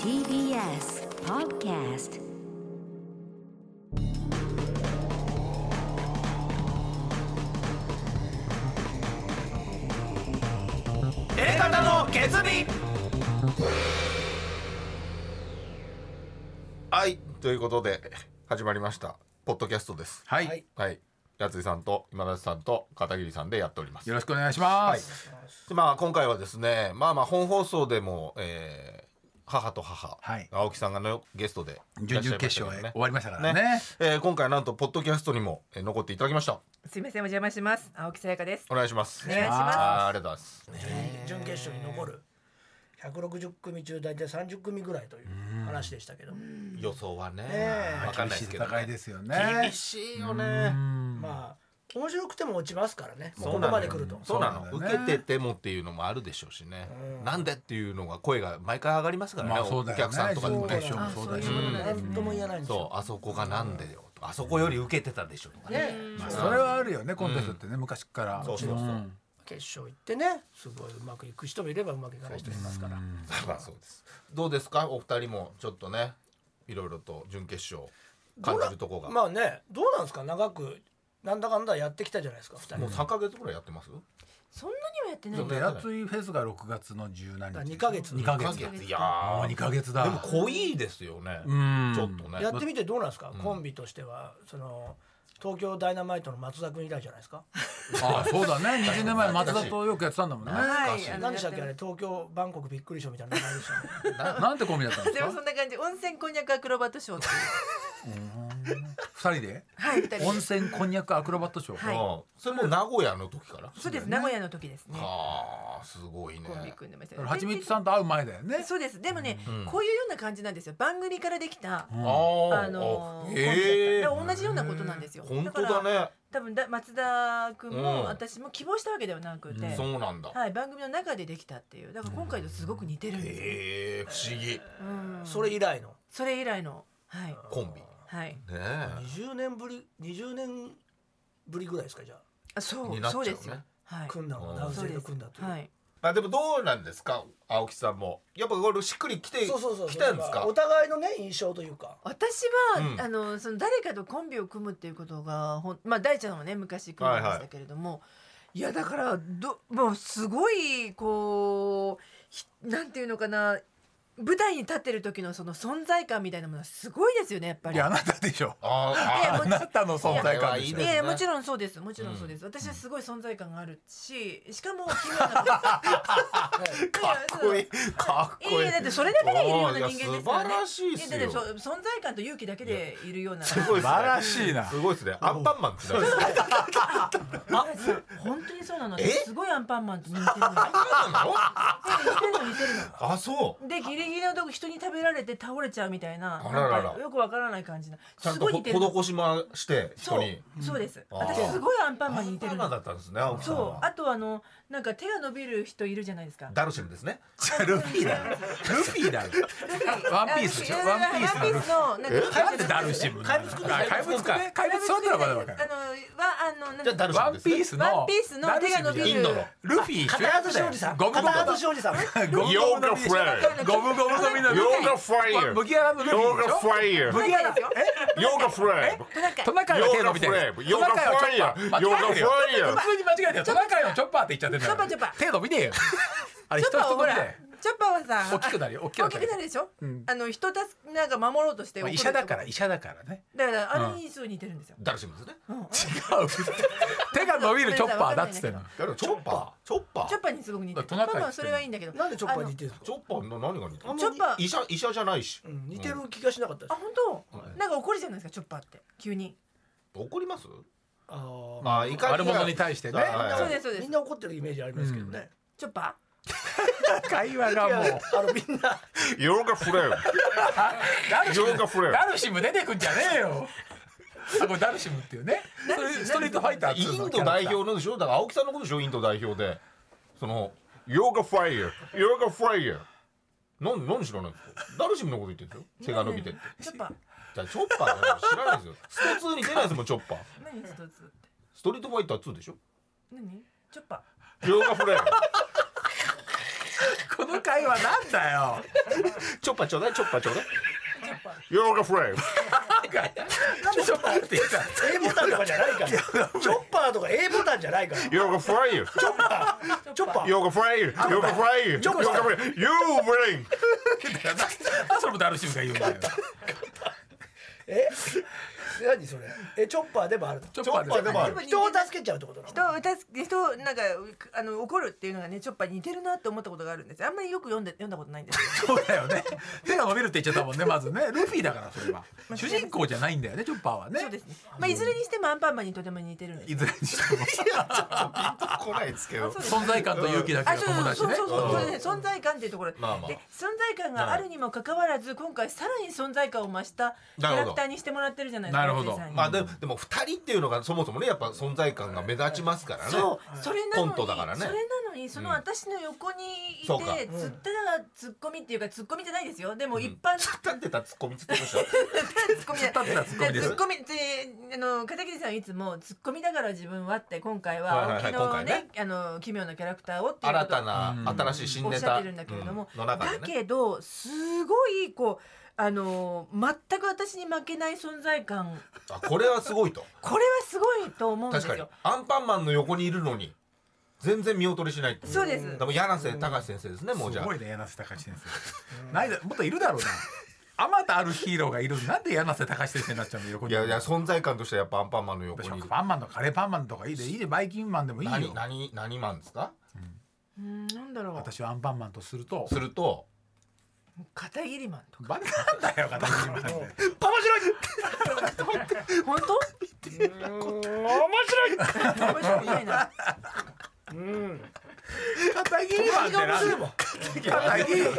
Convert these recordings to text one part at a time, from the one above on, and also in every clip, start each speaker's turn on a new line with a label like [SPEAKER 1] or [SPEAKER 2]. [SPEAKER 1] TBS Podcast
[SPEAKER 2] の決意
[SPEAKER 3] はいということで始まりましたポッドキャストです
[SPEAKER 2] はい、
[SPEAKER 3] はいやついさんと今田さんと片桐さんでやっております
[SPEAKER 2] よろしくお願いします、
[SPEAKER 3] でまあ今回はですねまあまあ本放送でも、えー母と母、
[SPEAKER 2] はい
[SPEAKER 3] 青木さんがのゲストでいら
[SPEAKER 2] 準
[SPEAKER 3] っしゃい
[SPEAKER 2] 々
[SPEAKER 3] ま
[SPEAKER 2] 決
[SPEAKER 3] したけどね
[SPEAKER 2] 勝へ終わりましたからね
[SPEAKER 3] えー今回なんとポッドキャストにも、えー残っていただきました
[SPEAKER 4] すみませんお邪魔します青木さやかです
[SPEAKER 3] お願いします
[SPEAKER 4] お願いします
[SPEAKER 3] あーありがとうございます
[SPEAKER 5] 準決勝に残る160組中大体30組ぐらいという話でしたけど、
[SPEAKER 3] 予想はね
[SPEAKER 5] え
[SPEAKER 3] わかんないですけど、ね
[SPEAKER 2] 厳しい戦い、ですよ
[SPEAKER 3] 厳
[SPEAKER 2] ね
[SPEAKER 3] しいよね
[SPEAKER 5] まあ面白くても落ちますからね
[SPEAKER 3] そう
[SPEAKER 5] ここ
[SPEAKER 3] なの
[SPEAKER 5] ま
[SPEAKER 3] よ
[SPEAKER 5] で来ると
[SPEAKER 3] そうなの
[SPEAKER 2] そうなんだ
[SPEAKER 3] 受
[SPEAKER 2] よ
[SPEAKER 3] け
[SPEAKER 2] ね
[SPEAKER 3] ててもっていうのもあるでしょうしね、なんでっていうのが声が毎回上がりますからね,、
[SPEAKER 2] まあそうだ
[SPEAKER 3] お
[SPEAKER 2] よね
[SPEAKER 3] 客さんとかでもね
[SPEAKER 2] 準決勝もそうだし
[SPEAKER 4] あそういうことなん
[SPEAKER 5] 何とも言えないんですよ
[SPEAKER 3] そうあそこがなんでよとあそこより受けてたでしょとかね、
[SPEAKER 5] ね
[SPEAKER 2] まあそれはあるよねコンテストってね、昔から
[SPEAKER 3] そうそうそうん
[SPEAKER 5] 決勝行ってねすごいうまくいく人もいればうまくいかない人もいますから
[SPEAKER 3] まあそうですどうですかお二人もちょっとねいろいろと準決勝感じるとこが、
[SPEAKER 5] まあねどうなんですか長くなんだかんだやってきたじゃないですか2人
[SPEAKER 3] もう3か月ぐらいやってます
[SPEAKER 4] そんなにはやってない
[SPEAKER 3] そ
[SPEAKER 4] ん
[SPEAKER 3] う
[SPEAKER 4] だ
[SPEAKER 2] で
[SPEAKER 3] ね
[SPEAKER 2] やついフェスが6月の十何日
[SPEAKER 5] だから二ヶ月
[SPEAKER 2] 2ヶ
[SPEAKER 3] 二ヶ
[SPEAKER 2] 月
[SPEAKER 3] 月いやー
[SPEAKER 2] もう2ヶ月だ
[SPEAKER 3] でも濃いですよね、
[SPEAKER 2] うん
[SPEAKER 3] ちょっとね
[SPEAKER 5] やってみてどうなんですか、コンビとしてはその東京ダイナマイトの松田君以来じゃないですか
[SPEAKER 2] ああそう だね20年前松田とよくやってたんだもんね
[SPEAKER 4] はいあの
[SPEAKER 5] 何でしたっけあ
[SPEAKER 4] や
[SPEAKER 5] れ東京バンコクびっくりショーみたいな名前でしたね
[SPEAKER 2] ななんてコンビだったんで
[SPEAKER 4] って
[SPEAKER 2] す
[SPEAKER 4] ま
[SPEAKER 2] か
[SPEAKER 4] すでもそんな感じ温泉こんにゃくアクロバットショーっていう
[SPEAKER 2] 2人で
[SPEAKER 4] はい二人
[SPEAKER 2] 温
[SPEAKER 4] で
[SPEAKER 2] 泉こんにゃくアクロバットショー、
[SPEAKER 4] はい
[SPEAKER 3] うんそれも名古屋の時から
[SPEAKER 4] そうです名古屋の時ですね
[SPEAKER 3] ああすごいね
[SPEAKER 4] コンビ組んでました
[SPEAKER 2] だ
[SPEAKER 4] よ
[SPEAKER 2] からはちみつさんと会う前だよね
[SPEAKER 4] そうですでもねこういうような感じなんですよ番組からでき
[SPEAKER 3] あ
[SPEAKER 4] た
[SPEAKER 3] ー
[SPEAKER 4] あのーコンビだった
[SPEAKER 3] ええ
[SPEAKER 4] だから同じようなことなんですよ
[SPEAKER 3] 本当
[SPEAKER 4] から
[SPEAKER 3] だね
[SPEAKER 4] 多分だ松田君
[SPEAKER 3] うん
[SPEAKER 4] も私も希望したわけではなくて
[SPEAKER 3] そうなんだ、
[SPEAKER 4] はい番組の中でできたっていうだから今回とすごく似てるんですよ
[SPEAKER 3] ええ不思議
[SPEAKER 4] うん
[SPEAKER 5] それ以来の
[SPEAKER 4] それ以来のはい
[SPEAKER 3] コンビね
[SPEAKER 4] はい
[SPEAKER 3] え
[SPEAKER 5] 20年ぶり20年ぶりぐらいですかじゃ
[SPEAKER 4] あそ
[SPEAKER 3] になっちゃ
[SPEAKER 4] うそうう
[SPEAKER 3] ね
[SPEAKER 4] ですよは
[SPEAKER 5] あ
[SPEAKER 4] い
[SPEAKER 5] 組んだのが男
[SPEAKER 4] そう
[SPEAKER 5] 性
[SPEAKER 4] で
[SPEAKER 5] と
[SPEAKER 4] す
[SPEAKER 5] 組んだという、
[SPEAKER 4] はい
[SPEAKER 3] あでもどうなんですか青木さんもやっぱこれしっくりきて
[SPEAKER 5] そうそうそう
[SPEAKER 3] きたんですか
[SPEAKER 5] お互いのね印象というか
[SPEAKER 4] 私は、
[SPEAKER 3] うん
[SPEAKER 4] あのその誰かとコンビを組むっていうことがほんまあ大ちゃんもね昔組んでましたけれども、いやだからどもうすごいこうひなんていうのかな舞台に立ってる時のその存在感みたいなものはすごいですよねやっぱ
[SPEAKER 2] い
[SPEAKER 4] り。
[SPEAKER 2] やあなたでしょ
[SPEAKER 3] あーあ
[SPEAKER 4] え
[SPEAKER 2] あなたの存在感でしょ
[SPEAKER 3] いや
[SPEAKER 4] え
[SPEAKER 3] ね
[SPEAKER 4] えもちろんそうですもちろんそうです、私はすごい存在感があるし しかも奇妙なことか
[SPEAKER 3] ーかっこいいかっこいい
[SPEAKER 4] やだってそれだけでいるような人間です
[SPEAKER 3] おー
[SPEAKER 4] から、ね、
[SPEAKER 3] いや素晴らしいです
[SPEAKER 4] やだっ
[SPEAKER 3] よ
[SPEAKER 4] てそ存在感と勇気だけでいるよ うな
[SPEAKER 3] すごいっすね
[SPEAKER 2] 素晴らしいな
[SPEAKER 3] すごいですねアンパンマンって誰ですか
[SPEAKER 4] 本当にそうなの
[SPEAKER 3] え
[SPEAKER 4] すごいアンパンマンと似てるのよ
[SPEAKER 3] アンパンマン
[SPEAKER 4] 似てるの似てる
[SPEAKER 3] なのあそう
[SPEAKER 4] のでギリギリのとこ人に食べられて倒れちゃうみたいな
[SPEAKER 3] あららら
[SPEAKER 4] なんかよくわからない感じな
[SPEAKER 3] ちゃ
[SPEAKER 4] す
[SPEAKER 3] んと
[SPEAKER 4] ごい
[SPEAKER 3] ほ
[SPEAKER 4] 似てるの
[SPEAKER 3] 施しまして
[SPEAKER 4] そ
[SPEAKER 3] 人
[SPEAKER 4] う
[SPEAKER 3] に
[SPEAKER 4] そうです
[SPEAKER 3] あー
[SPEAKER 4] 私すごいアンパンマンに
[SPEAKER 3] アン
[SPEAKER 4] 似て
[SPEAKER 3] パ
[SPEAKER 4] る
[SPEAKER 3] ンマンだ
[SPEAKER 4] の
[SPEAKER 3] ったんですね青木さん
[SPEAKER 4] そう
[SPEAKER 3] は
[SPEAKER 4] あとあのなんか手が伸びる人いるじゃないですか
[SPEAKER 3] ダルシムですね
[SPEAKER 2] ルフィだよルフィだよワンピースでしょ
[SPEAKER 4] あ
[SPEAKER 2] ワンピースのルフィ
[SPEAKER 4] ワン
[SPEAKER 2] 怪
[SPEAKER 4] ピースのなんか
[SPEAKER 2] 物ダルシム怪物怪物か怪物そんならまだわか
[SPEAKER 4] あ
[SPEAKER 2] る
[SPEAKER 4] のはあのなん
[SPEAKER 3] じゃあダルシ
[SPEAKER 2] ワ
[SPEAKER 3] ム
[SPEAKER 2] ン
[SPEAKER 3] です
[SPEAKER 2] ピ
[SPEAKER 3] ね
[SPEAKER 2] ースの
[SPEAKER 4] ワンピースの手が伸びる
[SPEAKER 3] インドの
[SPEAKER 2] ルフィ
[SPEAKER 5] 片
[SPEAKER 2] 主役
[SPEAKER 5] 畑
[SPEAKER 2] だよ
[SPEAKER 5] 庄司さん
[SPEAKER 2] ゴムゴ
[SPEAKER 5] 片
[SPEAKER 2] ム
[SPEAKER 5] 畑庄司さん
[SPEAKER 2] ゴムゴムの実ゴムゴムの実のルフィ
[SPEAKER 3] ヨガファイヤー
[SPEAKER 2] ブギアラのルフィでしょ
[SPEAKER 3] イヤ
[SPEAKER 2] ブギアラえ
[SPEAKER 3] ヨガフレーム
[SPEAKER 4] トナカイ
[SPEAKER 2] トナカイが手伸びてる
[SPEAKER 3] ヨガファイヤー
[SPEAKER 2] トナカイはチョッ
[SPEAKER 3] ヨガファイ
[SPEAKER 2] パー間違えてるよ
[SPEAKER 3] ヤー
[SPEAKER 2] 普通に間違えてよトナカイのチョッパーって言っちゃってるんだよ
[SPEAKER 4] チョッパーチョッパー
[SPEAKER 2] 手伸びねえよあれ
[SPEAKER 4] チ
[SPEAKER 2] 一
[SPEAKER 4] ョ
[SPEAKER 2] つ
[SPEAKER 4] ッパーは
[SPEAKER 2] 伸び
[SPEAKER 4] ほら
[SPEAKER 2] だよ
[SPEAKER 4] チョッパーはさ
[SPEAKER 2] 大きくなるよ大きくな
[SPEAKER 4] 大
[SPEAKER 2] る
[SPEAKER 4] きくなるでしょ、あの人たちなんか守ろうとして
[SPEAKER 2] まあ
[SPEAKER 4] 怒る
[SPEAKER 2] 医者だから医者だからね
[SPEAKER 4] だからあれにすごい似てるんですよ、
[SPEAKER 3] ダルシムですね
[SPEAKER 2] 違う 手が伸びるチョッパーだっつってんの
[SPEAKER 3] チョッパーチョッパー
[SPEAKER 4] チョッパーにすごく似てる
[SPEAKER 2] トナカイ
[SPEAKER 4] まあまあそれはいいんだけど
[SPEAKER 5] なんでチョッパーに似てるんです
[SPEAKER 3] チ
[SPEAKER 5] か
[SPEAKER 3] ョッパーの何が似てる
[SPEAKER 5] あん
[SPEAKER 4] チョ
[SPEAKER 5] ま
[SPEAKER 4] ッ
[SPEAKER 5] り
[SPEAKER 4] パー
[SPEAKER 3] 医者医者じゃないし
[SPEAKER 5] うん似てる気がしなかったで
[SPEAKER 4] あ
[SPEAKER 5] す、
[SPEAKER 4] 本当、
[SPEAKER 3] はい
[SPEAKER 4] なんか怒るじゃないですかチョッパーって急に
[SPEAKER 3] 怒ります
[SPEAKER 5] あー
[SPEAKER 3] あ怒
[SPEAKER 2] 悪者に対してね
[SPEAKER 3] はい
[SPEAKER 4] そうですそうで
[SPEAKER 5] み
[SPEAKER 4] す
[SPEAKER 5] んな怒ってるイメージありますけどね、
[SPEAKER 4] チョッパ
[SPEAKER 2] 会話がも
[SPEAKER 5] いうやあのみんな
[SPEAKER 3] ヨガフレ ーム
[SPEAKER 2] ダルシ
[SPEAKER 3] ヨガフレ
[SPEAKER 2] ム
[SPEAKER 3] ア
[SPEAKER 2] ダルシム出てくんじゃねえよ あこれダルシムっていうねストリストリートファイター
[SPEAKER 3] イ
[SPEAKER 2] 2
[SPEAKER 3] ン
[SPEAKER 2] の
[SPEAKER 3] ド代表のでしょだから青木さんのことでしょインド代表でそのヨガファイヤーヨガファイヤーなん何知らないんですかダルシムのこと言ってるんですよ手が伸びてって
[SPEAKER 4] ーチョッパー
[SPEAKER 3] じゃあチョッパーだから知らないですよスト2に出ないですもんチョッパー
[SPEAKER 4] 何一つって
[SPEAKER 3] ストリートファイター2でしょ
[SPEAKER 4] 何チョッパー
[SPEAKER 3] ヨガフレーム
[SPEAKER 2] この会話なんだよ。
[SPEAKER 3] チョッパちょうだいチョッパちょうだいヨーガフレーム
[SPEAKER 2] ちょっと待って言った。
[SPEAKER 5] A ボタンとかじゃないからチョッパーとか A ボタンじゃないから
[SPEAKER 3] ヨーガフレーム
[SPEAKER 5] チョッパーチョッパー
[SPEAKER 3] ヨーガフレームヨーガフレームヨーガフレームユーブレイン
[SPEAKER 2] あそれもダルシムが言うんだよ。
[SPEAKER 5] え何それえチョッパーでもあるの
[SPEAKER 2] ちょっと待っ
[SPEAKER 3] ちょっとで
[SPEAKER 2] て。
[SPEAKER 3] もある
[SPEAKER 5] 人を助けちゃうってことなの
[SPEAKER 4] 人を歌す人をなんかあの怒るっていうのがねちょっぱ似てるなと思ったことがあるんですあんまりよく読んで読んだことないんですけ
[SPEAKER 2] そうだよね。手が伸びるって言っちゃったもんね、まずね。ルフィだから、それは。主人公じゃないんだよね、チョッパーはね。
[SPEAKER 4] どそうですね、まあ、いずれにしてもアンパンマンにとても似てるんです
[SPEAKER 2] いずれにして も。
[SPEAKER 3] 来ないですけど
[SPEAKER 4] そうです
[SPEAKER 2] 存在感と勇気だけ
[SPEAKER 4] あ
[SPEAKER 2] が
[SPEAKER 4] そう
[SPEAKER 2] 友達
[SPEAKER 4] そう
[SPEAKER 2] ね。
[SPEAKER 4] そうそうそう、ね、存在感っていうところ、
[SPEAKER 3] まあまあ
[SPEAKER 4] で存在感があるにもかかわらず今回さらに存在感を増したキャラクターにしてもらってるじゃないですか
[SPEAKER 2] なるほど
[SPEAKER 4] 松井さんに
[SPEAKER 3] まあでもでも2人っていうのがそもそもねやっぱ存在感が目立ちますからね
[SPEAKER 4] そう、それなのに、
[SPEAKER 3] コントだからね
[SPEAKER 4] それなのに、その私の横にいて、
[SPEAKER 3] そうか
[SPEAKER 4] つったらツッコミっていうか、ツッコミじゃないですよ。でも
[SPEAKER 3] ん
[SPEAKER 4] 一般の、
[SPEAKER 3] 突っ立ってたツッコミつってました
[SPEAKER 4] ツッコミだ。
[SPEAKER 2] 突っ立ってたツッコミです
[SPEAKER 4] ツッコミって、あの、片桐さんはいつも、ツッコミだから自分はって、今回
[SPEAKER 3] はいはい
[SPEAKER 4] は、
[SPEAKER 3] はい
[SPEAKER 4] 青木の
[SPEAKER 3] 今回ね
[SPEAKER 4] ね、あの、奇妙なキャラクターをっていうこと
[SPEAKER 3] 新たな新しい新
[SPEAKER 4] おっ
[SPEAKER 3] ネ
[SPEAKER 4] しゃ
[SPEAKER 3] タ
[SPEAKER 4] ってるんだけれども、
[SPEAKER 3] うんの
[SPEAKER 4] だ
[SPEAKER 3] 中でね
[SPEAKER 4] けどすごいこうあの全く私に負けない存在感
[SPEAKER 3] あこれはすごいと
[SPEAKER 4] これはすごいと思うんです
[SPEAKER 3] 確
[SPEAKER 4] よ
[SPEAKER 3] かにアンパンマンの横にいるのに全然見劣りしないってい
[SPEAKER 4] そうです
[SPEAKER 3] 多分柳瀬隆先生ですねもうじ
[SPEAKER 2] す
[SPEAKER 3] ゃあ
[SPEAKER 2] ごいね、柳瀬隆先生。ないだ、もっといるだろうな。あまたあるヒーローがいるのに。なんで柳瀬隆先生になっちゃうの、横
[SPEAKER 3] い
[SPEAKER 2] に。
[SPEAKER 3] やいや存在感としてはやっぱアンパンマンの横にいる
[SPEAKER 2] 食パンマンのカレーパンマンとかいいで、いいで、バイキンマンでもいい
[SPEAKER 3] 何
[SPEAKER 2] よ。
[SPEAKER 3] 何何マンですか
[SPEAKER 4] うんなんだろう
[SPEAKER 2] 私はアンパンマンとすると
[SPEAKER 3] す。ると
[SPEAKER 4] 片桐マンとか
[SPEAKER 2] バカなんだよ、片桐マンって。
[SPEAKER 5] 面白い
[SPEAKER 4] 本当
[SPEAKER 5] 面白い
[SPEAKER 4] 面白くないな。
[SPEAKER 5] うん
[SPEAKER 2] 片桐マンってなんだよ。 片桐マ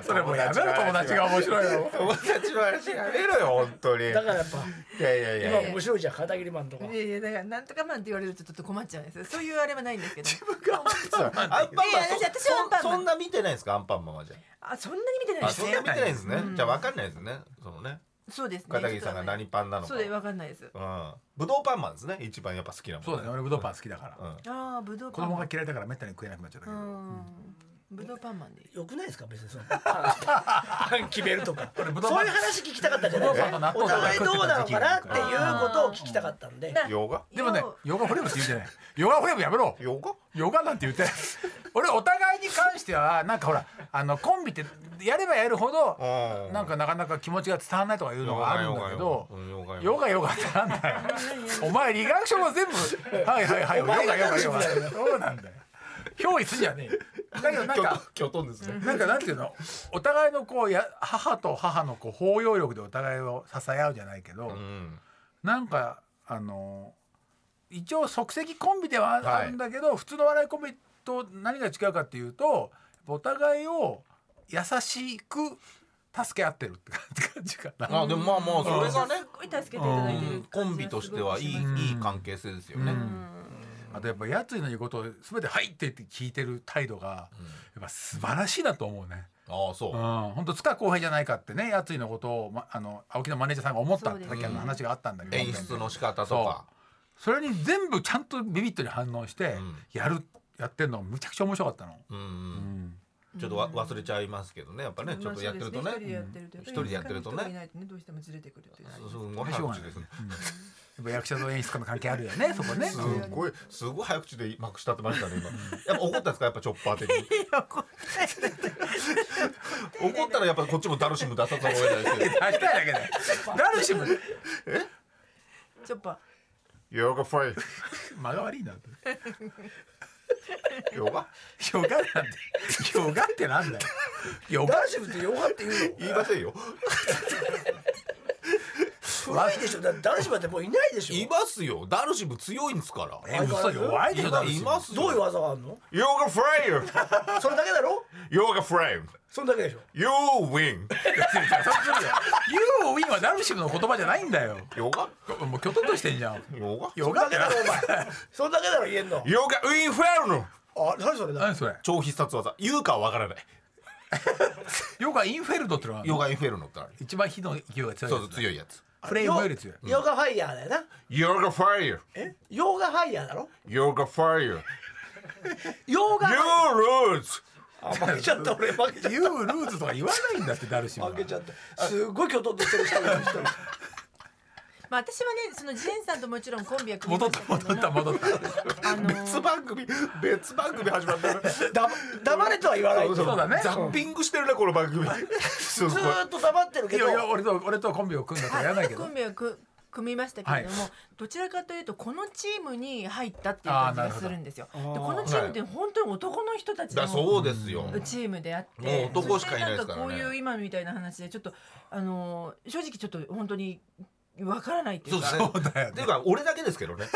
[SPEAKER 2] ン。それもうやめろ、友達が面白いよ。
[SPEAKER 3] 友達の話やめろよ本当にい
[SPEAKER 5] だからやっぱ
[SPEAKER 3] やいやい
[SPEAKER 5] 今
[SPEAKER 3] やいや
[SPEAKER 5] 面白いじゃん片桐マンとか
[SPEAKER 4] いやいやだからなんとかマンって言われるとちょっと困っちゃうんですよ。そういうあれはないんですけど。
[SPEAKER 3] アンパンマン
[SPEAKER 4] いやいや私はアンパンマン
[SPEAKER 3] そそんな見てないですかアンパンマンはじゃ
[SPEAKER 4] あそんなに見てない
[SPEAKER 3] あ あ
[SPEAKER 4] です
[SPEAKER 3] そんな見て
[SPEAKER 4] ね。
[SPEAKER 3] ないですね
[SPEAKER 4] うん
[SPEAKER 3] じゃあ分かんないですねそのね
[SPEAKER 4] そうですね。
[SPEAKER 3] 片桐さんが何パンなのか
[SPEAKER 4] そうでわかんないです。
[SPEAKER 3] うんブドウパンマンですね一番やっぱ好きなもん
[SPEAKER 2] そうだね、俺ブドウパン好きだから。
[SPEAKER 3] うん
[SPEAKER 4] ああブドウ
[SPEAKER 2] 子
[SPEAKER 4] パン
[SPEAKER 2] 供
[SPEAKER 4] マ
[SPEAKER 2] が
[SPEAKER 4] ン。
[SPEAKER 2] 嫌いだからめったに食えなくなっちゃったけ
[SPEAKER 4] う
[SPEAKER 2] ど。
[SPEAKER 4] ん。ブドウパンマンでいい。
[SPEAKER 5] よくないですか別にそのパン決めると かそういう
[SPEAKER 2] ブドウパン
[SPEAKER 5] 話聞きたかったんじゃない
[SPEAKER 2] ブドウパンと納
[SPEAKER 5] お
[SPEAKER 2] 豆とか
[SPEAKER 5] 互いどうなのかなっていうことを聞きたかったんで
[SPEAKER 4] だ
[SPEAKER 3] 洋画
[SPEAKER 2] でもね、ヨガフレームって言うんじゃない。ヨガフレームやめろ。
[SPEAKER 3] 洋画
[SPEAKER 2] ヨガなんて言って。俺お互いに関しては、なんかほら、あのコンビってやればやるほど。
[SPEAKER 3] うん
[SPEAKER 2] なんかなかなか気持ちが伝わらないとかいうのがあるんだけど。
[SPEAKER 3] ヨガ
[SPEAKER 2] ヨガヨガってなんだよ。 お前リアクションも全部。はいはいはい、ヨガヨガヨガ。そうなんだよ。憑依すんじゃねえよ。だけどなんか。
[SPEAKER 3] キョトンですね
[SPEAKER 2] なんかなんていうのお互いのこうや母と母のこう包容力でお互いを支え合うじゃないけど、
[SPEAKER 3] うん
[SPEAKER 2] なんかあの一応即席コンビではあ
[SPEAKER 3] はい
[SPEAKER 2] あるんだけど、普通の笑いコンビと何が違うかっていうとお互いを優しく助け合ってるって感じかな。
[SPEAKER 3] あでもまあまあそれがね
[SPEAKER 4] すっごい助けていただいてる感じがすごいします。
[SPEAKER 3] コンビとしてはいい
[SPEAKER 2] ん
[SPEAKER 3] いい関係性ですよね
[SPEAKER 2] あとやっぱやついの言うことを全て「はい!」って言って聞いてる態度が、やっぱ素晴らしいなと思うね。
[SPEAKER 3] ああそう
[SPEAKER 2] うん、本当塚浩平じゃないかってねやついのことを、ま、あの青木のマネージャーさんが思ったってさっきあの話があったんだけど、
[SPEAKER 3] 演出の仕方とか
[SPEAKER 2] それに全部ちゃんとビビットに反応して
[SPEAKER 3] ん
[SPEAKER 2] やる、やってんのむちゃくちゃ面白かったの。
[SPEAKER 3] うん
[SPEAKER 2] う
[SPEAKER 3] うん
[SPEAKER 2] ん
[SPEAKER 3] ちょっとわ忘れちゃいますけどねやっぱねちょっとやってると
[SPEAKER 4] まあそうです
[SPEAKER 3] ね
[SPEAKER 4] 一
[SPEAKER 3] うん一人でやってるとね
[SPEAKER 4] 一人がいないとねどうしてもずれてくるっていうのはあり
[SPEAKER 3] そ
[SPEAKER 4] ま
[SPEAKER 3] うそうすごい早口
[SPEAKER 2] しょうが
[SPEAKER 4] す
[SPEAKER 2] ない
[SPEAKER 3] ですね
[SPEAKER 2] やっぱ役者と演出家の関係あるよねそこね。
[SPEAKER 3] すごいすごい早口でまくし立てましたね今やっぱ怒ったんですかやっぱチョッパー的に怒ったらやっぱこっちもダルシム出さざるを得ないです
[SPEAKER 2] 明日だけで。誰しも
[SPEAKER 4] ちょっと
[SPEAKER 3] よヨガファイ
[SPEAKER 2] 間が悪いなって。
[SPEAKER 3] ヨガ
[SPEAKER 2] ヨガなんてヨガってなんだよ。ヨガ
[SPEAKER 5] ダルシムってヨガって言う
[SPEAKER 3] 言いませんよ
[SPEAKER 5] の古いでしょだってダルシムってもういないで
[SPEAKER 3] い
[SPEAKER 5] し
[SPEAKER 3] ますよダルシム強いんですから
[SPEAKER 2] え嘘弱いでしょダルシ
[SPEAKER 3] い
[SPEAKER 2] ム。
[SPEAKER 3] ますよ
[SPEAKER 5] ょどういう技があるの
[SPEAKER 3] ヨガフライヤー
[SPEAKER 5] それだけだろ
[SPEAKER 3] ヨガフライヤー
[SPEAKER 5] そんだけでしょ
[SPEAKER 3] You win
[SPEAKER 2] ユーウィンはダルシムの言葉じゃないんだよ。
[SPEAKER 3] ヨガ
[SPEAKER 2] もうきょとっとしてんじゃん。
[SPEAKER 3] ヨガ
[SPEAKER 2] ヨ
[SPEAKER 5] そんだ
[SPEAKER 2] ガ
[SPEAKER 5] けだろお前そんだけだろ言えんの
[SPEAKER 3] ヨガインフェルノ
[SPEAKER 5] あ何それだ
[SPEAKER 2] 何それ。
[SPEAKER 3] 超必殺技言うかはわからない
[SPEAKER 2] ヨガインフェルドってのは
[SPEAKER 3] ヨガインフェルノってある
[SPEAKER 2] 一番火の勢いが強いやつだ。
[SPEAKER 3] そう強いやつ
[SPEAKER 2] フレームより強い。
[SPEAKER 5] ヨガファイヤーだよな
[SPEAKER 3] ヨガファイヤー
[SPEAKER 5] えヨガファイヤーだろ
[SPEAKER 3] ヨガファイヤー
[SPEAKER 5] ヨガ
[SPEAKER 3] You lose
[SPEAKER 5] あ負けちゃった俺負けちゃっ
[SPEAKER 2] 言うルーズとか言わないんだってダルシム
[SPEAKER 5] た
[SPEAKER 2] は
[SPEAKER 5] 負けちゃったすごいきょとんとしてる人がいる人が
[SPEAKER 4] まあ私はねそのジェンさんともちろんコンビは組み
[SPEAKER 2] 戻っ
[SPEAKER 4] ましたたけ
[SPEAKER 2] 戻
[SPEAKER 4] れ
[SPEAKER 2] った
[SPEAKER 4] ど
[SPEAKER 2] 戻
[SPEAKER 4] も
[SPEAKER 2] った
[SPEAKER 4] あの
[SPEAKER 3] 別番組別番組始まったら
[SPEAKER 5] だ黙れとは言わない
[SPEAKER 3] そう
[SPEAKER 2] そうだね
[SPEAKER 3] ザッピングしてるねこの番組すごい
[SPEAKER 5] ずーっと黙ってる
[SPEAKER 2] い
[SPEAKER 5] けど
[SPEAKER 2] やいや俺と俺とコンビを組んだとかやらないけど
[SPEAKER 4] コンビはく組みましたけれども、
[SPEAKER 2] は
[SPEAKER 4] どちらかというとこのチームに入ったっていう感じ
[SPEAKER 2] あーな
[SPEAKER 4] が
[SPEAKER 2] るほ
[SPEAKER 4] す
[SPEAKER 2] ど
[SPEAKER 4] るんですよ。で
[SPEAKER 5] ー
[SPEAKER 4] このチームって本当に男の人たちの
[SPEAKER 3] だそうですよ、
[SPEAKER 4] チームであって、
[SPEAKER 3] もう男しかいないですからね
[SPEAKER 4] そしてなんかこういう今みたいな話でちょっとあのー正直ちょっと本当にわからないっていうか。
[SPEAKER 3] そう
[SPEAKER 2] そうだよ
[SPEAKER 3] って
[SPEAKER 2] ね
[SPEAKER 3] いうか俺だけですけどね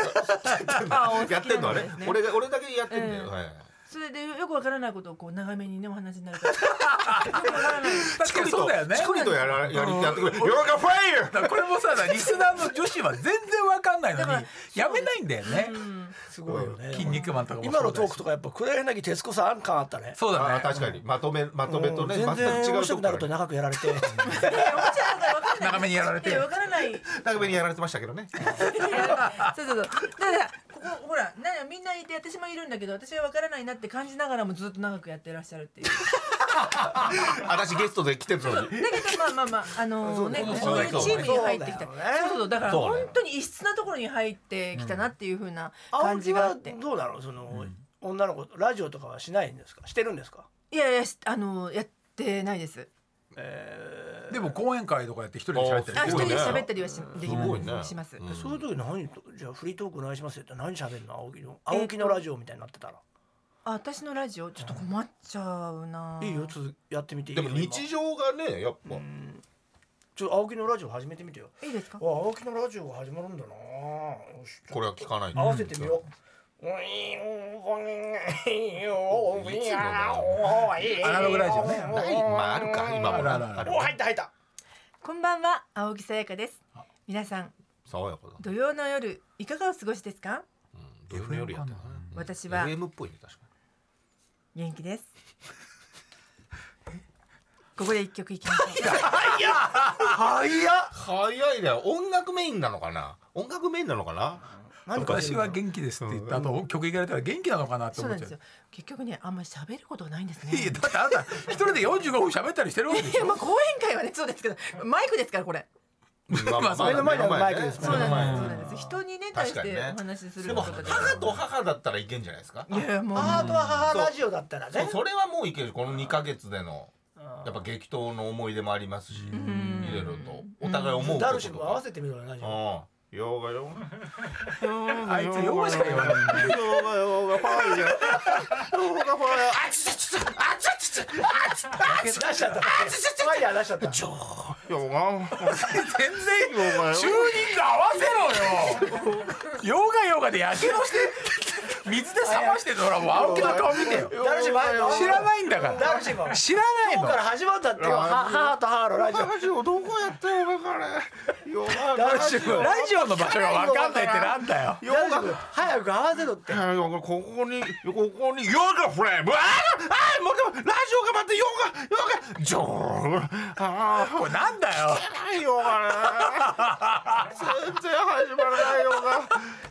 [SPEAKER 4] あお好き
[SPEAKER 3] やってんのはね
[SPEAKER 4] なんですね
[SPEAKER 3] 俺が俺だけやってんだよ、
[SPEAKER 4] うん
[SPEAKER 3] はい
[SPEAKER 4] それでよくわからないことをこう長めにねお話になるから。よくわからない。
[SPEAKER 2] 確かにそうだよね
[SPEAKER 3] チコリとやらや
[SPEAKER 2] う
[SPEAKER 3] り
[SPEAKER 2] ん
[SPEAKER 3] やってくれ「ヨガファイヤー!
[SPEAKER 2] だからこれもさリスナーの女子は全然わかんないの
[SPEAKER 4] だから
[SPEAKER 2] にやめないんだよね
[SPEAKER 4] うん
[SPEAKER 5] すごいよね
[SPEAKER 2] 筋肉マンとかも
[SPEAKER 5] 今のトーク
[SPEAKER 2] と
[SPEAKER 5] とかやっぱ黒柳徹子さん感あったね
[SPEAKER 2] そう」だ
[SPEAKER 3] あ
[SPEAKER 2] ね
[SPEAKER 3] ー確かにまとめまとめとね、
[SPEAKER 5] うん全
[SPEAKER 3] 全
[SPEAKER 5] 然
[SPEAKER 3] く違
[SPEAKER 5] 面
[SPEAKER 3] うと
[SPEAKER 5] 白
[SPEAKER 3] こ
[SPEAKER 5] くなると
[SPEAKER 3] から
[SPEAKER 5] 長くやられて
[SPEAKER 4] でおもちゃなんかわかんない。
[SPEAKER 2] 長めにやられて
[SPEAKER 4] いわからない。
[SPEAKER 3] 長めにやられてましたけどね
[SPEAKER 4] そうそうそう。だからここほら、なんかみんないて私もいるんだけど、私はわからないなって感じながらもずっと長くやってらっしゃるっていう。
[SPEAKER 3] 私ゲストで来てるのに
[SPEAKER 4] だけどまあまあまああのね、
[SPEAKER 2] そう
[SPEAKER 4] そういうチームに入ってきた。
[SPEAKER 5] そ
[SPEAKER 4] そう
[SPEAKER 5] だよね
[SPEAKER 4] うそうそうだから
[SPEAKER 3] そう
[SPEAKER 4] 本
[SPEAKER 3] だよ
[SPEAKER 4] 当に異質なところに入ってきたなっていう風な
[SPEAKER 5] 青
[SPEAKER 4] 感
[SPEAKER 5] 木
[SPEAKER 4] じがあ
[SPEAKER 5] は
[SPEAKER 4] って。
[SPEAKER 5] どうなのその、女の子ラジオとかはしないんですかしてるんですか、
[SPEAKER 4] いやいやしあのやってないです。
[SPEAKER 5] えー
[SPEAKER 2] でも講演会とかやって一人で喋ってる
[SPEAKER 4] あ
[SPEAKER 3] す
[SPEAKER 4] 一
[SPEAKER 3] ご
[SPEAKER 4] 人
[SPEAKER 3] いね
[SPEAKER 4] で喋ったりはしでき
[SPEAKER 3] すごい
[SPEAKER 4] ま
[SPEAKER 3] ね
[SPEAKER 4] す。します。
[SPEAKER 3] うん
[SPEAKER 5] そういう時何とじゃあフリートークお願いしますよって何喋るの青木の青木のラジオみたいになってたら、
[SPEAKER 4] あ私のラジオちょっと困っちゃうな。
[SPEAKER 5] いいよ続やってみていい
[SPEAKER 3] で
[SPEAKER 5] よ
[SPEAKER 3] も
[SPEAKER 5] 今
[SPEAKER 3] 日常がねやっぱ、
[SPEAKER 5] ちょっと青木のラジオ始めてみてよ
[SPEAKER 4] いいですか
[SPEAKER 5] あ。青木のラジオが始まるんだなよし
[SPEAKER 3] これは聞かないと
[SPEAKER 5] 合わせてみよう、
[SPEAKER 2] アナログラジオね
[SPEAKER 3] ないまああるか今も
[SPEAKER 2] あるある
[SPEAKER 3] なある
[SPEAKER 5] お入った入った
[SPEAKER 4] こんばんは青木さやかです。皆さん
[SPEAKER 3] 爽やかだ
[SPEAKER 4] 土曜の夜いかがお過ごしですか。
[SPEAKER 3] うん土曜の夜やってるね
[SPEAKER 4] 私は
[SPEAKER 3] FM っぽいね確か
[SPEAKER 4] 元気です。ここで一曲いきましょう。
[SPEAKER 5] 早っ
[SPEAKER 3] に早いね音楽メインなのかな音楽メインなのかな
[SPEAKER 5] 何かし
[SPEAKER 2] 私
[SPEAKER 5] てるの
[SPEAKER 2] は元気ですって言った後曲いかれたら元気なのかなって
[SPEAKER 4] そう
[SPEAKER 2] 思
[SPEAKER 4] な
[SPEAKER 2] っ
[SPEAKER 4] ん
[SPEAKER 2] ち
[SPEAKER 4] で
[SPEAKER 2] ゃう
[SPEAKER 4] すよ。結局ねあんまり喋ることがないんですね。
[SPEAKER 2] いやだってあなた一人で45分喋ったりしてるわけで
[SPEAKER 4] い
[SPEAKER 2] し
[SPEAKER 4] や
[SPEAKER 2] ょ
[SPEAKER 4] まあ講演会はねそうですけどマイクですからこれ。
[SPEAKER 3] まあまあ
[SPEAKER 2] それ
[SPEAKER 5] の前にはマイクです
[SPEAKER 4] そうなんですそう
[SPEAKER 3] ね
[SPEAKER 4] なんです。人にね対
[SPEAKER 3] 確
[SPEAKER 4] し
[SPEAKER 3] かに
[SPEAKER 4] て
[SPEAKER 3] ね
[SPEAKER 4] お話しす
[SPEAKER 3] で
[SPEAKER 4] る
[SPEAKER 3] も
[SPEAKER 4] ことができ
[SPEAKER 3] 母と母だったらいけんじゃないですか
[SPEAKER 4] る。いやいやもう。
[SPEAKER 5] 母と母ラジオだったら
[SPEAKER 3] そ
[SPEAKER 5] ね
[SPEAKER 3] うそれはもういけるこの2か月でのやっぱ激闘の思い出もありますしいろいろとお互い思うこと
[SPEAKER 5] ダ
[SPEAKER 3] と
[SPEAKER 5] ルシム合わ
[SPEAKER 3] か
[SPEAKER 5] せてみろよラジオ
[SPEAKER 3] うんヨガヨ
[SPEAKER 2] あいつ用語しか言わない
[SPEAKER 3] ガヨガヨガファイヤーヨガファイヤーあちちちあちちちあちち
[SPEAKER 5] 出しちゃったファイヤー出しちゃった
[SPEAKER 3] ヨガ
[SPEAKER 2] 全
[SPEAKER 3] ヨガ
[SPEAKER 2] 然チューニング合わせろよヨガヨガでやけどして水で冷ましてるのほらもう青木の顔見てよ
[SPEAKER 5] ダルシム
[SPEAKER 2] 知らないんだか
[SPEAKER 5] ダ
[SPEAKER 2] ら
[SPEAKER 5] ルシム今
[SPEAKER 2] 知らない
[SPEAKER 5] 日
[SPEAKER 2] の
[SPEAKER 5] から始まったってよは母と母のラジオ
[SPEAKER 3] ラジオどこやったよこれヨガ
[SPEAKER 5] ダルシム
[SPEAKER 2] ラジオの場所がわかんないってなんだよ
[SPEAKER 5] ダルシム早く合わせろって
[SPEAKER 3] あのここにここにヨガフレームあーあーもう一回ラジオが待ってヨガヨガジョーンあ
[SPEAKER 2] これなんだよ
[SPEAKER 3] ーヨガね全然始まらないヨガ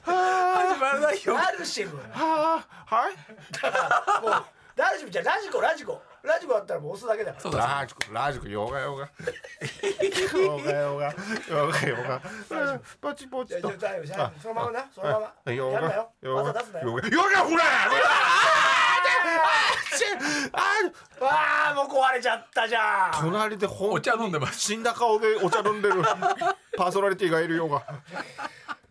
[SPEAKER 3] あ
[SPEAKER 2] 始まらないよ
[SPEAKER 5] ダルシムもう
[SPEAKER 3] ーあーはい
[SPEAKER 5] ダルシムじゃラジコラジコラジコだったらもう押すだけだから
[SPEAKER 2] そうだ
[SPEAKER 3] ラジコラジコヨガヨガヨガヨガヨガヨガポチポ
[SPEAKER 5] じゃ
[SPEAKER 3] チ
[SPEAKER 5] あじ
[SPEAKER 3] と
[SPEAKER 5] ゃあ大丈夫そのままなそのまま
[SPEAKER 3] ヨ
[SPEAKER 5] やんな
[SPEAKER 3] ガ
[SPEAKER 5] よ
[SPEAKER 3] ヨ
[SPEAKER 5] ま
[SPEAKER 3] ガ
[SPEAKER 5] た出すな
[SPEAKER 3] ヨ
[SPEAKER 5] よ
[SPEAKER 3] ガヨガフレームあーあーあーあー
[SPEAKER 5] わあもう壊れちゃったじゃん
[SPEAKER 3] 隣で
[SPEAKER 2] お
[SPEAKER 3] 本
[SPEAKER 2] 茶
[SPEAKER 3] 当
[SPEAKER 2] 飲ん
[SPEAKER 3] に
[SPEAKER 2] でます
[SPEAKER 3] 死んだ顔でお茶飲んでる パーソナリティがいるようが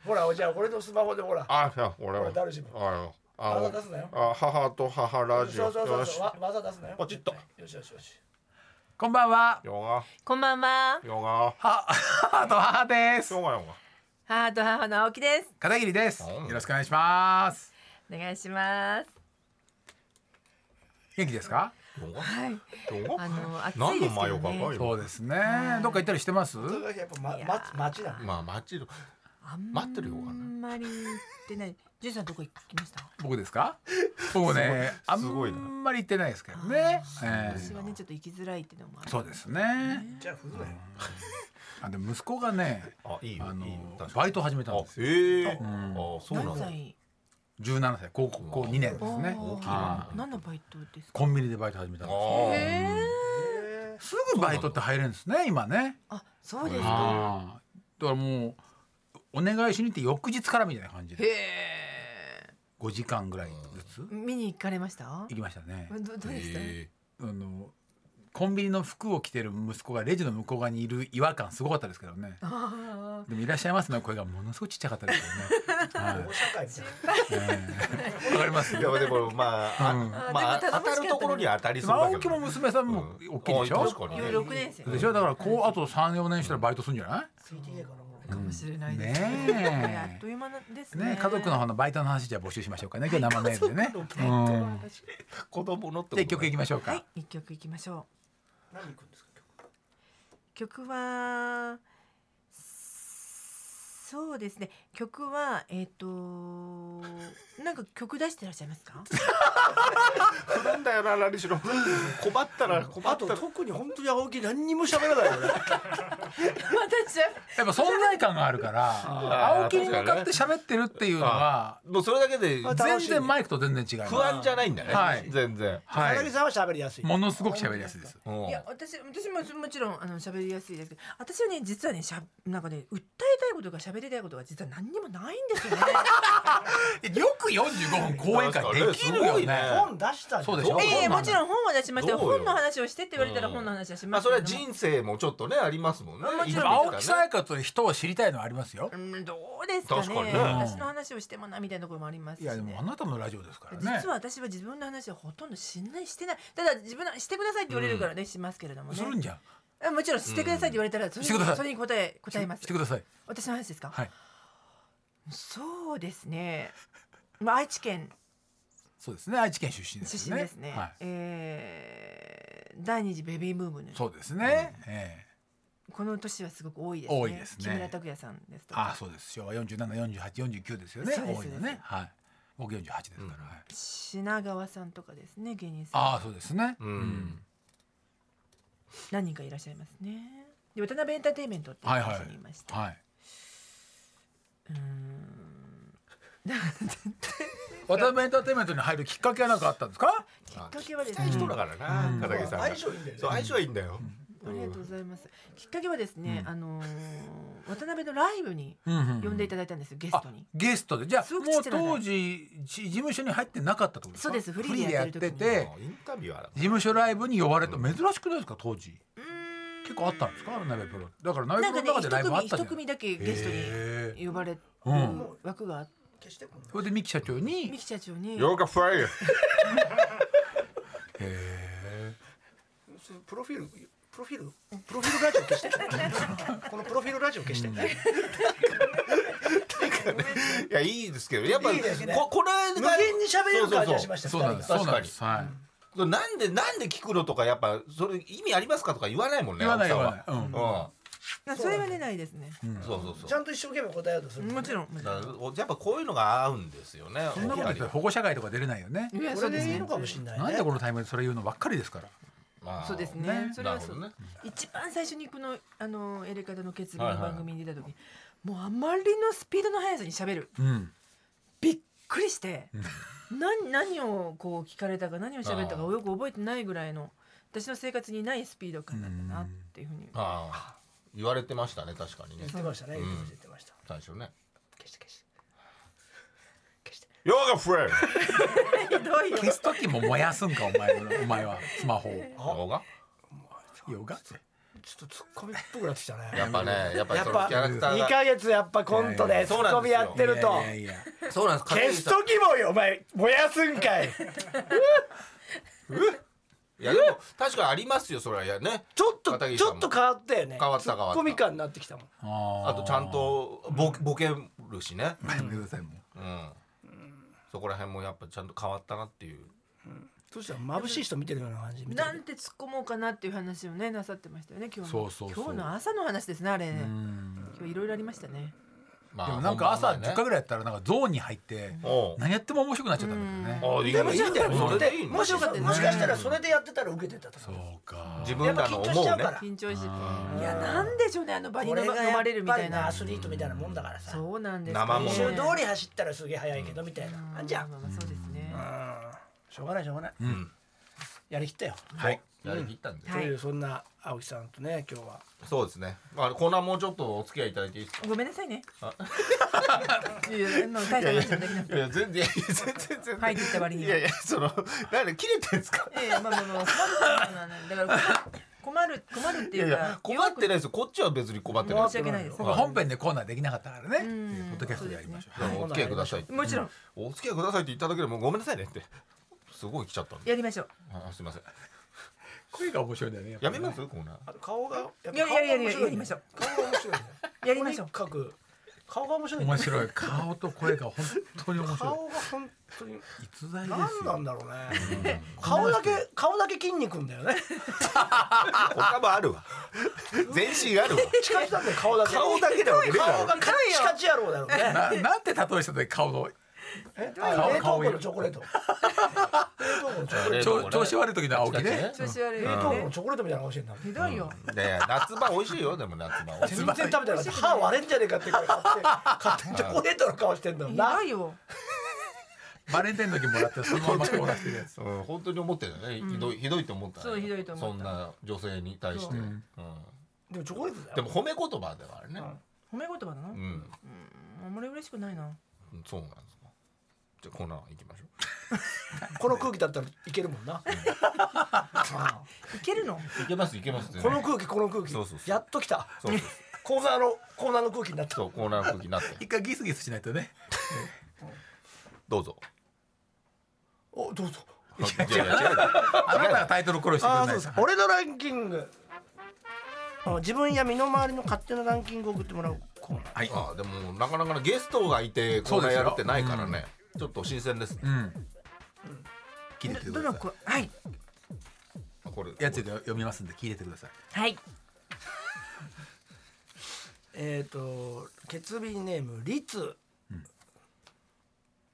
[SPEAKER 5] ほらじゃあ俺のスマホでほら
[SPEAKER 3] あいや俺
[SPEAKER 5] ほら
[SPEAKER 3] は
[SPEAKER 5] ダルシム
[SPEAKER 3] ああ
[SPEAKER 5] ま
[SPEAKER 3] あ
[SPEAKER 5] た出すなよ
[SPEAKER 3] あ母と母ラジオ
[SPEAKER 5] そうそうそ
[SPEAKER 3] よ
[SPEAKER 5] う
[SPEAKER 3] し
[SPEAKER 5] そうわ技出すなよ
[SPEAKER 3] ポチッと
[SPEAKER 5] よしよしよし
[SPEAKER 2] こんばんは
[SPEAKER 3] ヨ
[SPEAKER 4] こんばんは
[SPEAKER 3] ガヨガ
[SPEAKER 2] は母と母です
[SPEAKER 3] ヨガヨ
[SPEAKER 4] 母と母の青木です。
[SPEAKER 2] 片桐ですよ
[SPEAKER 3] うん
[SPEAKER 2] ろしくお願いします
[SPEAKER 4] お願いします。
[SPEAKER 2] 元気ですか
[SPEAKER 3] ガヨ
[SPEAKER 4] はい。
[SPEAKER 3] ガヨガ
[SPEAKER 4] あの暑い
[SPEAKER 3] 何
[SPEAKER 4] で
[SPEAKER 3] の
[SPEAKER 4] すけ
[SPEAKER 3] 前
[SPEAKER 4] ど
[SPEAKER 3] を考
[SPEAKER 4] ね。
[SPEAKER 3] え
[SPEAKER 2] そ
[SPEAKER 3] る
[SPEAKER 2] うですねどっか行ったりしてます
[SPEAKER 5] それがやっぱま
[SPEAKER 4] いやー
[SPEAKER 5] 待つ待ちだ
[SPEAKER 3] まあ待ちろ
[SPEAKER 4] あん
[SPEAKER 3] 待ってるよ
[SPEAKER 4] あんまり行ってない。ジュンさんどこ行きました？
[SPEAKER 2] 僕ですか僕もねあ
[SPEAKER 3] すごいなん
[SPEAKER 2] まり行ってないですけどねえ
[SPEAKER 4] 私はねちょっと行きづらいっていうのもあ
[SPEAKER 2] え
[SPEAKER 4] る。
[SPEAKER 2] そうですね
[SPEAKER 5] じゃあ振るなよ
[SPEAKER 2] あでも息子がね
[SPEAKER 3] あいいよ
[SPEAKER 2] あの
[SPEAKER 3] いいよ確かに
[SPEAKER 2] バイト始めたん
[SPEAKER 3] あ
[SPEAKER 2] ですよ
[SPEAKER 3] ええあ
[SPEAKER 2] ん
[SPEAKER 3] そうな
[SPEAKER 4] 何
[SPEAKER 3] んだ
[SPEAKER 4] 歳？
[SPEAKER 2] 17歳高校高2年ですね
[SPEAKER 4] おー
[SPEAKER 2] は
[SPEAKER 4] 何のバイトですか
[SPEAKER 2] コンビニでバイト始めたんで
[SPEAKER 3] あ
[SPEAKER 2] す
[SPEAKER 3] あ
[SPEAKER 4] へー
[SPEAKER 2] すぐバイトって入れるんですね今ね
[SPEAKER 4] あそうですか
[SPEAKER 2] ああだからもうお願いしに行って翌日からみたいな感じ
[SPEAKER 4] へ
[SPEAKER 2] で
[SPEAKER 4] え
[SPEAKER 2] 5時間ぐらいずつ
[SPEAKER 4] 見に行かれました
[SPEAKER 2] 行きましたね
[SPEAKER 4] どどうでした、
[SPEAKER 3] え
[SPEAKER 2] あのコンビニの服を着てる息子がレジの向こう側にいる違和感すごかったですけどね
[SPEAKER 4] あ
[SPEAKER 2] でも「いらっしゃいます」の声がものすごくちっちゃかったです けどねはい
[SPEAKER 5] 大社会みたいな
[SPEAKER 2] ええわかります
[SPEAKER 3] ーいやでもまあ、あ
[SPEAKER 2] うん
[SPEAKER 3] まあ
[SPEAKER 4] でも楽し
[SPEAKER 3] 当
[SPEAKER 4] かったね
[SPEAKER 3] たるところには当たりそうだ
[SPEAKER 2] 青
[SPEAKER 3] けど
[SPEAKER 2] 木も娘さんも大きいでし
[SPEAKER 3] うんあ
[SPEAKER 2] ょ
[SPEAKER 3] 確か
[SPEAKER 4] あ
[SPEAKER 3] に
[SPEAKER 4] よ六年生
[SPEAKER 2] でしょだからこうあと34年したらバイトするんじゃない
[SPEAKER 5] CTA かなこれ
[SPEAKER 4] かもしれないですね。あっ
[SPEAKER 2] ね
[SPEAKER 4] という間です
[SPEAKER 2] え
[SPEAKER 4] ね。
[SPEAKER 2] ね家族の方のバイトの話じゃあ募集しましょうかね今日生メールでねうん
[SPEAKER 3] 子供のって
[SPEAKER 2] じゃあ一曲いき
[SPEAKER 3] ま
[SPEAKER 2] ましょう
[SPEAKER 4] は
[SPEAKER 2] か
[SPEAKER 4] い、一曲いきましょ
[SPEAKER 5] 何行くんですか今日
[SPEAKER 4] う。曲は。そうですね。曲は、えっ、と、なんか曲出してらっしゃいますか。
[SPEAKER 3] するんだよな何しろ困ったら困
[SPEAKER 5] あ
[SPEAKER 3] った
[SPEAKER 5] と
[SPEAKER 3] ら
[SPEAKER 5] 特に本当に青木何にも喋らないよね
[SPEAKER 4] 私
[SPEAKER 2] やっぱ存在感があるから青木に向かって喋ってるっていうのは
[SPEAKER 3] もうそれだけで
[SPEAKER 5] あ
[SPEAKER 2] 全然マイクと全然違います
[SPEAKER 3] 不安じゃないんだね、
[SPEAKER 2] はい
[SPEAKER 3] 全然、
[SPEAKER 2] は
[SPEAKER 5] 高木
[SPEAKER 2] い
[SPEAKER 5] さんは喋りやすい
[SPEAKER 2] ものすごく喋りやすいです
[SPEAKER 3] うん
[SPEAKER 4] いや、私、私も、もちろん、あの、喋りやすいですけど、私はね、実はね、しゃ、なんかね、訴えたいことが喋りたいことが、実は何にもないん ですよね。
[SPEAKER 2] よく45分講演会できる
[SPEAKER 3] すご
[SPEAKER 2] よ
[SPEAKER 3] いね
[SPEAKER 2] ね
[SPEAKER 5] 本出したんだ
[SPEAKER 2] そうでしょ
[SPEAKER 4] ええもちろん本は出しましたよ。
[SPEAKER 3] どうよ
[SPEAKER 4] 本の話をしてって言われたら、本の話はし
[SPEAKER 3] ま
[SPEAKER 4] ま
[SPEAKER 3] あ
[SPEAKER 4] す
[SPEAKER 3] そ
[SPEAKER 4] け
[SPEAKER 3] れ
[SPEAKER 4] ども。
[SPEAKER 3] は人生もちょっとねありますもんね
[SPEAKER 4] もち
[SPEAKER 2] で
[SPEAKER 4] ろん
[SPEAKER 2] も青木さやかという人を知りたいのはありますよ
[SPEAKER 4] うん、どうですかね
[SPEAKER 3] 確かにね
[SPEAKER 4] 私の話をしてもなみたいなところもありますし、
[SPEAKER 2] い
[SPEAKER 4] ね、
[SPEAKER 2] やでもあなたのラジオですからね
[SPEAKER 4] 実は私は自分の話をほとんどしないしてないただ自分のしてくださいって言われるからね、しますけれどもね
[SPEAKER 2] するんじゃん
[SPEAKER 4] あもちろんしてくださいって言われたらそれ,、
[SPEAKER 2] してください
[SPEAKER 4] それに答え答えま
[SPEAKER 2] し
[SPEAKER 4] す
[SPEAKER 2] してください
[SPEAKER 4] 私の話ですか、
[SPEAKER 2] はい
[SPEAKER 4] そうですねまあ愛知県
[SPEAKER 2] そうですね愛知県出身です
[SPEAKER 4] 出
[SPEAKER 2] よ
[SPEAKER 4] 身
[SPEAKER 2] ね
[SPEAKER 4] ですね
[SPEAKER 2] はい
[SPEAKER 4] えー第二次ベビームーブの
[SPEAKER 2] そうですねええ
[SPEAKER 4] この年はすごく多いですね
[SPEAKER 2] 多いですね
[SPEAKER 4] 木村拓哉さんですとか
[SPEAKER 2] あそうです昭和474849ですよね
[SPEAKER 4] そうです
[SPEAKER 2] 多いの
[SPEAKER 4] そうで
[SPEAKER 2] ね
[SPEAKER 4] す
[SPEAKER 2] はい僕48ですからはい
[SPEAKER 4] 品川さんとかですね芸人さん
[SPEAKER 2] ああそうですね
[SPEAKER 3] うん、
[SPEAKER 4] 何人かいらっしゃいますね。で渡辺エンターテインメントっていう
[SPEAKER 2] はいは
[SPEAKER 4] 会社にいました。
[SPEAKER 2] いはい
[SPEAKER 4] い、うーん。
[SPEAKER 2] 渡辺エンターテインメントに入るきっかけは何かあったんですか
[SPEAKER 4] きっかけはです
[SPEAKER 3] 近い
[SPEAKER 4] ね。
[SPEAKER 3] 人だからな、
[SPEAKER 2] うん
[SPEAKER 3] 片桐さんが
[SPEAKER 5] 相性いいんだよね
[SPEAKER 3] そう相性はいいんだよ、
[SPEAKER 4] ありがとうございます。きっかけはですね、
[SPEAKER 2] うん
[SPEAKER 4] あのー渡辺のライブに
[SPEAKER 2] 呼
[SPEAKER 4] 呼んでいただいたんですよ、ゲストに。
[SPEAKER 2] ゲストでじゃあ
[SPEAKER 4] すごく
[SPEAKER 2] も
[SPEAKER 4] ちっ
[SPEAKER 2] う
[SPEAKER 4] ちゃなね
[SPEAKER 2] 当時じ事務所に入ってなかったってことですか
[SPEAKER 4] そうですフリーでやってる時に
[SPEAKER 2] フリーでやってて
[SPEAKER 3] もうインタビュアーだ
[SPEAKER 2] 事務所ライブに呼ばれた珍しくないですか当時
[SPEAKER 4] うーん
[SPEAKER 2] 結構あったんですか鍋プロだから
[SPEAKER 4] な
[SPEAKER 2] 鍋
[SPEAKER 4] ん
[SPEAKER 2] プロの中
[SPEAKER 4] か
[SPEAKER 2] で
[SPEAKER 4] ね
[SPEAKER 2] ライブあっ
[SPEAKER 4] 一組
[SPEAKER 2] たじ
[SPEAKER 4] 一
[SPEAKER 2] ゃない
[SPEAKER 4] 組だけゲス
[SPEAKER 2] へ
[SPEAKER 4] トに呼ばれる
[SPEAKER 2] うん
[SPEAKER 4] 枠があって、
[SPEAKER 5] 決してこんな
[SPEAKER 2] それでミキ社長
[SPEAKER 4] ミ
[SPEAKER 2] に
[SPEAKER 4] キ社長に
[SPEAKER 3] ヨーガフライヤー
[SPEAKER 5] そうプロフィールプロフィールプロフィールラジオ消してこのプロフィールラジオ消して、
[SPEAKER 3] いやいいですけどやっぱ
[SPEAKER 5] いいですね
[SPEAKER 3] ここれ
[SPEAKER 5] 無
[SPEAKER 3] が
[SPEAKER 5] 限に喋れる感じがしました
[SPEAKER 2] そうなんです
[SPEAKER 5] 二人が
[SPEAKER 2] そうなんですはい
[SPEAKER 3] そうなんでなんで聞くのとかやっぱそれ意味ありますかとか言わないもんね
[SPEAKER 2] 言わない
[SPEAKER 3] 青
[SPEAKER 2] 言
[SPEAKER 3] 木さん
[SPEAKER 2] わないうん
[SPEAKER 3] は
[SPEAKER 4] なそれはねないですね、
[SPEAKER 3] うんそうそう
[SPEAKER 5] ち
[SPEAKER 3] そ
[SPEAKER 5] ゃんと一生懸命答えようとする、
[SPEAKER 4] もちろんもち
[SPEAKER 3] う
[SPEAKER 4] ろん
[SPEAKER 3] だからやっぱこういうのが合うんですよね
[SPEAKER 2] そんなこと言ったら保護者会とか出れないよね
[SPEAKER 4] いや
[SPEAKER 5] これ
[SPEAKER 4] そうです
[SPEAKER 5] でいい
[SPEAKER 4] ね
[SPEAKER 5] のかもしれないね
[SPEAKER 2] なんでこのタイミングでそれ言うのばっかりですから
[SPEAKER 3] まあ
[SPEAKER 4] そうですね
[SPEAKER 2] ね
[SPEAKER 4] それはそう
[SPEAKER 3] なるほ
[SPEAKER 4] 一番最初にこのあのエレカタの決意の番組に出た時、もうあまりのスピードの速さにしゃべる
[SPEAKER 2] うん
[SPEAKER 4] びっくりして何何をこう聞かれたか何を喋ったか
[SPEAKER 3] ああ
[SPEAKER 4] よく覚えてないぐらいの私の生活にないスピード感だったなっていうふうに
[SPEAKER 3] ああ言われてましたね確かにね
[SPEAKER 5] 言ってましたね言ってました言ってました
[SPEAKER 3] 最初ね
[SPEAKER 5] 消して消して消して
[SPEAKER 3] ヨーガフライヤ
[SPEAKER 4] ひどいよ
[SPEAKER 2] 消す時も燃やすんかお前の お前はスマホを
[SPEAKER 3] ーヨガ
[SPEAKER 2] よが
[SPEAKER 5] ちょっとツッコミっぽくなってきたね
[SPEAKER 3] やっぱねやっぱり
[SPEAKER 5] や
[SPEAKER 3] そ
[SPEAKER 5] っ
[SPEAKER 3] の
[SPEAKER 5] ぱ
[SPEAKER 3] キャラクター
[SPEAKER 5] 2
[SPEAKER 3] が
[SPEAKER 5] ヶ月やっぱコントでツ
[SPEAKER 3] そう
[SPEAKER 5] ッ
[SPEAKER 3] な
[SPEAKER 5] コ
[SPEAKER 3] んで
[SPEAKER 5] ミ
[SPEAKER 3] すよ
[SPEAKER 5] やってると
[SPEAKER 2] いやいやいや
[SPEAKER 3] そうなんです片
[SPEAKER 5] 消
[SPEAKER 3] 桐
[SPEAKER 5] す
[SPEAKER 3] さ
[SPEAKER 5] ときもよお前燃やすんかい
[SPEAKER 3] んいやでも確かにありますよそれはいやね
[SPEAKER 5] ちょっと
[SPEAKER 3] 片桐
[SPEAKER 5] ち
[SPEAKER 3] さん
[SPEAKER 5] ょ
[SPEAKER 3] も
[SPEAKER 5] っと変わったよね
[SPEAKER 3] 変わった変わった
[SPEAKER 5] ツッコミ感になってきたもん
[SPEAKER 2] あ
[SPEAKER 3] あとちゃんとボケボケるしね
[SPEAKER 2] やめてくださいもう
[SPEAKER 3] うんそこら辺もやっぱちゃんと変わったなっていう
[SPEAKER 5] そしたら眩しい人見てるような感じ見て
[SPEAKER 4] なん
[SPEAKER 5] る
[SPEAKER 4] て突っ込もうかなっていう話をねなさってましたよね今日
[SPEAKER 2] そ
[SPEAKER 4] の
[SPEAKER 2] うそうそう
[SPEAKER 4] 今日の朝の話ですねあれ
[SPEAKER 2] うん
[SPEAKER 4] 今日いろいろありましたね
[SPEAKER 3] まあ
[SPEAKER 2] でもなんか朝
[SPEAKER 3] 本番前
[SPEAKER 2] 10回ぐらいやったらなんかゾーンに入って
[SPEAKER 3] おう
[SPEAKER 2] 何やっても面白くなっちゃったんだけどね。
[SPEAKER 3] ああいい
[SPEAKER 5] でもいいんだよ
[SPEAKER 3] うん
[SPEAKER 5] それでも
[SPEAKER 4] 面
[SPEAKER 5] し
[SPEAKER 4] 白かったよね
[SPEAKER 5] もしかしたらそれでやってたら受けてたと
[SPEAKER 2] そう
[SPEAKER 5] 思う
[SPEAKER 2] か。
[SPEAKER 3] 自
[SPEAKER 5] や
[SPEAKER 3] 分
[SPEAKER 5] っぱ
[SPEAKER 3] ら
[SPEAKER 5] 緊
[SPEAKER 3] の
[SPEAKER 5] 張し
[SPEAKER 3] 思
[SPEAKER 5] ちゃ
[SPEAKER 3] う
[SPEAKER 5] うか
[SPEAKER 3] ね
[SPEAKER 5] ら
[SPEAKER 4] 緊張して
[SPEAKER 2] あ
[SPEAKER 4] いやなんでしょうねあの場に
[SPEAKER 5] これ
[SPEAKER 4] 飲
[SPEAKER 5] が
[SPEAKER 4] まれ
[SPEAKER 5] や
[SPEAKER 4] る
[SPEAKER 5] っ
[SPEAKER 4] み
[SPEAKER 5] ぱ
[SPEAKER 4] た
[SPEAKER 5] り
[SPEAKER 4] い
[SPEAKER 5] なア
[SPEAKER 4] な
[SPEAKER 5] スリートみたいなもんだからさ
[SPEAKER 4] そうなんです
[SPEAKER 3] 生も
[SPEAKER 5] 練
[SPEAKER 3] の
[SPEAKER 5] 習通り走ったらすげえ速いけどみたいなあんじゃん
[SPEAKER 4] まあまあそうですね
[SPEAKER 5] うんしょうがないしょうがない
[SPEAKER 2] うん。
[SPEAKER 5] やりきったよ
[SPEAKER 3] はいやりきったんで
[SPEAKER 5] というそんな青木さんとね今日は
[SPEAKER 3] そうですねまあコーナーもうちょっとお付き合いいただいていいですか
[SPEAKER 4] ごめんなさいね いやいやもう大した話じゃなくなっ
[SPEAKER 3] いや全然いや全然全然
[SPEAKER 4] 入っていった割に
[SPEAKER 3] い
[SPEAKER 4] は
[SPEAKER 3] やいやそのなんで切れてんですか
[SPEAKER 4] ええまあまあまあ困るだから困る困るって
[SPEAKER 3] い
[SPEAKER 4] い
[SPEAKER 3] やいうや
[SPEAKER 4] か
[SPEAKER 3] 困ってないですよこっちは別に困ってないで
[SPEAKER 4] 申し
[SPEAKER 3] すよ
[SPEAKER 4] 訳ないです
[SPEAKER 2] そうか本編でコーナーできなかったからね。
[SPEAKER 4] うん
[SPEAKER 2] ポッドキャストでやりましょう。
[SPEAKER 3] じゃあお付き合いください
[SPEAKER 4] もちろん
[SPEAKER 3] お付き合いくださいって言っただけでもうごめんなさいねってすごい来ちゃったんで
[SPEAKER 4] やりましょう
[SPEAKER 3] あすいません
[SPEAKER 2] 声が面白いんだよね。。
[SPEAKER 3] やめますすコーナー
[SPEAKER 5] あと顔がやっ
[SPEAKER 4] いや
[SPEAKER 5] ぱ
[SPEAKER 4] い
[SPEAKER 5] 顔
[SPEAKER 4] や
[SPEAKER 5] が
[SPEAKER 4] いやい
[SPEAKER 5] 面
[SPEAKER 4] や
[SPEAKER 5] 白
[SPEAKER 4] や
[SPEAKER 5] い
[SPEAKER 4] り
[SPEAKER 5] ね
[SPEAKER 4] ましょう
[SPEAKER 5] 顔が面白いね
[SPEAKER 4] やりましょ
[SPEAKER 5] と
[SPEAKER 4] う
[SPEAKER 5] にかく顔が面白いね
[SPEAKER 2] 面白い。顔と声が本当に面白い。
[SPEAKER 5] 顔が本当に
[SPEAKER 2] 逸材ですよ。
[SPEAKER 5] 何なんだろうね顔だけ顔だけ筋肉んだよね
[SPEAKER 3] 他もあるわ全身あるわ
[SPEAKER 5] 近づいたんだよ顔だけ
[SPEAKER 3] 顔だけでもねえだ
[SPEAKER 5] 顔
[SPEAKER 3] ろ
[SPEAKER 5] がカチカチ野郎だろうね
[SPEAKER 2] ななんて例えしたの顔の
[SPEAKER 5] え
[SPEAKER 2] 顔
[SPEAKER 5] 冷凍庫のチョコレート冷凍庫のチョコレー
[SPEAKER 3] 冷
[SPEAKER 5] ト
[SPEAKER 3] 凍
[SPEAKER 2] 調調子悪い時の青木ね。
[SPEAKER 4] 調子悪い
[SPEAKER 5] 冷凍庫の
[SPEAKER 4] ね
[SPEAKER 5] チョコレートみたいな顔してんだ
[SPEAKER 4] ひどいよ
[SPEAKER 3] いやいや夏場美味しいよでも夏場美味しい
[SPEAKER 5] 全然食べたら歯割れんじゃねえかって買って勝手にチョコレートの顔してんだよ
[SPEAKER 4] ひ
[SPEAKER 5] な
[SPEAKER 4] どいよ
[SPEAKER 2] バレンタインの時もらってそのままこう出してるやつ。
[SPEAKER 3] うん、本当に思ってるよね、ひどいひどいと思った
[SPEAKER 4] そうひどいと思
[SPEAKER 3] そ
[SPEAKER 4] った
[SPEAKER 3] んな女性に対して、
[SPEAKER 4] そう
[SPEAKER 3] うん
[SPEAKER 5] でもチョコレートだ
[SPEAKER 3] で
[SPEAKER 5] よ
[SPEAKER 3] も褒め言葉だからね
[SPEAKER 4] 褒め言葉だな
[SPEAKER 3] うん、
[SPEAKER 4] あんまり嬉しくないな
[SPEAKER 3] そうなんですかじゃあコーナー行きましょ
[SPEAKER 5] この空気だったらいけるもんな
[SPEAKER 4] いけるの
[SPEAKER 3] ういけますいけます全
[SPEAKER 5] こ
[SPEAKER 3] 然
[SPEAKER 5] の空気この空気
[SPEAKER 3] そうそうそう
[SPEAKER 5] やっときた
[SPEAKER 3] そうそう
[SPEAKER 5] コーナーのコーナーの空気になった
[SPEAKER 3] そうコーナーの空気になって
[SPEAKER 2] 一回ギスギスしないとね。
[SPEAKER 3] どうぞ
[SPEAKER 5] おどうぞ
[SPEAKER 3] いやいや違う
[SPEAKER 2] あなたがタイトルコールしてく
[SPEAKER 5] あ
[SPEAKER 2] れ
[SPEAKER 5] あ
[SPEAKER 2] な
[SPEAKER 5] そ
[SPEAKER 2] いう
[SPEAKER 5] です俺のランキングあの自分や身の回りの勝手なランキングを送ってもらうコーナー
[SPEAKER 2] はい。
[SPEAKER 3] あでもなかなかねゲストがいてコーナーやるってないからね、ちょっと新鮮ですね
[SPEAKER 2] う、ん。聞いてて
[SPEAKER 4] ど
[SPEAKER 2] くだ
[SPEAKER 4] の
[SPEAKER 2] さい。
[SPEAKER 4] 子はい
[SPEAKER 3] これ
[SPEAKER 2] やつで読みますんで聞いててください。
[SPEAKER 4] はい
[SPEAKER 5] えっ、と決便ネームリツ、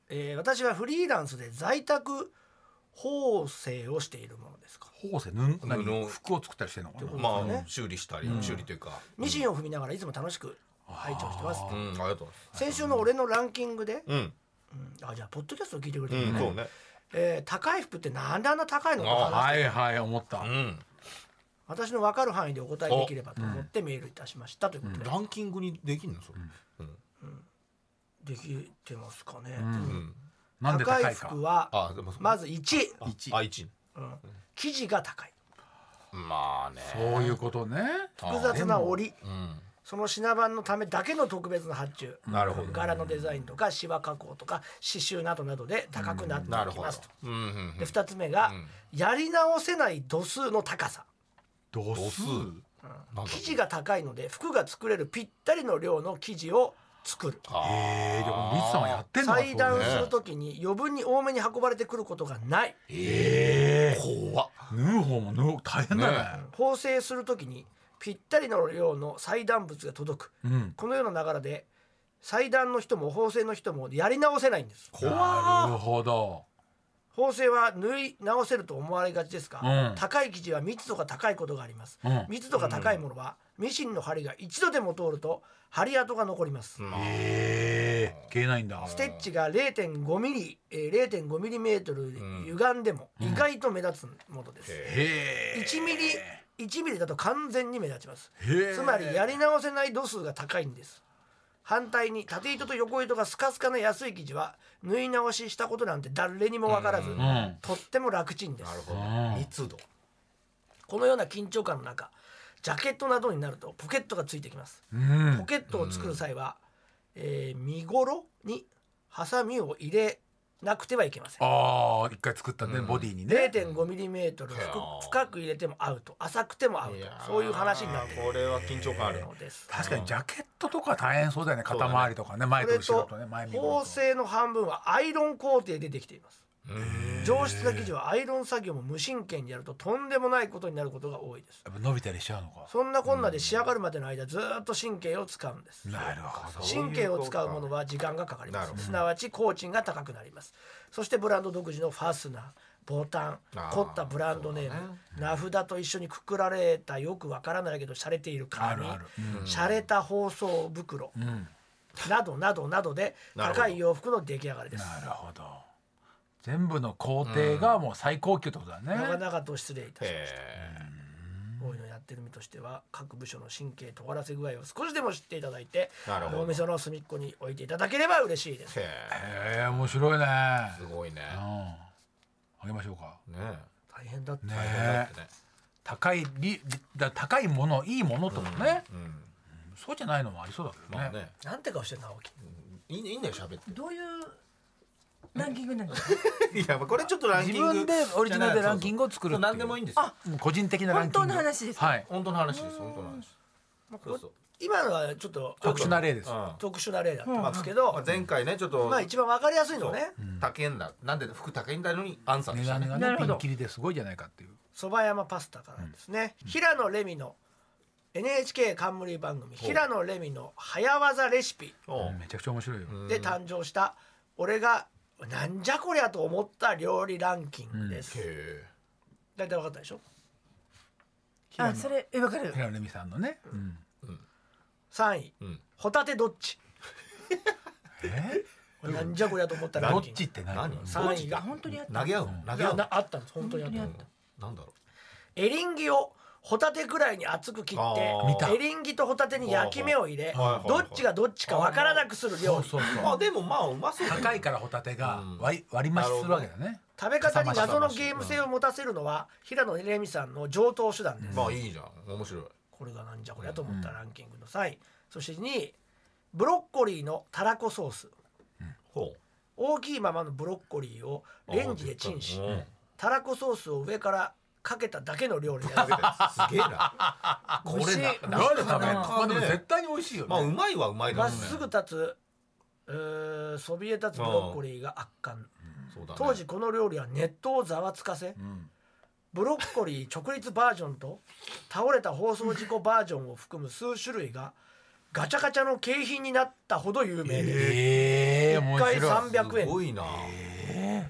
[SPEAKER 5] えー私はフリーランスで在宅縫製をしているものですか
[SPEAKER 2] ほうせぬ
[SPEAKER 3] 布
[SPEAKER 2] 何服を作ったりしてるのかな。
[SPEAKER 3] まあ、修理したり、修理というか
[SPEAKER 5] ミシンを踏みながらいつも楽しく拝聴してます、
[SPEAKER 3] うんありがとうございます
[SPEAKER 5] 先週の俺のランキングで、
[SPEAKER 3] うん
[SPEAKER 5] あじゃあポッドキャストを聞いてくれて
[SPEAKER 3] う
[SPEAKER 5] る
[SPEAKER 3] ん、
[SPEAKER 5] ね、
[SPEAKER 3] そうね
[SPEAKER 5] えー高い服ってなんであんな高いのか
[SPEAKER 3] あ
[SPEAKER 5] 話
[SPEAKER 2] はいはい思っ
[SPEAKER 3] う。
[SPEAKER 2] た
[SPEAKER 3] ん
[SPEAKER 5] 私の分かる範囲でお答えできればと思ってメールいたしましたということで、
[SPEAKER 3] ランキングにできんのそれ、うん
[SPEAKER 5] できてますかね、
[SPEAKER 3] うん、
[SPEAKER 2] なんで
[SPEAKER 5] 高
[SPEAKER 2] 高
[SPEAKER 5] い
[SPEAKER 2] いか
[SPEAKER 5] 服。は
[SPEAKER 3] あでも
[SPEAKER 5] まず1、
[SPEAKER 2] 一。
[SPEAKER 3] あ一
[SPEAKER 5] うん生地が高い
[SPEAKER 3] まあね
[SPEAKER 2] そういうことね。
[SPEAKER 5] 複雑な織
[SPEAKER 3] うん
[SPEAKER 5] その品番のためだけの特別な発注
[SPEAKER 3] なるほど
[SPEAKER 5] 柄のデザインとかシワ加工とか刺繍などなどで高くなって
[SPEAKER 3] ないる
[SPEAKER 5] き
[SPEAKER 3] ほ
[SPEAKER 5] ま
[SPEAKER 3] ど
[SPEAKER 5] すと。
[SPEAKER 3] うんうんう
[SPEAKER 5] で
[SPEAKER 3] ん
[SPEAKER 5] 2つ目が、
[SPEAKER 3] うん
[SPEAKER 5] やり直せない度数の高さ
[SPEAKER 2] 度
[SPEAKER 3] 度
[SPEAKER 2] 数
[SPEAKER 3] 数。なんだ
[SPEAKER 5] 生地が高いので服が作れるぴったりの量の生地を作る
[SPEAKER 3] あー
[SPEAKER 2] ええでもミツさんはやってんのか
[SPEAKER 5] 裁断
[SPEAKER 2] そうね
[SPEAKER 5] する時に余分に多めに運ばれてくることがない
[SPEAKER 2] ええ
[SPEAKER 3] 怖っ
[SPEAKER 2] 縫う方も縫う大変だね
[SPEAKER 3] ね。
[SPEAKER 5] 縫製する時にぴったりの量の裁断物が届く
[SPEAKER 2] うん。
[SPEAKER 5] このような流れで裁断の人も縫製の人もやり直せないんです
[SPEAKER 2] なるほど。
[SPEAKER 5] 縫製は縫い直せると思われがちですが、
[SPEAKER 2] うん
[SPEAKER 5] 高い生地は密度が高いことがあります、
[SPEAKER 2] うん
[SPEAKER 5] 密度が高いものはミシンの針が一度でも通ると針跡が残ります、
[SPEAKER 2] ええ消えないんだ。
[SPEAKER 5] ステッチが0.5ミリ、えー、0.5ミリメートル歪んでも意外と目立つものです、
[SPEAKER 2] へえ。
[SPEAKER 5] 1ミリ1ミリだと完全に目立ちます
[SPEAKER 2] へえ
[SPEAKER 5] つまりやり直せない度数が高いんです反対に縦糸と横糸がスカスカな安い生地は縫い直ししたことなんて誰にも分からず、
[SPEAKER 2] ん
[SPEAKER 5] とっても楽ちんです
[SPEAKER 3] なるほ
[SPEAKER 2] うん
[SPEAKER 3] ど密度
[SPEAKER 5] このような緊張感の中ジャケットなどになるとポケットがついてきます
[SPEAKER 2] うん。
[SPEAKER 5] ポケットを作る際は、えー身ごろにハサミを入れなくてはいけません
[SPEAKER 2] ああ一回作ったね、ボディにね。
[SPEAKER 5] 0.5ミリメートル深く入れてもアウト浅くてもアウトそういう話になっている
[SPEAKER 3] これは緊張感ある
[SPEAKER 5] のです
[SPEAKER 2] 確かにジャケットとか大変そうだよね。肩周りとかね、前
[SPEAKER 5] そ
[SPEAKER 2] と
[SPEAKER 5] れ
[SPEAKER 2] 後ろ
[SPEAKER 5] と
[SPEAKER 2] とね、前身ごろ
[SPEAKER 5] 縫
[SPEAKER 2] と
[SPEAKER 5] 製の半分はアイロン工程でできています
[SPEAKER 3] う
[SPEAKER 5] 上質な生地はアイロン作業も無神経にやるととんでもないことになることが多いです
[SPEAKER 2] やっぱ伸びたりしちゃうのか
[SPEAKER 5] そんなこんなで仕上がるまでの間ずーっと神経を使うんです
[SPEAKER 2] なるほど
[SPEAKER 5] 神経を使うものは時間がかかりま
[SPEAKER 3] なる
[SPEAKER 5] す
[SPEAKER 3] ほど
[SPEAKER 5] すなわち工賃が高くなりますそしてブランド独自のファスナーボタン
[SPEAKER 3] あー
[SPEAKER 5] 凝ったブランドネーム
[SPEAKER 3] そうだね
[SPEAKER 5] 名札と一緒にくくられたよくわからないけど洒落ている紙
[SPEAKER 2] あるある
[SPEAKER 5] 洒落た包装袋
[SPEAKER 2] うん
[SPEAKER 5] などなどなどで
[SPEAKER 3] なるほど
[SPEAKER 5] 高い洋服の出来上がりです
[SPEAKER 2] なるほど全部の工程がもう最高級ってことだね、
[SPEAKER 5] 長々と失礼いたしました
[SPEAKER 3] へ
[SPEAKER 5] こういうのやってる身としては各部署の神経尖らせ具合を少しでも知っていただいて
[SPEAKER 3] なるほど
[SPEAKER 5] 脳みその隅っこに置いていただければ嬉しいです
[SPEAKER 3] え。へ
[SPEAKER 2] えー、面白いね
[SPEAKER 3] えすごいね
[SPEAKER 2] うんあげましょうか
[SPEAKER 3] ねえ
[SPEAKER 5] 大変だって、
[SPEAKER 2] ね
[SPEAKER 3] 大変だってね
[SPEAKER 2] 高いりだ高いものいいものってことね、
[SPEAKER 3] うん
[SPEAKER 2] そうじゃないのもありそうだけどね,、
[SPEAKER 3] まあね
[SPEAKER 5] なんて顔してんの青木
[SPEAKER 3] いいいいんだよ喋っ
[SPEAKER 4] どういうランキングなんですか
[SPEAKER 3] ていやまあこれちょっとランキング
[SPEAKER 2] 自分でオリジナルでランキングを作るっていう
[SPEAKER 3] そうそう何でもいいんですよ
[SPEAKER 2] もう個人的なランキング
[SPEAKER 4] 本当の話ですか
[SPEAKER 2] はい
[SPEAKER 3] 本当の話です本当の話そうそう
[SPEAKER 5] 今のはちょっと
[SPEAKER 2] 特殊な例です、
[SPEAKER 3] うん
[SPEAKER 5] 特殊な例だったんですけ
[SPEAKER 3] ま
[SPEAKER 5] ど
[SPEAKER 3] あ、前回ねちょっと
[SPEAKER 5] まあ一番わかりやすいの
[SPEAKER 3] そう
[SPEAKER 5] はね
[SPEAKER 3] 高いんだなんで服高いんだのにアンサーで
[SPEAKER 2] 値
[SPEAKER 3] したね
[SPEAKER 2] 段が
[SPEAKER 4] な
[SPEAKER 2] ね
[SPEAKER 4] る
[SPEAKER 2] ピ
[SPEAKER 4] ほど
[SPEAKER 2] ンキリですごいじゃないかっていう
[SPEAKER 5] 蕎麦山パスタからですね、平野レミの NHK 冠番組「平野レミの早技レシピ
[SPEAKER 3] おう
[SPEAKER 2] めちゃくちゃ面白いよ、
[SPEAKER 3] う」ん
[SPEAKER 5] で誕生した俺がなんじゃこりゃと思った料理ランキングです、
[SPEAKER 3] へえ
[SPEAKER 5] 大体わかったでしょ
[SPEAKER 4] あそれえわかる
[SPEAKER 2] 平野レミさんのね、うん、
[SPEAKER 5] 3位
[SPEAKER 3] うん
[SPEAKER 5] ホタテどっち
[SPEAKER 2] え
[SPEAKER 5] なんじゃこりゃと思った
[SPEAKER 2] ー、
[SPEAKER 5] ラ
[SPEAKER 2] ど
[SPEAKER 5] ン
[SPEAKER 2] っ
[SPEAKER 5] キン
[SPEAKER 2] ち
[SPEAKER 5] グ
[SPEAKER 2] って何
[SPEAKER 3] 何
[SPEAKER 5] 3位が
[SPEAKER 4] 本当にあった
[SPEAKER 3] 投げ合うの投
[SPEAKER 5] い
[SPEAKER 3] げ合
[SPEAKER 5] や
[SPEAKER 3] う
[SPEAKER 5] な
[SPEAKER 3] の
[SPEAKER 5] あったんです本当にあった
[SPEAKER 4] 本
[SPEAKER 3] なんだろ
[SPEAKER 5] エリンギをホタテくらいに厚く切っ
[SPEAKER 3] あー見
[SPEAKER 2] た
[SPEAKER 5] てエリンギとホタテに焼き目を入
[SPEAKER 3] は
[SPEAKER 5] れ
[SPEAKER 3] いはいはい
[SPEAKER 5] どっちがどっちかわからなくする料理
[SPEAKER 2] そうそう
[SPEAKER 3] う
[SPEAKER 2] そう
[SPEAKER 3] あでもまあうまそうだね
[SPEAKER 2] 高いからホタテが割割り増しするわけだね
[SPEAKER 5] 食べ方に謎のゲーム性を持たせるのは平野レミさんの上等手段です
[SPEAKER 3] まあいいじゃん面白い
[SPEAKER 5] これがなんじゃこりゃと思ったランキングの3位そして2位ブロッコリーのたらこソース
[SPEAKER 3] ほ
[SPEAKER 5] 大きいままのブロッコリーを
[SPEAKER 3] う
[SPEAKER 5] レンジでチンし
[SPEAKER 3] うん
[SPEAKER 5] たらこソースを上からかけただけの料理です
[SPEAKER 3] すげえなこれな
[SPEAKER 4] 美味しい
[SPEAKER 3] な
[SPEAKER 2] で食べる
[SPEAKER 3] な
[SPEAKER 2] のまあ
[SPEAKER 3] かなかね
[SPEAKER 2] でも絶対に美味しいよね、
[SPEAKER 3] まあうまいはうまいだ
[SPEAKER 5] ま
[SPEAKER 3] ろ
[SPEAKER 5] っ
[SPEAKER 3] うね
[SPEAKER 5] すぐ立つうーそびえ立つブロッコリーが圧巻
[SPEAKER 3] そうだね
[SPEAKER 5] 当時この料理はネットをざわつかせ
[SPEAKER 2] うん
[SPEAKER 5] ブロッコリー直立バージョンと倒れた放送事故バージョンを含む数種類がガチャガチャの景品になったほど有名です
[SPEAKER 2] ええー、面
[SPEAKER 5] 1
[SPEAKER 2] 白い
[SPEAKER 5] 回300
[SPEAKER 3] すご
[SPEAKER 5] 円
[SPEAKER 3] いな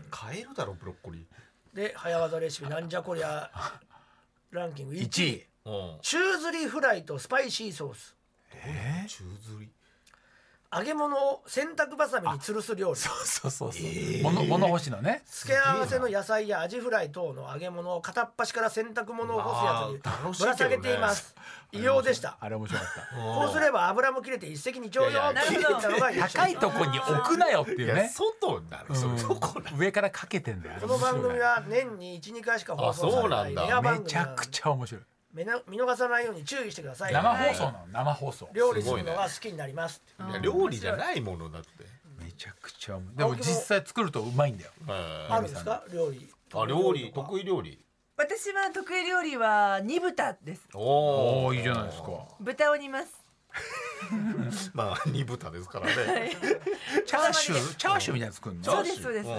[SPEAKER 3] 買えるだろブロッコリ
[SPEAKER 5] で早技レシピなんじゃこりゃランキング1位
[SPEAKER 3] ーうん
[SPEAKER 5] 宙吊りフライとスパイシーソース
[SPEAKER 3] 宙吊り
[SPEAKER 5] 揚げ物を洗濯ばさみに吊るす料理
[SPEAKER 2] そうそうそう、物物干しのね
[SPEAKER 5] 付け合わせの野菜やアジフライ等の揚げ物を片っ端から洗濯物を干すや
[SPEAKER 3] まあ楽
[SPEAKER 5] つ
[SPEAKER 3] し
[SPEAKER 5] に
[SPEAKER 3] いけど
[SPEAKER 5] ぶら
[SPEAKER 3] ね
[SPEAKER 5] 下げています異様でした
[SPEAKER 2] あれ面白かった
[SPEAKER 5] こうすれば油も切れて一石二鳥よ
[SPEAKER 3] いやいや
[SPEAKER 5] って言ったのが印象
[SPEAKER 2] 高いとこに置くなよって
[SPEAKER 3] い
[SPEAKER 2] いう
[SPEAKER 3] や
[SPEAKER 2] ね
[SPEAKER 3] 外になる
[SPEAKER 2] う
[SPEAKER 3] そ
[SPEAKER 2] ん
[SPEAKER 3] そこな
[SPEAKER 2] 上からかけてんだよ
[SPEAKER 5] この番組は年に12回しか放送されない
[SPEAKER 3] あそうなんだ
[SPEAKER 5] レア番
[SPEAKER 2] め
[SPEAKER 5] 組
[SPEAKER 2] ちゃくちゃ面白い
[SPEAKER 5] 見逃さないように注意してください
[SPEAKER 2] 生放送なの生放送
[SPEAKER 5] 料理するのが好きになります
[SPEAKER 3] いや料理じゃないものだって
[SPEAKER 2] めちゃくちゃ面白いでも実際作るとうまいんだよ
[SPEAKER 3] あ
[SPEAKER 5] あるんですか料理
[SPEAKER 3] 料理
[SPEAKER 5] とか
[SPEAKER 3] 得意料理
[SPEAKER 4] 私は得意料理は煮豚です
[SPEAKER 3] お
[SPEAKER 2] おおいいじゃないですか
[SPEAKER 4] 豚を煮ます
[SPEAKER 3] まあ煮豚ですからね
[SPEAKER 2] チャーシューチャーシューみたいなの作るの
[SPEAKER 4] そうですそうです
[SPEAKER 3] ん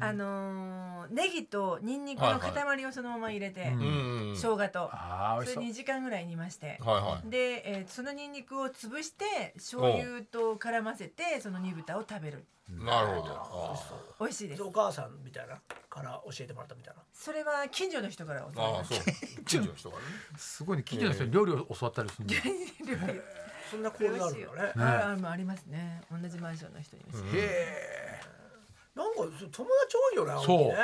[SPEAKER 4] あのーネギとニンニクの塊をそのまま入れて
[SPEAKER 2] いはいう
[SPEAKER 3] うん
[SPEAKER 4] 生姜と
[SPEAKER 2] ああ美味し
[SPEAKER 4] そ
[SPEAKER 2] そう
[SPEAKER 4] れ2時間ぐらい煮まして
[SPEAKER 3] はいはい
[SPEAKER 4] で、えーそのニンニクを潰して醤油と絡ませてその煮豚を食べる
[SPEAKER 3] なるほどあ
[SPEAKER 4] 美味しいです
[SPEAKER 5] お母さんみたいなから教えてもらったみたいな
[SPEAKER 4] それは近所の人からお世
[SPEAKER 3] ーあ
[SPEAKER 4] 話
[SPEAKER 3] ーそう 近所の人がね
[SPEAKER 2] すごいね近所の人に料理を教わったりするのへ
[SPEAKER 4] になる
[SPEAKER 5] そんな交流あるんだね
[SPEAKER 4] あるあるありますね同じマンションの人にも
[SPEAKER 2] え
[SPEAKER 5] なんか友達多いよね青木
[SPEAKER 2] そう
[SPEAKER 5] ね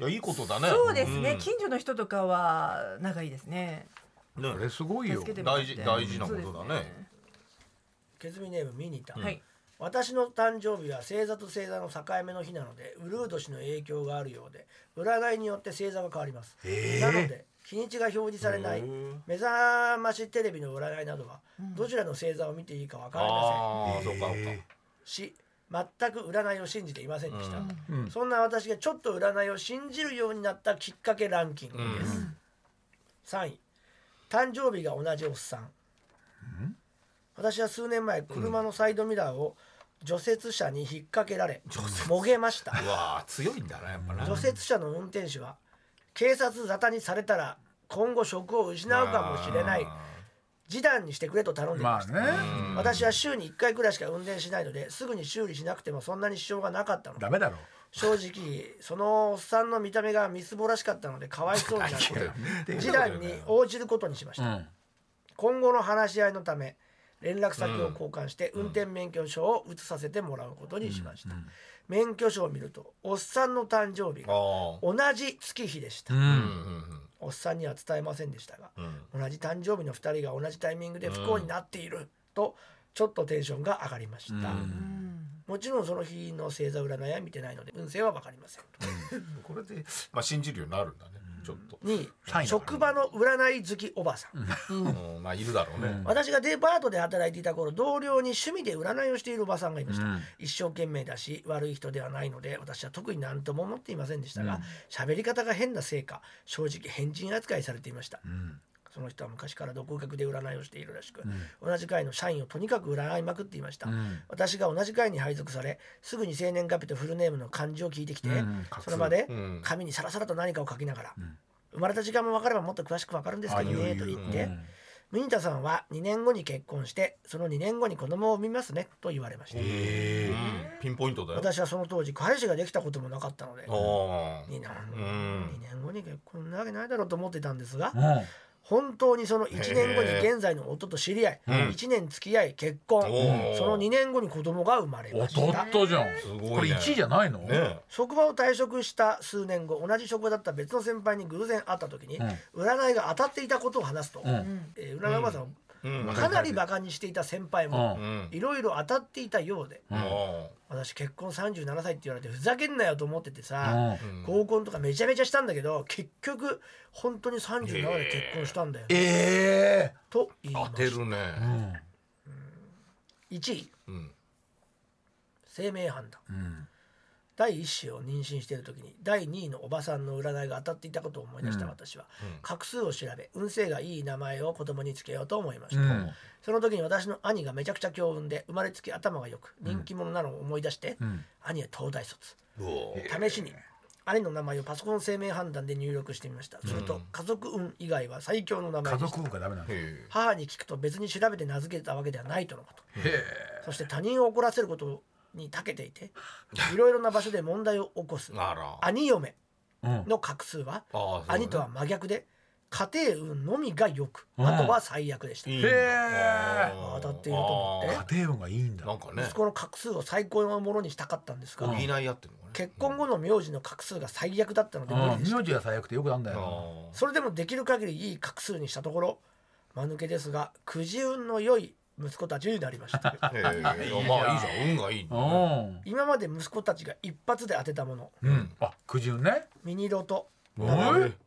[SPEAKER 3] いやいいことだね
[SPEAKER 4] そうですね、
[SPEAKER 3] ん
[SPEAKER 4] 近所の人とかは仲いいですね
[SPEAKER 2] こ
[SPEAKER 3] ね
[SPEAKER 2] れすごいよ
[SPEAKER 4] 助けてもらっ
[SPEAKER 3] 大
[SPEAKER 4] て
[SPEAKER 3] 事大事なこ
[SPEAKER 4] そうで
[SPEAKER 3] と
[SPEAKER 4] す
[SPEAKER 3] だ
[SPEAKER 4] ね
[SPEAKER 3] ね
[SPEAKER 5] ケズミネームミニタ、
[SPEAKER 4] はい
[SPEAKER 5] 私の誕生日は星座と星座の境目の日なのでウルー年の影響があるようで占いによって星座が変わります、なので日にちが表示されない
[SPEAKER 3] へー
[SPEAKER 5] 目覚ましテレビの占いなどはどちらの星座を見ていいか分かりま
[SPEAKER 3] ああそうかそうか
[SPEAKER 5] せんし全く占いを信じていませんでした、
[SPEAKER 2] うん
[SPEAKER 5] そんな私がちょっと占いを信じるようになったきっかけランキングです、3位誕生日が同じおっさん私は数年前車のサイドミラーを除雪車に引っ掛けられもげました
[SPEAKER 3] うわあ強いんだなやっぱな
[SPEAKER 5] 除雪車の運転手は警察沙汰にされたら今後職を失うかもしれない示談にしてくれと頼んでいま
[SPEAKER 2] ま
[SPEAKER 5] し
[SPEAKER 2] あ
[SPEAKER 5] た、
[SPEAKER 2] ね
[SPEAKER 3] うん
[SPEAKER 5] 私は週に1回くらいしか運転しないのですぐに修理しなくてもそんなに支障がなかったの
[SPEAKER 2] ダメだろ
[SPEAKER 5] 正直そのおっさんの見た目がみすぼらしかったのでかわいそうにな って
[SPEAKER 3] て
[SPEAKER 5] 示談に応じることにしま
[SPEAKER 2] う
[SPEAKER 5] した、
[SPEAKER 2] ん
[SPEAKER 5] 今後の話し合いのため連絡先を交換して運転免許証を移させてもらうことにしました、免許証を見るとおっさんの誕生日
[SPEAKER 3] あ
[SPEAKER 5] が
[SPEAKER 3] あ
[SPEAKER 5] 同じ月日でした、
[SPEAKER 2] う
[SPEAKER 3] うん
[SPEAKER 2] ん
[SPEAKER 3] うん
[SPEAKER 5] おっさんには伝えませんでしたが、
[SPEAKER 3] うんうん
[SPEAKER 5] 同じ誕生日の2人が同じタイミングで不幸になっているとちょっとテンションが上がりました、もちろんその日の星座占いは見てないので運勢は分かりません
[SPEAKER 3] これでまあ信じるようになるんだねちょっと
[SPEAKER 5] 2
[SPEAKER 2] サインだから
[SPEAKER 5] 職場の占い好きおばあさん、
[SPEAKER 3] うんまあいるだろうね
[SPEAKER 5] 私がデパートで働いていた頃同僚に趣味で占いをしているおばさんがいました、
[SPEAKER 2] うん
[SPEAKER 5] 一生懸命だし悪い人ではないので私は特に何とも思っていませんでしたが喋、り方が変なせいか正直変人扱いされていました、その人は昔から独学で占いをしているらしく、同じ会の社員をとにかく占いまくっていました、私が同じ会に配属されすぐに生年月日とフルネームの漢字を聞いてきて、
[SPEAKER 2] うん
[SPEAKER 5] その場で
[SPEAKER 3] うん
[SPEAKER 5] 紙にさらさらと何かを書きながら、生まれた時間も分かればもっと詳しく分かるんですけど
[SPEAKER 2] あ
[SPEAKER 5] ね
[SPEAKER 2] 言う
[SPEAKER 5] と
[SPEAKER 2] 言う
[SPEAKER 5] 言って、ミニタさんは2年後に結婚してその2年後に子供を産みますねと言われました、
[SPEAKER 3] えピンポイントだよ
[SPEAKER 5] 私はその当時彼氏ができたこともなかったので
[SPEAKER 3] あ
[SPEAKER 5] 2年
[SPEAKER 3] うん
[SPEAKER 5] 2年後に結婚なわけないだろうと思ってたんですが
[SPEAKER 2] うん
[SPEAKER 5] 本当にその1年後に現在の夫と知り合い1年付き合い結婚
[SPEAKER 3] おー
[SPEAKER 5] その2年後に子供が生まれまし
[SPEAKER 2] 劣
[SPEAKER 5] た
[SPEAKER 2] ったじゃん
[SPEAKER 3] すごいね
[SPEAKER 2] これ1位じゃないの
[SPEAKER 3] あね
[SPEAKER 5] 職場を退職した数年後同じ職場だった別の先輩に偶然会った時に占いが当たっていたことを話すと、
[SPEAKER 2] うん
[SPEAKER 5] えー占いおばさんを
[SPEAKER 3] うん
[SPEAKER 5] かなりバカにしていた先輩
[SPEAKER 2] う
[SPEAKER 5] も
[SPEAKER 3] うん
[SPEAKER 5] いろいろ当たっていたようで
[SPEAKER 3] ああ
[SPEAKER 5] 私結婚37歳って言われてふざけんなよと思っててさ、
[SPEAKER 2] うん
[SPEAKER 3] うん
[SPEAKER 5] 合コンとかめちゃめちゃしたんだけど結局本当に37で結婚したんだよ、ね
[SPEAKER 2] ええ
[SPEAKER 5] と言いま
[SPEAKER 3] 当
[SPEAKER 5] してた
[SPEAKER 3] るね
[SPEAKER 2] うん
[SPEAKER 5] 1位
[SPEAKER 3] うん
[SPEAKER 5] 生命判断
[SPEAKER 2] うん
[SPEAKER 5] 第1子を妊娠している時に第2位のおばさんの占いが当たっていたことを思い出した私は、
[SPEAKER 3] うん
[SPEAKER 5] 画数を調べ運勢がいい名前を子供につけようと思いま
[SPEAKER 2] う
[SPEAKER 5] した、
[SPEAKER 2] ん
[SPEAKER 5] その時に私の兄がめちゃくちゃ強運で生まれつき頭が良く人気者なのを思い出して、
[SPEAKER 2] ん
[SPEAKER 5] 兄は東大卒
[SPEAKER 3] うおー
[SPEAKER 5] 試しに兄の名前をパソコン生命判断で入力してみましたすると家族運以外は最強の名前
[SPEAKER 2] 家
[SPEAKER 5] でした
[SPEAKER 2] 族運がダメなのへ
[SPEAKER 3] へ
[SPEAKER 5] 母に聞くと別に調べて名付けたわけではないとのこと
[SPEAKER 2] え
[SPEAKER 5] そして他人を怒らせることに長けて いていろいろな場所で問題を起こす
[SPEAKER 3] えあら
[SPEAKER 5] 兄嫁
[SPEAKER 2] うん
[SPEAKER 5] の画数は
[SPEAKER 3] ああ
[SPEAKER 5] 兄とは真逆で家庭運のみが良くあとは最悪でした
[SPEAKER 3] へ
[SPEAKER 2] へえ
[SPEAKER 5] 当たっていると思って
[SPEAKER 2] 家庭運がいいんだ
[SPEAKER 3] なんかね
[SPEAKER 5] 息子の画数を最高のものにしたかったんですが
[SPEAKER 3] 補い合ってるのかね
[SPEAKER 5] 結婚後の名字の画数が最悪だったので無理
[SPEAKER 2] う
[SPEAKER 5] で
[SPEAKER 2] ん
[SPEAKER 5] した
[SPEAKER 2] 名字が最悪ってよくなんだ
[SPEAKER 3] あ
[SPEAKER 2] よ
[SPEAKER 3] あ
[SPEAKER 5] それでもできる限りいい画数にしたところ間抜けですがくじ運の良い息子たちになりました
[SPEAKER 3] へえまあ いいじゃん運がいいね
[SPEAKER 2] うん
[SPEAKER 5] 今まで息子たちが一発で当てたもの
[SPEAKER 2] うんあくじゅんね
[SPEAKER 5] ミニロト
[SPEAKER 2] お
[SPEAKER 3] おい
[SPEAKER 2] い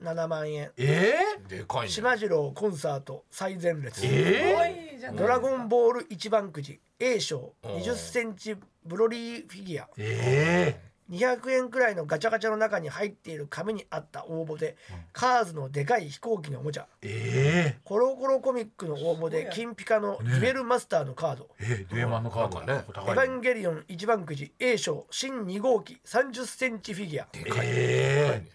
[SPEAKER 5] 7万円
[SPEAKER 2] え
[SPEAKER 3] でかいね
[SPEAKER 5] 島次郎コンサート最前列
[SPEAKER 2] ええ
[SPEAKER 4] いじゃん
[SPEAKER 5] ドラゴンボール一番くじ A 賞
[SPEAKER 3] お
[SPEAKER 5] 2 0ンチブロリーフィギュア
[SPEAKER 2] ええ
[SPEAKER 5] 200円くらいのガチャガチャの中に入っている紙にあった応募でカーズのでかい飛行機のおもちゃ
[SPEAKER 2] ええ
[SPEAKER 5] コロコロコミックの応募で金ピカのデュエルマスターのカード、
[SPEAKER 2] ええデュエマンのカード
[SPEAKER 3] なんかね
[SPEAKER 5] エ
[SPEAKER 2] 高
[SPEAKER 5] ヴ
[SPEAKER 2] い
[SPEAKER 5] ァンゲリオン一番くじ A 賞新2号機30センチフィギュア
[SPEAKER 3] でかいねでかい
[SPEAKER 2] え
[SPEAKER 3] ね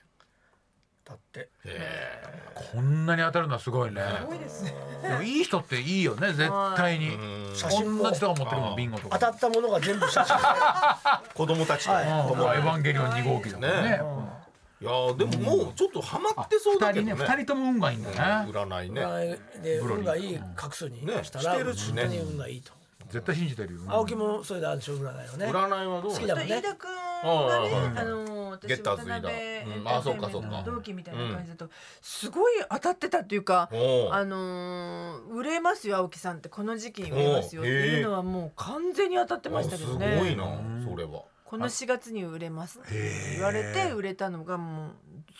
[SPEAKER 5] だって
[SPEAKER 3] へ
[SPEAKER 2] えこんなに当たるのはすごいね
[SPEAKER 4] すごいですね
[SPEAKER 2] でもいい人っていいよね絶対
[SPEAKER 3] え
[SPEAKER 2] に
[SPEAKER 3] うん
[SPEAKER 5] 写真も
[SPEAKER 2] 同じとこ持ってるもんビンゴと
[SPEAKER 5] 当
[SPEAKER 2] か
[SPEAKER 5] たったものが全 部写真
[SPEAKER 3] 子供たちと
[SPEAKER 5] はい
[SPEAKER 2] うんほらエヴァンゲリオン2号機だもん
[SPEAKER 3] ね
[SPEAKER 2] ね
[SPEAKER 3] いやーでももうちょっとハマってそうだ
[SPEAKER 2] 二
[SPEAKER 3] け
[SPEAKER 2] 人
[SPEAKER 3] ど
[SPEAKER 2] ね
[SPEAKER 3] ね
[SPEAKER 2] 二人とも運がいいんだね
[SPEAKER 3] 占いね
[SPEAKER 5] で運がいい画数に
[SPEAKER 3] ね
[SPEAKER 5] したら
[SPEAKER 3] してるしね
[SPEAKER 5] 本当に運がいいと
[SPEAKER 2] 絶対信じてるよ
[SPEAKER 5] 青木もそれであるでしょ占いのね
[SPEAKER 3] 占いはどう
[SPEAKER 5] 好きだもんね
[SPEAKER 4] 飯田君がね、
[SPEAKER 3] うん
[SPEAKER 4] あの私
[SPEAKER 3] ゲッターズ
[SPEAKER 4] 渡辺エ
[SPEAKER 3] 飯田う
[SPEAKER 4] ン
[SPEAKER 3] ん
[SPEAKER 4] ター
[SPEAKER 3] あそうか
[SPEAKER 4] テイン
[SPEAKER 3] そうか
[SPEAKER 4] メントの同期みたいな感じだと、すごい当たってたっていうか、
[SPEAKER 3] おう
[SPEAKER 4] あのー売れますよ青木さんってこの時期に売れますよっていうのはもう完全に当たってましたけど
[SPEAKER 3] あすごい
[SPEAKER 4] ね
[SPEAKER 3] なそれは
[SPEAKER 4] この4月に売れますって言われて売れたのがもう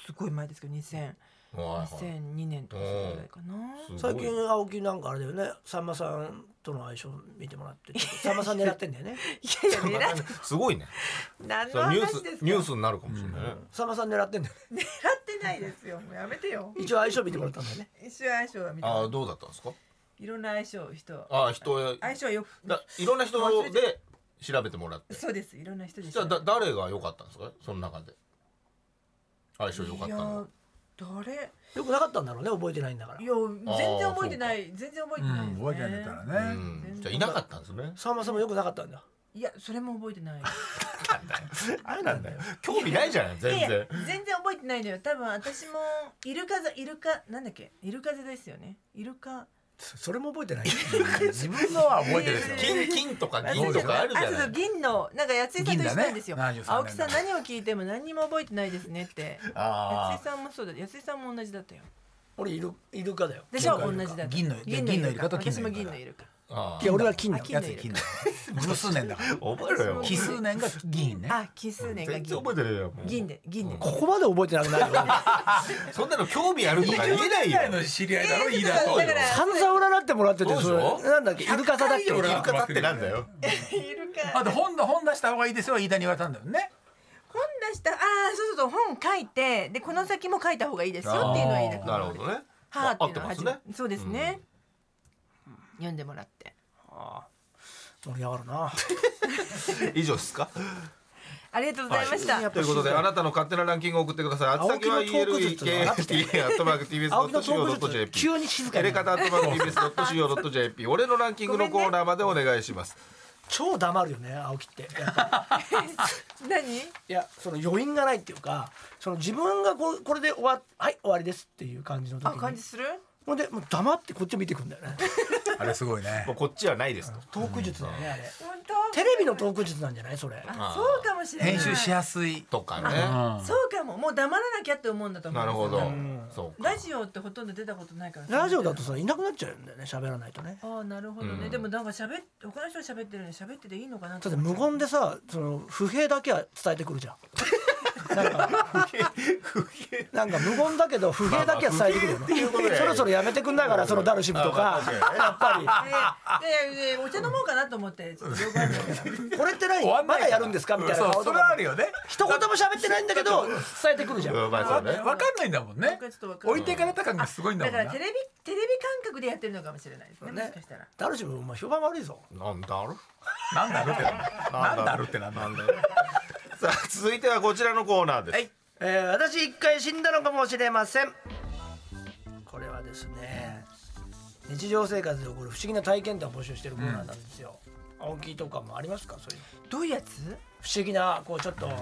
[SPEAKER 4] すごい前ですけど2000
[SPEAKER 3] はいはい
[SPEAKER 4] 2002年とかそれぐらいかな。
[SPEAKER 3] すごい
[SPEAKER 5] 最近青木なんかあれだよねさんまさんとの相性見てもら ってちょっとさんまさん狙ってんだよね
[SPEAKER 4] いやいや狙って
[SPEAKER 3] すごいね
[SPEAKER 4] 何
[SPEAKER 3] そ
[SPEAKER 4] の
[SPEAKER 3] れニュー
[SPEAKER 4] 話
[SPEAKER 3] ス
[SPEAKER 4] ですか
[SPEAKER 3] ニュー
[SPEAKER 4] 狙っ
[SPEAKER 3] スになるかもしれないね
[SPEAKER 5] さんまさん狙ってんだよね
[SPEAKER 4] てないですよもうやめてよ
[SPEAKER 5] 一応相性見てもらったんだよね
[SPEAKER 4] 一緒相性は見て
[SPEAKER 3] ああどうだったんですか
[SPEAKER 4] いろんな相性人
[SPEAKER 3] ああ人へ
[SPEAKER 4] 相性はよく
[SPEAKER 3] だいろんな人
[SPEAKER 4] 忘れちゃ
[SPEAKER 3] で調べてもらって
[SPEAKER 4] そうですいろんな人で
[SPEAKER 3] じゃあだ誰が良かったんですかその中で相性良かっ
[SPEAKER 4] い
[SPEAKER 3] た
[SPEAKER 4] や
[SPEAKER 3] のは
[SPEAKER 4] 誰
[SPEAKER 5] よくなかったんだろうね覚えてないんだから
[SPEAKER 4] いや全然覚えてない全然覚え
[SPEAKER 2] う
[SPEAKER 4] てない
[SPEAKER 2] ん、覚えてないんだったら
[SPEAKER 3] う
[SPEAKER 2] ね。
[SPEAKER 3] んじゃあいなかったんですね
[SPEAKER 5] さんまさんもよくなかったんだ
[SPEAKER 4] いやそれも覚えてない
[SPEAKER 3] あれなんだよ興味ないじゃない全
[SPEAKER 4] いやいや
[SPEAKER 3] 然
[SPEAKER 4] 全然覚えてないのよ多分私もイルカザイルカなんだっけイルカザですよねイルカ
[SPEAKER 5] それも覚えてない
[SPEAKER 2] 自分のは覚えてるんですよ。
[SPEAKER 3] 金金とか
[SPEAKER 4] そ
[SPEAKER 3] 銀
[SPEAKER 4] う
[SPEAKER 3] とかあるじゃ
[SPEAKER 4] あそう
[SPEAKER 3] な
[SPEAKER 4] そう
[SPEAKER 3] い
[SPEAKER 4] 銀のなんかやついさんと一緒なんですよ、
[SPEAKER 2] 銀だね73
[SPEAKER 4] 青木さん何を聞いても何にも覚えてないですねってや
[SPEAKER 3] あ
[SPEAKER 4] ついさんもそうだやついさんも同じだったよ
[SPEAKER 5] 俺イルイルカだよ
[SPEAKER 4] 私は同じだった
[SPEAKER 2] 銀の銀のイルカと金のイルカ
[SPEAKER 4] 私も銀のイルカ
[SPEAKER 3] ーあ
[SPEAKER 5] いや俺は金
[SPEAKER 4] だ
[SPEAKER 5] だ
[SPEAKER 4] あ金
[SPEAKER 2] やつで金だ。偶数年だから。
[SPEAKER 3] 覚えろよ
[SPEAKER 2] 奇数年が銀ね。
[SPEAKER 4] あ奇数年が
[SPEAKER 3] 全
[SPEAKER 4] 銀
[SPEAKER 3] 然覚えてねえよもう
[SPEAKER 4] 銀で 銀で
[SPEAKER 5] ここまで覚えてなくないよ
[SPEAKER 3] そんなの興味あるとか言えないよ
[SPEAKER 2] の知り合いだろ、いい
[SPEAKER 4] だから
[SPEAKER 5] 散々占ってもらってて
[SPEAKER 3] そうでし
[SPEAKER 5] それ
[SPEAKER 3] ょ
[SPEAKER 5] なんだっけイルカ座だっけ
[SPEAKER 2] 100回よ俺
[SPEAKER 3] イ
[SPEAKER 2] は
[SPEAKER 3] ルカだってなんだよ
[SPEAKER 4] イルカ
[SPEAKER 2] あと本だ本出した方がいいですよ、飯田に言われたんだよね。
[SPEAKER 4] 本出したああそうそうそう本書いてでこの先も書いた方がいいですよっていうのは言いたく
[SPEAKER 3] なるほどね
[SPEAKER 4] はあ
[SPEAKER 3] 合
[SPEAKER 4] っ
[SPEAKER 3] ってて
[SPEAKER 4] いうのは
[SPEAKER 3] ます
[SPEAKER 4] 初め
[SPEAKER 3] ね
[SPEAKER 4] そうですね、読んでもらって
[SPEAKER 5] 盛り上がるな
[SPEAKER 3] 以上ですか
[SPEAKER 4] ありがとうございました、
[SPEAKER 5] はい
[SPEAKER 3] ということであなたの勝手なランキングを送ってください。宛先は
[SPEAKER 5] 青木のトーク術ってのが上がってきた
[SPEAKER 3] elk アットマーク tbs ド
[SPEAKER 5] 青
[SPEAKER 3] ッ
[SPEAKER 5] 木
[SPEAKER 3] ト
[SPEAKER 5] のト
[SPEAKER 3] co
[SPEAKER 5] ー
[SPEAKER 3] ドッ
[SPEAKER 5] ク
[SPEAKER 3] ト
[SPEAKER 5] 術
[SPEAKER 3] jp。
[SPEAKER 5] 急に静か
[SPEAKER 3] エ
[SPEAKER 5] に
[SPEAKER 3] レ
[SPEAKER 5] な
[SPEAKER 3] カ
[SPEAKER 5] る
[SPEAKER 3] タアットマーク tbs ドット co ドット jp。俺のランキングのコーナーまでお願いします。
[SPEAKER 5] 超黙るよね青木ってやっぱ
[SPEAKER 4] 何
[SPEAKER 5] いやその余韻がないっていうかその自分がここれで終わはい終わりですっていう感じの時
[SPEAKER 4] あ
[SPEAKER 5] に
[SPEAKER 4] 感じする
[SPEAKER 5] ほんでもう黙ってこっち見てくんだよね
[SPEAKER 2] あれすごいね
[SPEAKER 3] もう。こっちはないですと。
[SPEAKER 5] トーク術だよねあれ
[SPEAKER 4] 本当
[SPEAKER 5] テレビのトーク術なんじゃないそれ
[SPEAKER 4] あそうかもしれない
[SPEAKER 2] 編集しやすい。
[SPEAKER 3] とかね。
[SPEAKER 2] あ
[SPEAKER 4] そうかももう黙らなきゃって思うんだと思う
[SPEAKER 3] なるほど
[SPEAKER 5] ん。
[SPEAKER 3] そうか
[SPEAKER 4] ラ。ジオってほとんど出たことないから
[SPEAKER 5] ラジオだとさいなくなっちゃうんだよね喋らないとね
[SPEAKER 4] ああなるほどね、
[SPEAKER 3] うん
[SPEAKER 4] でもなんか喋っ他の人が喋ってるのに喋ってていいのか
[SPEAKER 5] だ
[SPEAKER 4] な
[SPEAKER 5] って無言でさその不平だけは伝えてくるじゃんなんかなんか無言だけど不平だけは伝えてくるよ
[SPEAKER 3] まあまあ不平っていうこと
[SPEAKER 5] ね
[SPEAKER 3] で
[SPEAKER 5] そろそろやめてくんないからそのダルシムと
[SPEAKER 3] まあ
[SPEAKER 5] か
[SPEAKER 3] まあ
[SPEAKER 5] やっぱ
[SPEAKER 4] でででお茶飲もうかなと思ってちょっと用があるから
[SPEAKER 5] りこれって何
[SPEAKER 2] 終わんな
[SPEAKER 5] ま
[SPEAKER 2] いから
[SPEAKER 5] だやるんですかみたいな
[SPEAKER 2] そう
[SPEAKER 5] 顔
[SPEAKER 2] そ
[SPEAKER 5] と
[SPEAKER 2] れは
[SPEAKER 5] か
[SPEAKER 2] あるよね。
[SPEAKER 5] 一言も喋ってないんだけど伝えてくるじゃん
[SPEAKER 3] うんまあそう
[SPEAKER 2] わか
[SPEAKER 3] ね。
[SPEAKER 2] んないんだもんね
[SPEAKER 4] 僕はちょっとわ。かんな
[SPEAKER 2] 置
[SPEAKER 4] い
[SPEAKER 2] いていかれた感がすごいんだ
[SPEAKER 4] だ
[SPEAKER 2] もん
[SPEAKER 4] か
[SPEAKER 2] な。
[SPEAKER 4] らテレビテレビ感覚でやってるのかもしれないですねもしかしたら
[SPEAKER 5] ダルシムお前評判悪いぞ
[SPEAKER 3] なんだろ。
[SPEAKER 2] なんだろうってなんだろうってなんだろう。
[SPEAKER 3] だろ。さあ続いてはこちらのコーナーです。
[SPEAKER 5] はい、えー私一回死んだのかもしれませんこれはですね日常生活で起こる不思議な体験談を募集してるコーナーなんですよ、青木とかもありますかそういう
[SPEAKER 4] どういうやつ
[SPEAKER 5] 不思議なこうちょっと、
[SPEAKER 2] ちょ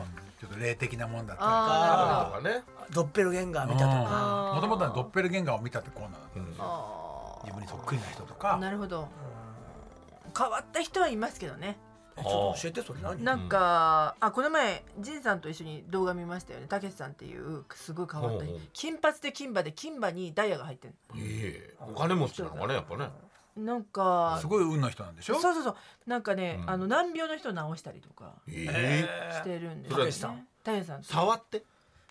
[SPEAKER 2] っと霊的なもんだったりとか。
[SPEAKER 5] あ
[SPEAKER 3] とかね。
[SPEAKER 5] ードッペルゲンガー見たとか、
[SPEAKER 4] あー
[SPEAKER 2] もともとはドッペルゲンガーを見たってコーナーだったんですよ
[SPEAKER 4] あ
[SPEAKER 2] 自分にそっくりな人と
[SPEAKER 4] あ
[SPEAKER 2] か
[SPEAKER 4] なるほど変わった人はいますけどね
[SPEAKER 5] えちょっと教えてそれ何
[SPEAKER 4] なんか、あこの前仁さんと一緒に動画見ましたよねたけしさんっていうすごい変わった人
[SPEAKER 3] うんうん
[SPEAKER 4] 金髪で金歯で金歯にダイヤが入ってる
[SPEAKER 3] ええお金持ちなのかねやっぱね。
[SPEAKER 4] なんか
[SPEAKER 2] すごい運の人なんでし
[SPEAKER 4] そ
[SPEAKER 2] ょ
[SPEAKER 4] うそうそうなんかね、
[SPEAKER 3] うん
[SPEAKER 4] あの難病の人を治したりとか
[SPEAKER 3] ええ。
[SPEAKER 4] してるんです
[SPEAKER 3] それは
[SPEAKER 4] ねたけしさん
[SPEAKER 3] 触って。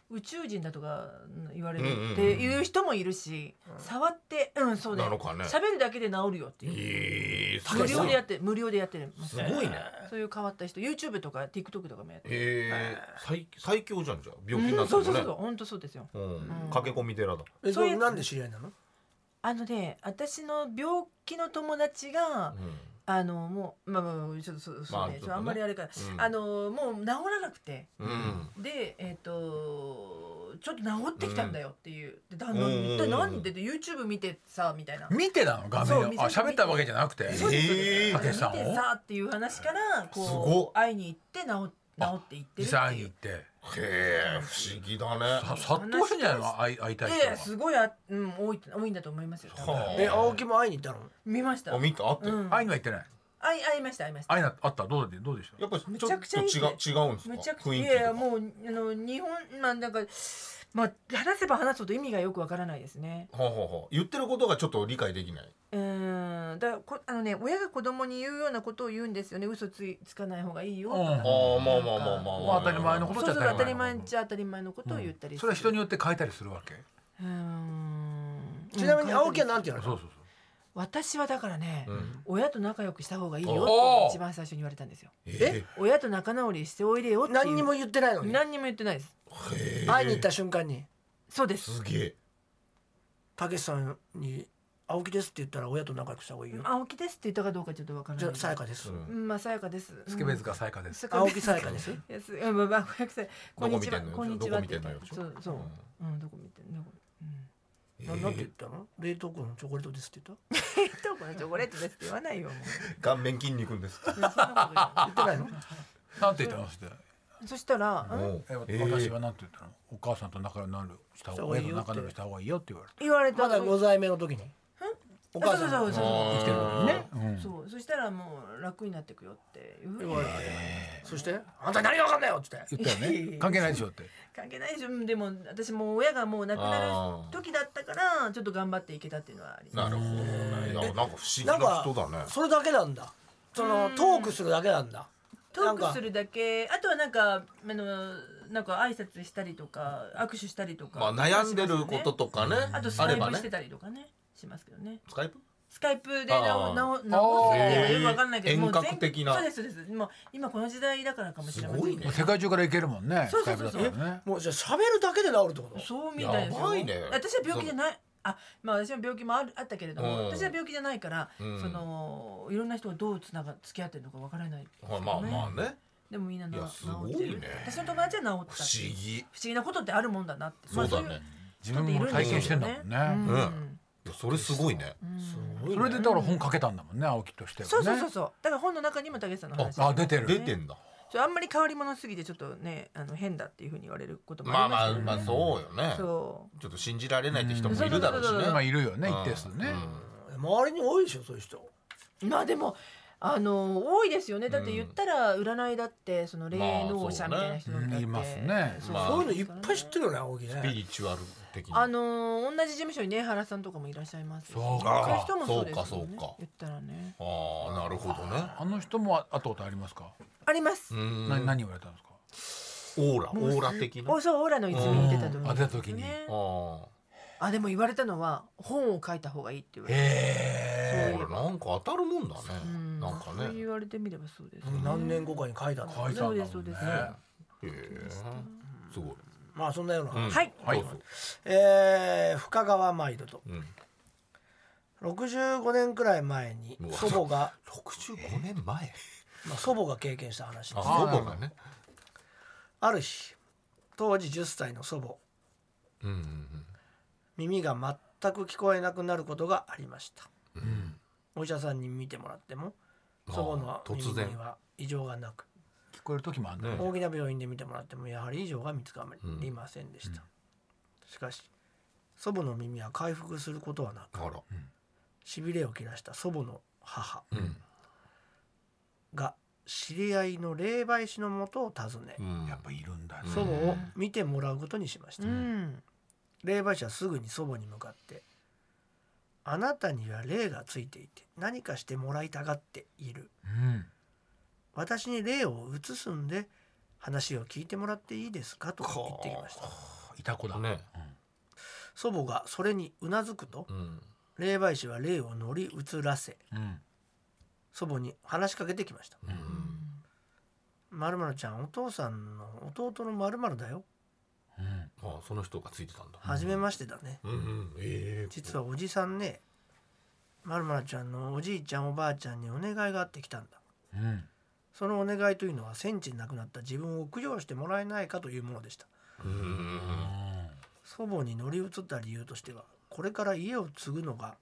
[SPEAKER 4] 宇宙人だとか言われ
[SPEAKER 3] うんうんうん
[SPEAKER 4] るっていう人もいるし、触ってうんそうだよ
[SPEAKER 3] なのかね
[SPEAKER 4] 喋るだけで治るよってい
[SPEAKER 3] え
[SPEAKER 4] う
[SPEAKER 3] え。
[SPEAKER 4] 無料でやって無料でやってる
[SPEAKER 3] すごいね。
[SPEAKER 4] そういう変わった人 YouTube とか TikTok とかもやってる、
[SPEAKER 3] ええ最最強じゃんじゃあ病気に
[SPEAKER 4] う
[SPEAKER 3] なっ
[SPEAKER 4] ん
[SPEAKER 3] て
[SPEAKER 4] そ
[SPEAKER 3] も
[SPEAKER 4] うそう
[SPEAKER 3] ね
[SPEAKER 4] そうそう。本当そうですよ
[SPEAKER 3] うん駆け込み寺だ。
[SPEAKER 5] えそ
[SPEAKER 4] そうい
[SPEAKER 5] れ
[SPEAKER 4] うやつ
[SPEAKER 5] なんで知り合いなの
[SPEAKER 4] あのね私の病気の友達
[SPEAKER 3] う
[SPEAKER 4] が、
[SPEAKER 3] ん
[SPEAKER 4] あのもうまあまあまあちょっとそうそう
[SPEAKER 3] まあ
[SPEAKER 4] ね,、あ、
[SPEAKER 3] ちょっとね
[SPEAKER 4] あんまりあれから、
[SPEAKER 3] うん
[SPEAKER 4] あのもう治らなくて
[SPEAKER 3] うん
[SPEAKER 4] でえっ、とちょっと治ってきたんだよっていう、で旦那
[SPEAKER 3] うんうんうん
[SPEAKER 4] に「一体何?」って言って YouTube 見てさみたいな
[SPEAKER 2] 見てたの画
[SPEAKER 4] そう
[SPEAKER 2] 面を
[SPEAKER 4] 見
[SPEAKER 2] あ
[SPEAKER 4] せて
[SPEAKER 2] 喋ったわけじゃなくて
[SPEAKER 4] そうです
[SPEAKER 3] えー
[SPEAKER 4] そう
[SPEAKER 2] た
[SPEAKER 4] で
[SPEAKER 2] け
[SPEAKER 4] す
[SPEAKER 2] しさんを
[SPEAKER 4] 見てさっていう話から
[SPEAKER 3] すご
[SPEAKER 4] こ
[SPEAKER 3] っ
[SPEAKER 4] う会いに行って治治っていって
[SPEAKER 2] 実
[SPEAKER 4] るって
[SPEAKER 2] 際に
[SPEAKER 4] い
[SPEAKER 2] 行っ。
[SPEAKER 4] う
[SPEAKER 2] て
[SPEAKER 3] へえ不思議だね
[SPEAKER 2] さ殺到してんじゃないの会い会いたい
[SPEAKER 4] いやいや
[SPEAKER 2] 人
[SPEAKER 4] す
[SPEAKER 2] は
[SPEAKER 4] ごいあ、うん、多い多いんだと思いますよ。多分
[SPEAKER 3] はあ
[SPEAKER 5] え青木も会いに行ったの
[SPEAKER 4] 見ました。
[SPEAKER 3] あ見たあって、
[SPEAKER 4] うん、
[SPEAKER 2] 会い
[SPEAKER 4] 会い
[SPEAKER 2] には行ってない
[SPEAKER 4] 会いました会いました。
[SPEAKER 2] 会いなあったどうでどうでした
[SPEAKER 3] やっぱちょっ
[SPEAKER 4] め
[SPEAKER 3] と
[SPEAKER 4] ちゃくちゃいいね
[SPEAKER 3] 違う違うんですか
[SPEAKER 4] めちゃくちゃ
[SPEAKER 3] 雰囲
[SPEAKER 4] い
[SPEAKER 3] 気
[SPEAKER 4] や
[SPEAKER 3] と
[SPEAKER 4] い
[SPEAKER 3] か
[SPEAKER 4] やもうあの日本まあなんかまあ話せば話すほど意味がよくわからないですね。
[SPEAKER 3] はあはあはあ言ってることがちょっと理解できない
[SPEAKER 4] うんだからこあのね親が子供に言うようなことを言うんですよね嘘ついつかない方がいいよと
[SPEAKER 2] うん
[SPEAKER 4] か。
[SPEAKER 3] ああまあまあまあまあまあ
[SPEAKER 2] まあ当たり前のこ
[SPEAKER 4] そ
[SPEAKER 2] と
[SPEAKER 4] う
[SPEAKER 2] じ
[SPEAKER 4] そ
[SPEAKER 2] ゃ
[SPEAKER 4] う
[SPEAKER 2] 当た
[SPEAKER 4] 当た
[SPEAKER 2] り
[SPEAKER 4] り
[SPEAKER 2] 前
[SPEAKER 4] 前っちゃ当たり前のことを言ったりする。
[SPEAKER 2] それは人によって変えたりするわけ
[SPEAKER 4] うーん
[SPEAKER 5] ちなみに青木は何て言
[SPEAKER 2] そう
[SPEAKER 5] わ
[SPEAKER 2] そ
[SPEAKER 5] れたの
[SPEAKER 2] うそう
[SPEAKER 4] 私はだからね、
[SPEAKER 3] うん
[SPEAKER 4] 親と仲良くした方がいいよって
[SPEAKER 2] おー
[SPEAKER 4] 一番最初に言われたんですよ
[SPEAKER 3] え
[SPEAKER 4] 親と仲直りしておいでよっていう
[SPEAKER 5] 何にも言ってないのに
[SPEAKER 4] 何にも言ってないです
[SPEAKER 3] へえ
[SPEAKER 5] 会いに行った瞬間に
[SPEAKER 4] そうです
[SPEAKER 3] すげえ
[SPEAKER 5] たけしさんに青木ですって言ったら親と仲良くした方がいいよ。
[SPEAKER 4] 青木ですって言ったかどうかちょっとわから
[SPEAKER 5] じ
[SPEAKER 4] な
[SPEAKER 5] ゃ
[SPEAKER 4] い
[SPEAKER 5] あさやかです
[SPEAKER 3] う。ん
[SPEAKER 4] うんまあさやかです
[SPEAKER 2] スケベ塚さやかです。
[SPEAKER 4] す
[SPEAKER 5] 青木さやかです。
[SPEAKER 4] ですうんまあまあごめんなさいこんにちは
[SPEAKER 3] ど
[SPEAKER 4] こ
[SPEAKER 3] こ
[SPEAKER 4] んに
[SPEAKER 3] 見
[SPEAKER 4] ち
[SPEAKER 3] てんの
[SPEAKER 4] は
[SPEAKER 3] どこ見てんの
[SPEAKER 4] って言ったそうそううんどこ見てんのどこうん
[SPEAKER 5] ななんて言ったの？冷凍庫のチョコレートですって言った？
[SPEAKER 4] どこのチョコレートですって言わないよもう
[SPEAKER 3] 顔面筋肉です。
[SPEAKER 4] いやそんなこと
[SPEAKER 5] 言っ
[SPEAKER 4] 言
[SPEAKER 5] てないの？
[SPEAKER 2] なんて言ってました。
[SPEAKER 4] うそしたらうん
[SPEAKER 3] もう
[SPEAKER 2] えわ
[SPEAKER 3] え
[SPEAKER 2] 私
[SPEAKER 3] ー
[SPEAKER 2] はなんて言ったの。お母さんと仲良くなるした
[SPEAKER 5] した
[SPEAKER 2] 方
[SPEAKER 5] 方が
[SPEAKER 2] が
[SPEAKER 5] いい
[SPEAKER 2] 親
[SPEAKER 5] よ
[SPEAKER 2] と
[SPEAKER 5] って
[SPEAKER 2] 仲良くした方がいいよって言われ
[SPEAKER 4] 言われた
[SPEAKER 5] まだご在名の時に。お母さん。
[SPEAKER 4] そうそうそう
[SPEAKER 2] て。生きてるのにね。うん
[SPEAKER 4] そうそしたらもう楽になっていくよっていうふう
[SPEAKER 5] 言
[SPEAKER 4] に
[SPEAKER 5] われて。そしてあんた何がわかんないよっつって。
[SPEAKER 2] 言ったよ
[SPEAKER 4] いやいやい
[SPEAKER 2] ね。
[SPEAKER 4] や
[SPEAKER 2] 関係ないでしょって。
[SPEAKER 4] 関係ないでしょうんでも私もう親がもう亡くなる時だったからちょっと頑張っていけたっていうのはあり
[SPEAKER 3] なるほどね。なんか不思議な
[SPEAKER 5] なんか
[SPEAKER 3] 人だね。
[SPEAKER 5] それだけなんだ。そのトークするだけなんだ。
[SPEAKER 4] トークするだけあとはなんかあのなんか挨拶したりとか握手したりとか、
[SPEAKER 3] まあ悩んでる
[SPEAKER 4] しま
[SPEAKER 3] こ
[SPEAKER 4] す
[SPEAKER 3] と
[SPEAKER 4] よね
[SPEAKER 3] とかね。
[SPEAKER 4] あとス
[SPEAKER 3] あ
[SPEAKER 4] カ
[SPEAKER 3] れ
[SPEAKER 4] イ
[SPEAKER 3] ば
[SPEAKER 4] プし
[SPEAKER 3] ね
[SPEAKER 4] て。たりとかねしますけどね
[SPEAKER 3] スカイプ？
[SPEAKER 4] スカイプで
[SPEAKER 3] あ
[SPEAKER 4] 直
[SPEAKER 3] ー
[SPEAKER 4] 直直すって
[SPEAKER 3] あ
[SPEAKER 4] い
[SPEAKER 3] ー
[SPEAKER 4] うわかんないけどもう全
[SPEAKER 3] 遠隔的な
[SPEAKER 4] そうですそうですもう今この時代だからかもしれません
[SPEAKER 3] すごいね
[SPEAKER 4] けど
[SPEAKER 2] もう世界中から行けるもんね。
[SPEAKER 4] そう
[SPEAKER 2] ス
[SPEAKER 4] そ
[SPEAKER 2] カ
[SPEAKER 4] う
[SPEAKER 2] イプ
[SPEAKER 4] そう
[SPEAKER 2] だ
[SPEAKER 4] そ
[SPEAKER 2] か
[SPEAKER 4] う
[SPEAKER 2] らね。
[SPEAKER 5] もうじゃあ喋るだけで治るってこと？
[SPEAKER 4] そうみたいです
[SPEAKER 3] やばいね
[SPEAKER 4] 私は病気じゃない。あ、まあ私は病気もあるあったけれども、
[SPEAKER 3] うん
[SPEAKER 4] 私は病気じゃないから、
[SPEAKER 3] うん
[SPEAKER 4] そのいろんな人がどうつなが付き合ってるのかわからないですよ
[SPEAKER 3] まあ
[SPEAKER 4] ね、
[SPEAKER 3] まあまあね。
[SPEAKER 4] でもみんない
[SPEAKER 3] や
[SPEAKER 4] な
[SPEAKER 3] すご
[SPEAKER 4] 治
[SPEAKER 3] いね
[SPEAKER 4] ってる。私の友達は治った。
[SPEAKER 3] 不思議。
[SPEAKER 4] 不思議なことってあるもんだなって。
[SPEAKER 3] そうだね。
[SPEAKER 2] 自分も体験してんだもんね。
[SPEAKER 4] まあそういう
[SPEAKER 3] ういやそれすごいね。
[SPEAKER 4] うんうん
[SPEAKER 5] す
[SPEAKER 2] そ
[SPEAKER 5] ごいね。
[SPEAKER 2] れでだから本書けたんだもんね。青木としてはね。
[SPEAKER 4] そうそうそうそう。だから本の中にも竹内さんの話。
[SPEAKER 2] ああ出てる
[SPEAKER 3] 出てんだ。
[SPEAKER 4] そうあんまり変わり者すぎてちょっとねあの変だっていうふうに言われることも
[SPEAKER 3] ま
[SPEAKER 4] あ
[SPEAKER 3] あ
[SPEAKER 4] りま
[SPEAKER 3] ますあま
[SPEAKER 4] けどね。
[SPEAKER 3] あそうよね。
[SPEAKER 4] そう。
[SPEAKER 3] ちょっと信じられないって人もいるだろうし
[SPEAKER 4] そうそうそうそう
[SPEAKER 3] ね。
[SPEAKER 2] まあいるよね。
[SPEAKER 3] うん
[SPEAKER 2] 一定数ね。
[SPEAKER 5] 周りに多いでしょそういう人。
[SPEAKER 4] まあでもあの多いですよねだって
[SPEAKER 3] うん
[SPEAKER 4] 言ったら占いだってその霊能者みたいな人だって、
[SPEAKER 2] まあそうねうんいますね
[SPEAKER 4] そう
[SPEAKER 3] まあ
[SPEAKER 5] そういうのいっぱい知ってるよね青木
[SPEAKER 3] スピ
[SPEAKER 5] ね。
[SPEAKER 3] リチュアル的
[SPEAKER 4] あ
[SPEAKER 3] な。
[SPEAKER 4] の同じ事務所にね原さんとかもいらっしゃいますし
[SPEAKER 2] そう
[SPEAKER 4] そういう
[SPEAKER 2] か。
[SPEAKER 4] 人もそうです
[SPEAKER 3] そ
[SPEAKER 4] よ
[SPEAKER 3] う
[SPEAKER 4] ね
[SPEAKER 3] かそうか
[SPEAKER 4] 言ったらね
[SPEAKER 3] ああなるほどね。
[SPEAKER 2] あの人も会ったことありますか。
[SPEAKER 4] あります、
[SPEAKER 3] う
[SPEAKER 2] な何
[SPEAKER 3] ん。
[SPEAKER 2] 言われたんですか。
[SPEAKER 3] オーラオーラ的な。
[SPEAKER 4] おそうオーラの一面に出た時
[SPEAKER 2] うんあ出た時に
[SPEAKER 4] ね
[SPEAKER 3] ああ。
[SPEAKER 4] あでも言われたのは本を書いた方がいいって言われて、
[SPEAKER 2] へ
[SPEAKER 4] そう
[SPEAKER 3] これなんか当たるもんだね
[SPEAKER 4] う。ん
[SPEAKER 3] なんか
[SPEAKER 4] そう
[SPEAKER 3] ね。
[SPEAKER 4] 言われてみればそうです、
[SPEAKER 5] 何年後かに書いたんだ
[SPEAKER 2] え。。書いたんだもんね。
[SPEAKER 4] そうですそう
[SPEAKER 3] ねへえ。すごい。
[SPEAKER 5] まあそんなような。
[SPEAKER 3] うん
[SPEAKER 4] はい
[SPEAKER 2] はい
[SPEAKER 3] どうぞ
[SPEAKER 5] えー深川マイルド
[SPEAKER 3] うん。
[SPEAKER 5] 65年くらい前に
[SPEAKER 3] うわ
[SPEAKER 5] 祖母が、
[SPEAKER 3] 六十五年前。
[SPEAKER 5] まあ、祖母が経験した話です
[SPEAKER 3] あ、祖母がね。
[SPEAKER 5] ある日当時10歳の祖母
[SPEAKER 3] うんうん
[SPEAKER 5] 耳が全く聞こえなくなることがありました
[SPEAKER 3] うん。うん。
[SPEAKER 5] お医者さんに見てもらっても
[SPEAKER 3] あー
[SPEAKER 5] 祖母の
[SPEAKER 3] 突然
[SPEAKER 5] 耳には異常がなく
[SPEAKER 2] 聞こえる時もあるんだね
[SPEAKER 3] ね。
[SPEAKER 5] 大きな病院で見てもらってもやはり異常が見つかりませんでした、しかし祖母の耳は回復することはなく
[SPEAKER 3] あら。
[SPEAKER 5] しびれを切らした祖母の母
[SPEAKER 3] うん。
[SPEAKER 5] が知り合いの霊媒師のもとを訪ね、
[SPEAKER 3] うん。
[SPEAKER 2] やっぱいるんだね。
[SPEAKER 5] 祖母を見てもらうことにしました、
[SPEAKER 4] うん
[SPEAKER 5] 霊媒師はすぐに祖母に向かって「あなたには霊がついていて何かしてもらいたがっている
[SPEAKER 2] うん。
[SPEAKER 5] 私に霊を移すんで話を聞いてもらっていいですか?」と言ってきました
[SPEAKER 2] いた子だ。
[SPEAKER 3] ね。
[SPEAKER 5] 祖母がそれにうなずくと
[SPEAKER 3] うん。
[SPEAKER 5] 霊媒師は霊を乗り移らせ
[SPEAKER 2] うん。
[SPEAKER 5] 祖母に話しかけてきました
[SPEAKER 3] うん。
[SPEAKER 5] 「まるちゃんお父さんの弟のまるだよ
[SPEAKER 2] うん。
[SPEAKER 3] あ、その人がついてたんだ。
[SPEAKER 5] 初めましてだね
[SPEAKER 3] うんうん。ええ。
[SPEAKER 5] 実はおじさんねまるちゃんのおじいちゃんおばあちゃんにお願いがあってきたんだ」
[SPEAKER 2] うん。
[SPEAKER 5] そのお願いというのは戦地に亡くなった自分を供養してもらえないかというものでした
[SPEAKER 3] うん。
[SPEAKER 5] 祖母に乗り移った理由としてはこれから家を継ぐのが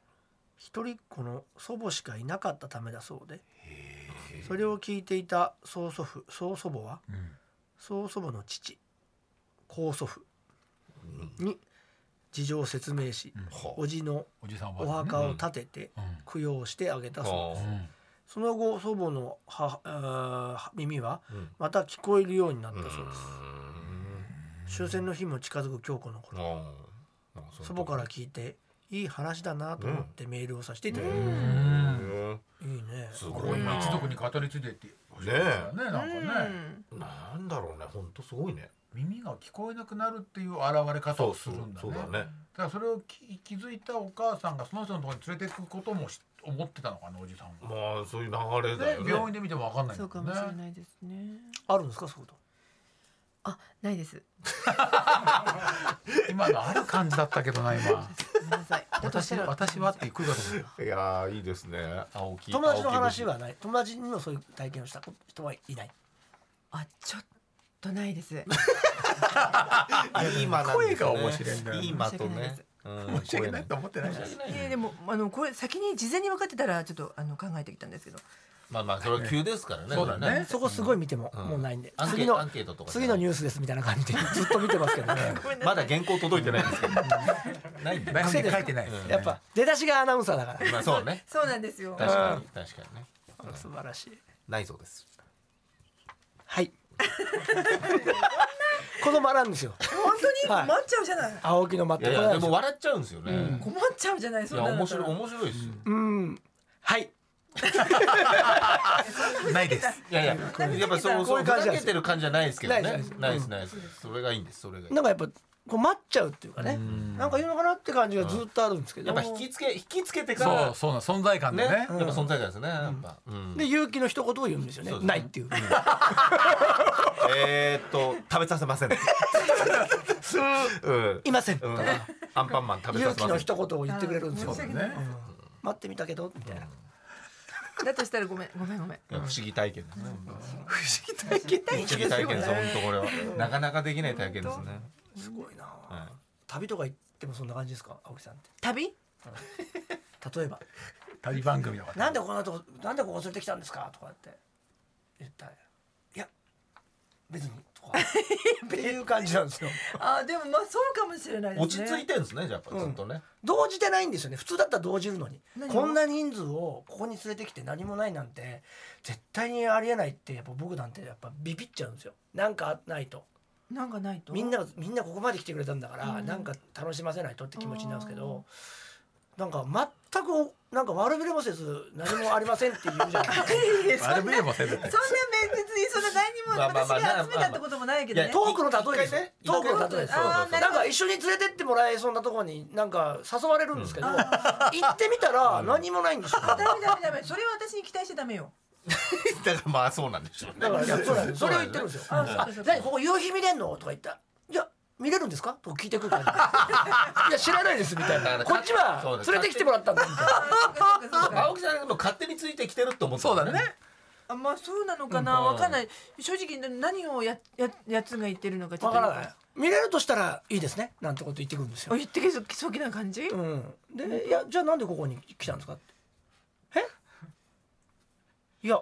[SPEAKER 5] 一人っ子の祖母しかいなかったためだそうでそれを聞いていた曽祖父曽祖母は曽祖母の父高祖父に事情を説明し
[SPEAKER 3] は
[SPEAKER 5] 叔父の
[SPEAKER 2] おじさんお
[SPEAKER 5] お
[SPEAKER 2] ばあさん
[SPEAKER 5] 墓
[SPEAKER 2] ね。
[SPEAKER 5] を建てて供養してあげたそうです
[SPEAKER 3] あ。
[SPEAKER 5] その後祖母の母えー耳は
[SPEAKER 3] うん
[SPEAKER 5] また聞こえるようになった
[SPEAKER 3] う
[SPEAKER 5] そ
[SPEAKER 3] ん
[SPEAKER 5] うです、終戦の日も近づく京子の頃
[SPEAKER 3] ああ。
[SPEAKER 5] 祖母から。聞いていい話だなと思ってメールをさせていただきま
[SPEAKER 2] うん。うん。
[SPEAKER 3] うん。
[SPEAKER 5] す、いいね
[SPEAKER 3] す
[SPEAKER 2] こ
[SPEAKER 3] ご
[SPEAKER 2] れ
[SPEAKER 3] い
[SPEAKER 2] 今
[SPEAKER 3] な。
[SPEAKER 2] 一族に語り継いでってほしいですよね。なんかね。
[SPEAKER 3] なんだろうね。本当すごいね。
[SPEAKER 2] 耳が聞こえなくなるっていう現れ方をするんだ
[SPEAKER 3] そう
[SPEAKER 2] ね。
[SPEAKER 3] だね。
[SPEAKER 2] だからそれをき気づいたお母さんがその人のところに連れていくこともし思ってたのかなおじさんが。
[SPEAKER 3] まあそういう流れだ
[SPEAKER 2] ね
[SPEAKER 3] よね。
[SPEAKER 2] 病院で見てもわかんない
[SPEAKER 4] そ
[SPEAKER 2] も
[SPEAKER 4] うんかもしれ
[SPEAKER 2] ね。
[SPEAKER 4] ないですね
[SPEAKER 5] あるんですかそういうこ
[SPEAKER 4] あ、ないです。
[SPEAKER 2] 今のある感じだったけどな今
[SPEAKER 4] ごめんなさい。だと
[SPEAKER 2] 私
[SPEAKER 4] したら
[SPEAKER 2] 私はって行くかと思った
[SPEAKER 3] いやーいいですね青木
[SPEAKER 5] 友達の話
[SPEAKER 3] は
[SPEAKER 5] はない友達にもそういう体験をした人はいない
[SPEAKER 4] あ、ちょっとないです。
[SPEAKER 3] 今なんですね
[SPEAKER 2] 声が面白いんだよね
[SPEAKER 3] 今とね
[SPEAKER 2] 申し訳ないと思ってないじゃん
[SPEAKER 3] 申し訳
[SPEAKER 4] い
[SPEAKER 3] ない
[SPEAKER 4] やでもあのこれ先に事前に分かってたらちょっとあの考えてきたんですけど。
[SPEAKER 3] まあまあそれは急ですからね
[SPEAKER 2] そうだね
[SPEAKER 3] れ
[SPEAKER 5] そこすごい見ても、
[SPEAKER 3] うん
[SPEAKER 5] もうないんで
[SPEAKER 3] アンケ
[SPEAKER 5] 次の
[SPEAKER 3] アンケートとかじゃない
[SPEAKER 5] 次のニュースですみたいな感じでずっと見てますけどね
[SPEAKER 4] ごめんなさ
[SPEAKER 3] ま
[SPEAKER 4] い。
[SPEAKER 3] だ原稿届いてないんです けどないんだ
[SPEAKER 2] 台
[SPEAKER 3] ね
[SPEAKER 2] 本に書いてないですね
[SPEAKER 5] やっぱ出だしがアナウンサーだから
[SPEAKER 3] まあそうね
[SPEAKER 4] そうなんですよ。
[SPEAKER 3] 確かに確かにね
[SPEAKER 5] 素晴らしい
[SPEAKER 3] ないそうです
[SPEAKER 5] はい。この間なんですよ。
[SPEAKER 4] 本当に
[SPEAKER 5] はい
[SPEAKER 4] 困っちゃうじゃない。
[SPEAKER 5] 青木の間っ
[SPEAKER 3] い
[SPEAKER 5] て
[SPEAKER 3] や
[SPEAKER 5] こ
[SPEAKER 3] い
[SPEAKER 5] れ
[SPEAKER 3] や
[SPEAKER 5] なん
[SPEAKER 3] で
[SPEAKER 5] です
[SPEAKER 3] も
[SPEAKER 5] よ。
[SPEAKER 3] 笑っちゃうんですよね
[SPEAKER 4] 困っちゃうじゃない。
[SPEAKER 3] い
[SPEAKER 4] そん
[SPEAKER 3] や
[SPEAKER 4] なのだ
[SPEAKER 3] 面
[SPEAKER 4] った
[SPEAKER 3] 白
[SPEAKER 4] ら
[SPEAKER 3] い面白いですよ
[SPEAKER 5] うん。はい。
[SPEAKER 2] ないです
[SPEAKER 3] いやいややっぱそう
[SPEAKER 5] こう
[SPEAKER 3] そ
[SPEAKER 5] いうう感
[SPEAKER 3] ふ
[SPEAKER 5] じ
[SPEAKER 3] ざ
[SPEAKER 5] なんで
[SPEAKER 3] け
[SPEAKER 5] す
[SPEAKER 3] てる感じじゃないですけどね
[SPEAKER 5] な
[SPEAKER 3] ないいで
[SPEAKER 5] で
[SPEAKER 3] すすないですそれがいいんですそれがいい
[SPEAKER 5] なんかやっぱこう待っちゃうっていうかね。なんか言うのかなって感じがずっとあるんですけ
[SPEAKER 3] や
[SPEAKER 5] ど
[SPEAKER 3] っぱ。引きつけ引きつけてか
[SPEAKER 2] そう
[SPEAKER 3] ら
[SPEAKER 2] そうな存在感
[SPEAKER 3] ね
[SPEAKER 2] で
[SPEAKER 3] やっ
[SPEAKER 2] ね
[SPEAKER 3] ぱ存在感ですねやっぱうん
[SPEAKER 5] で勇気の一言を言うんですよね
[SPEAKER 3] そう。ですね
[SPEAKER 5] ないっていう。
[SPEAKER 3] えーっと食べさせませんうん
[SPEAKER 5] いません。
[SPEAKER 3] うんアンパンマン食べさせ
[SPEAKER 5] 勇気
[SPEAKER 3] ません
[SPEAKER 5] の一言を言ってくれるんですよ
[SPEAKER 4] あー。申し訳ない
[SPEAKER 2] ね
[SPEAKER 5] 待ってみたけどみたいな。
[SPEAKER 4] だとしたらごめんごめんごめん。
[SPEAKER 3] いや不思議体験ですね
[SPEAKER 5] 不思議体験
[SPEAKER 3] 不思議体験です本当これはなかなかできない体験ですね
[SPEAKER 5] すごいな
[SPEAKER 3] は。
[SPEAKER 5] 旅とか行ってもそんな感じですか、青木さんっ
[SPEAKER 4] 旅？
[SPEAKER 5] て。例えば、
[SPEAKER 2] 旅番組だから
[SPEAKER 5] なんでこんなとこ、なんでここ連れてきたんですかとかって言ったら、いや別にと かっていう感じなんですよ。
[SPEAKER 4] あーでもまあそうかもしれないです
[SPEAKER 3] 落
[SPEAKER 4] ね。
[SPEAKER 3] ち着いてるんですねじゃあやっぱずっとね
[SPEAKER 5] 動じてないんですよね普通だったら動じるのに
[SPEAKER 4] 何を
[SPEAKER 5] こんな人数をここに連れてきて何もないなんて絶対にありえないってやっぱ僕なんてやっぱビビっちゃうんですよなんかないと
[SPEAKER 4] なんかないと。
[SPEAKER 5] みんながみんなここまで来てくれたんだから、
[SPEAKER 4] うん
[SPEAKER 5] なんか楽しませないとって気持ちになるんですけどなんか全くなんか悪びれもせず何もありませんって言うじゃないですか
[SPEAKER 4] いやいやそんな
[SPEAKER 2] 悪
[SPEAKER 4] そん
[SPEAKER 2] ぶ
[SPEAKER 4] な
[SPEAKER 2] りもせず
[SPEAKER 4] 面接にそんな何に
[SPEAKER 3] ま
[SPEAKER 4] も
[SPEAKER 3] あまあ
[SPEAKER 4] 私
[SPEAKER 3] まあ
[SPEAKER 4] が集めたってこともないけど
[SPEAKER 3] い
[SPEAKER 4] ね
[SPEAKER 3] や。
[SPEAKER 5] トークの 例えですよ
[SPEAKER 3] 一
[SPEAKER 5] ト
[SPEAKER 3] 回
[SPEAKER 5] ー
[SPEAKER 3] ね
[SPEAKER 5] クの例えです
[SPEAKER 4] 一回あーな
[SPEAKER 5] なん
[SPEAKER 4] るほど
[SPEAKER 5] か一緒に連れてってもらえそうなところになんか誘われるんですけど、行ってみたら何もないんですよ
[SPEAKER 4] ダメダメダメ。それは私に期待しちゃダメよ。
[SPEAKER 3] だからまあそうなんでしょうね
[SPEAKER 5] だからそうなんですそれを言ってるんですよ。
[SPEAKER 4] あそう
[SPEAKER 5] あ
[SPEAKER 4] かそう、か
[SPEAKER 5] 何ここ夕日見れんのとか言ったら。いや、見れるんですかとか聞いてくる感じ。いや、知らないですみた
[SPEAKER 3] だ
[SPEAKER 5] い
[SPEAKER 3] か
[SPEAKER 5] な。
[SPEAKER 3] ら
[SPEAKER 5] こっち
[SPEAKER 3] そう
[SPEAKER 5] は
[SPEAKER 3] だ
[SPEAKER 5] 連れてきてもらったんだみたいな。
[SPEAKER 4] あそうかそうかそうか
[SPEAKER 3] 青木さんがもう勝手についてきてるって思って
[SPEAKER 2] そうだね
[SPEAKER 4] あまあそうなのかな
[SPEAKER 3] うん
[SPEAKER 4] わかんない正直何をやややつが言ってるのかちょ
[SPEAKER 5] わ
[SPEAKER 4] っと
[SPEAKER 5] からない。見れるとしたら、いいですね。なんてこと言ってくるんです
[SPEAKER 4] お
[SPEAKER 5] よ。
[SPEAKER 4] 言ってけそきそうきな感じ、
[SPEAKER 5] うん。で、いや、じゃあ、なんでここに来たんですかって。え。いや。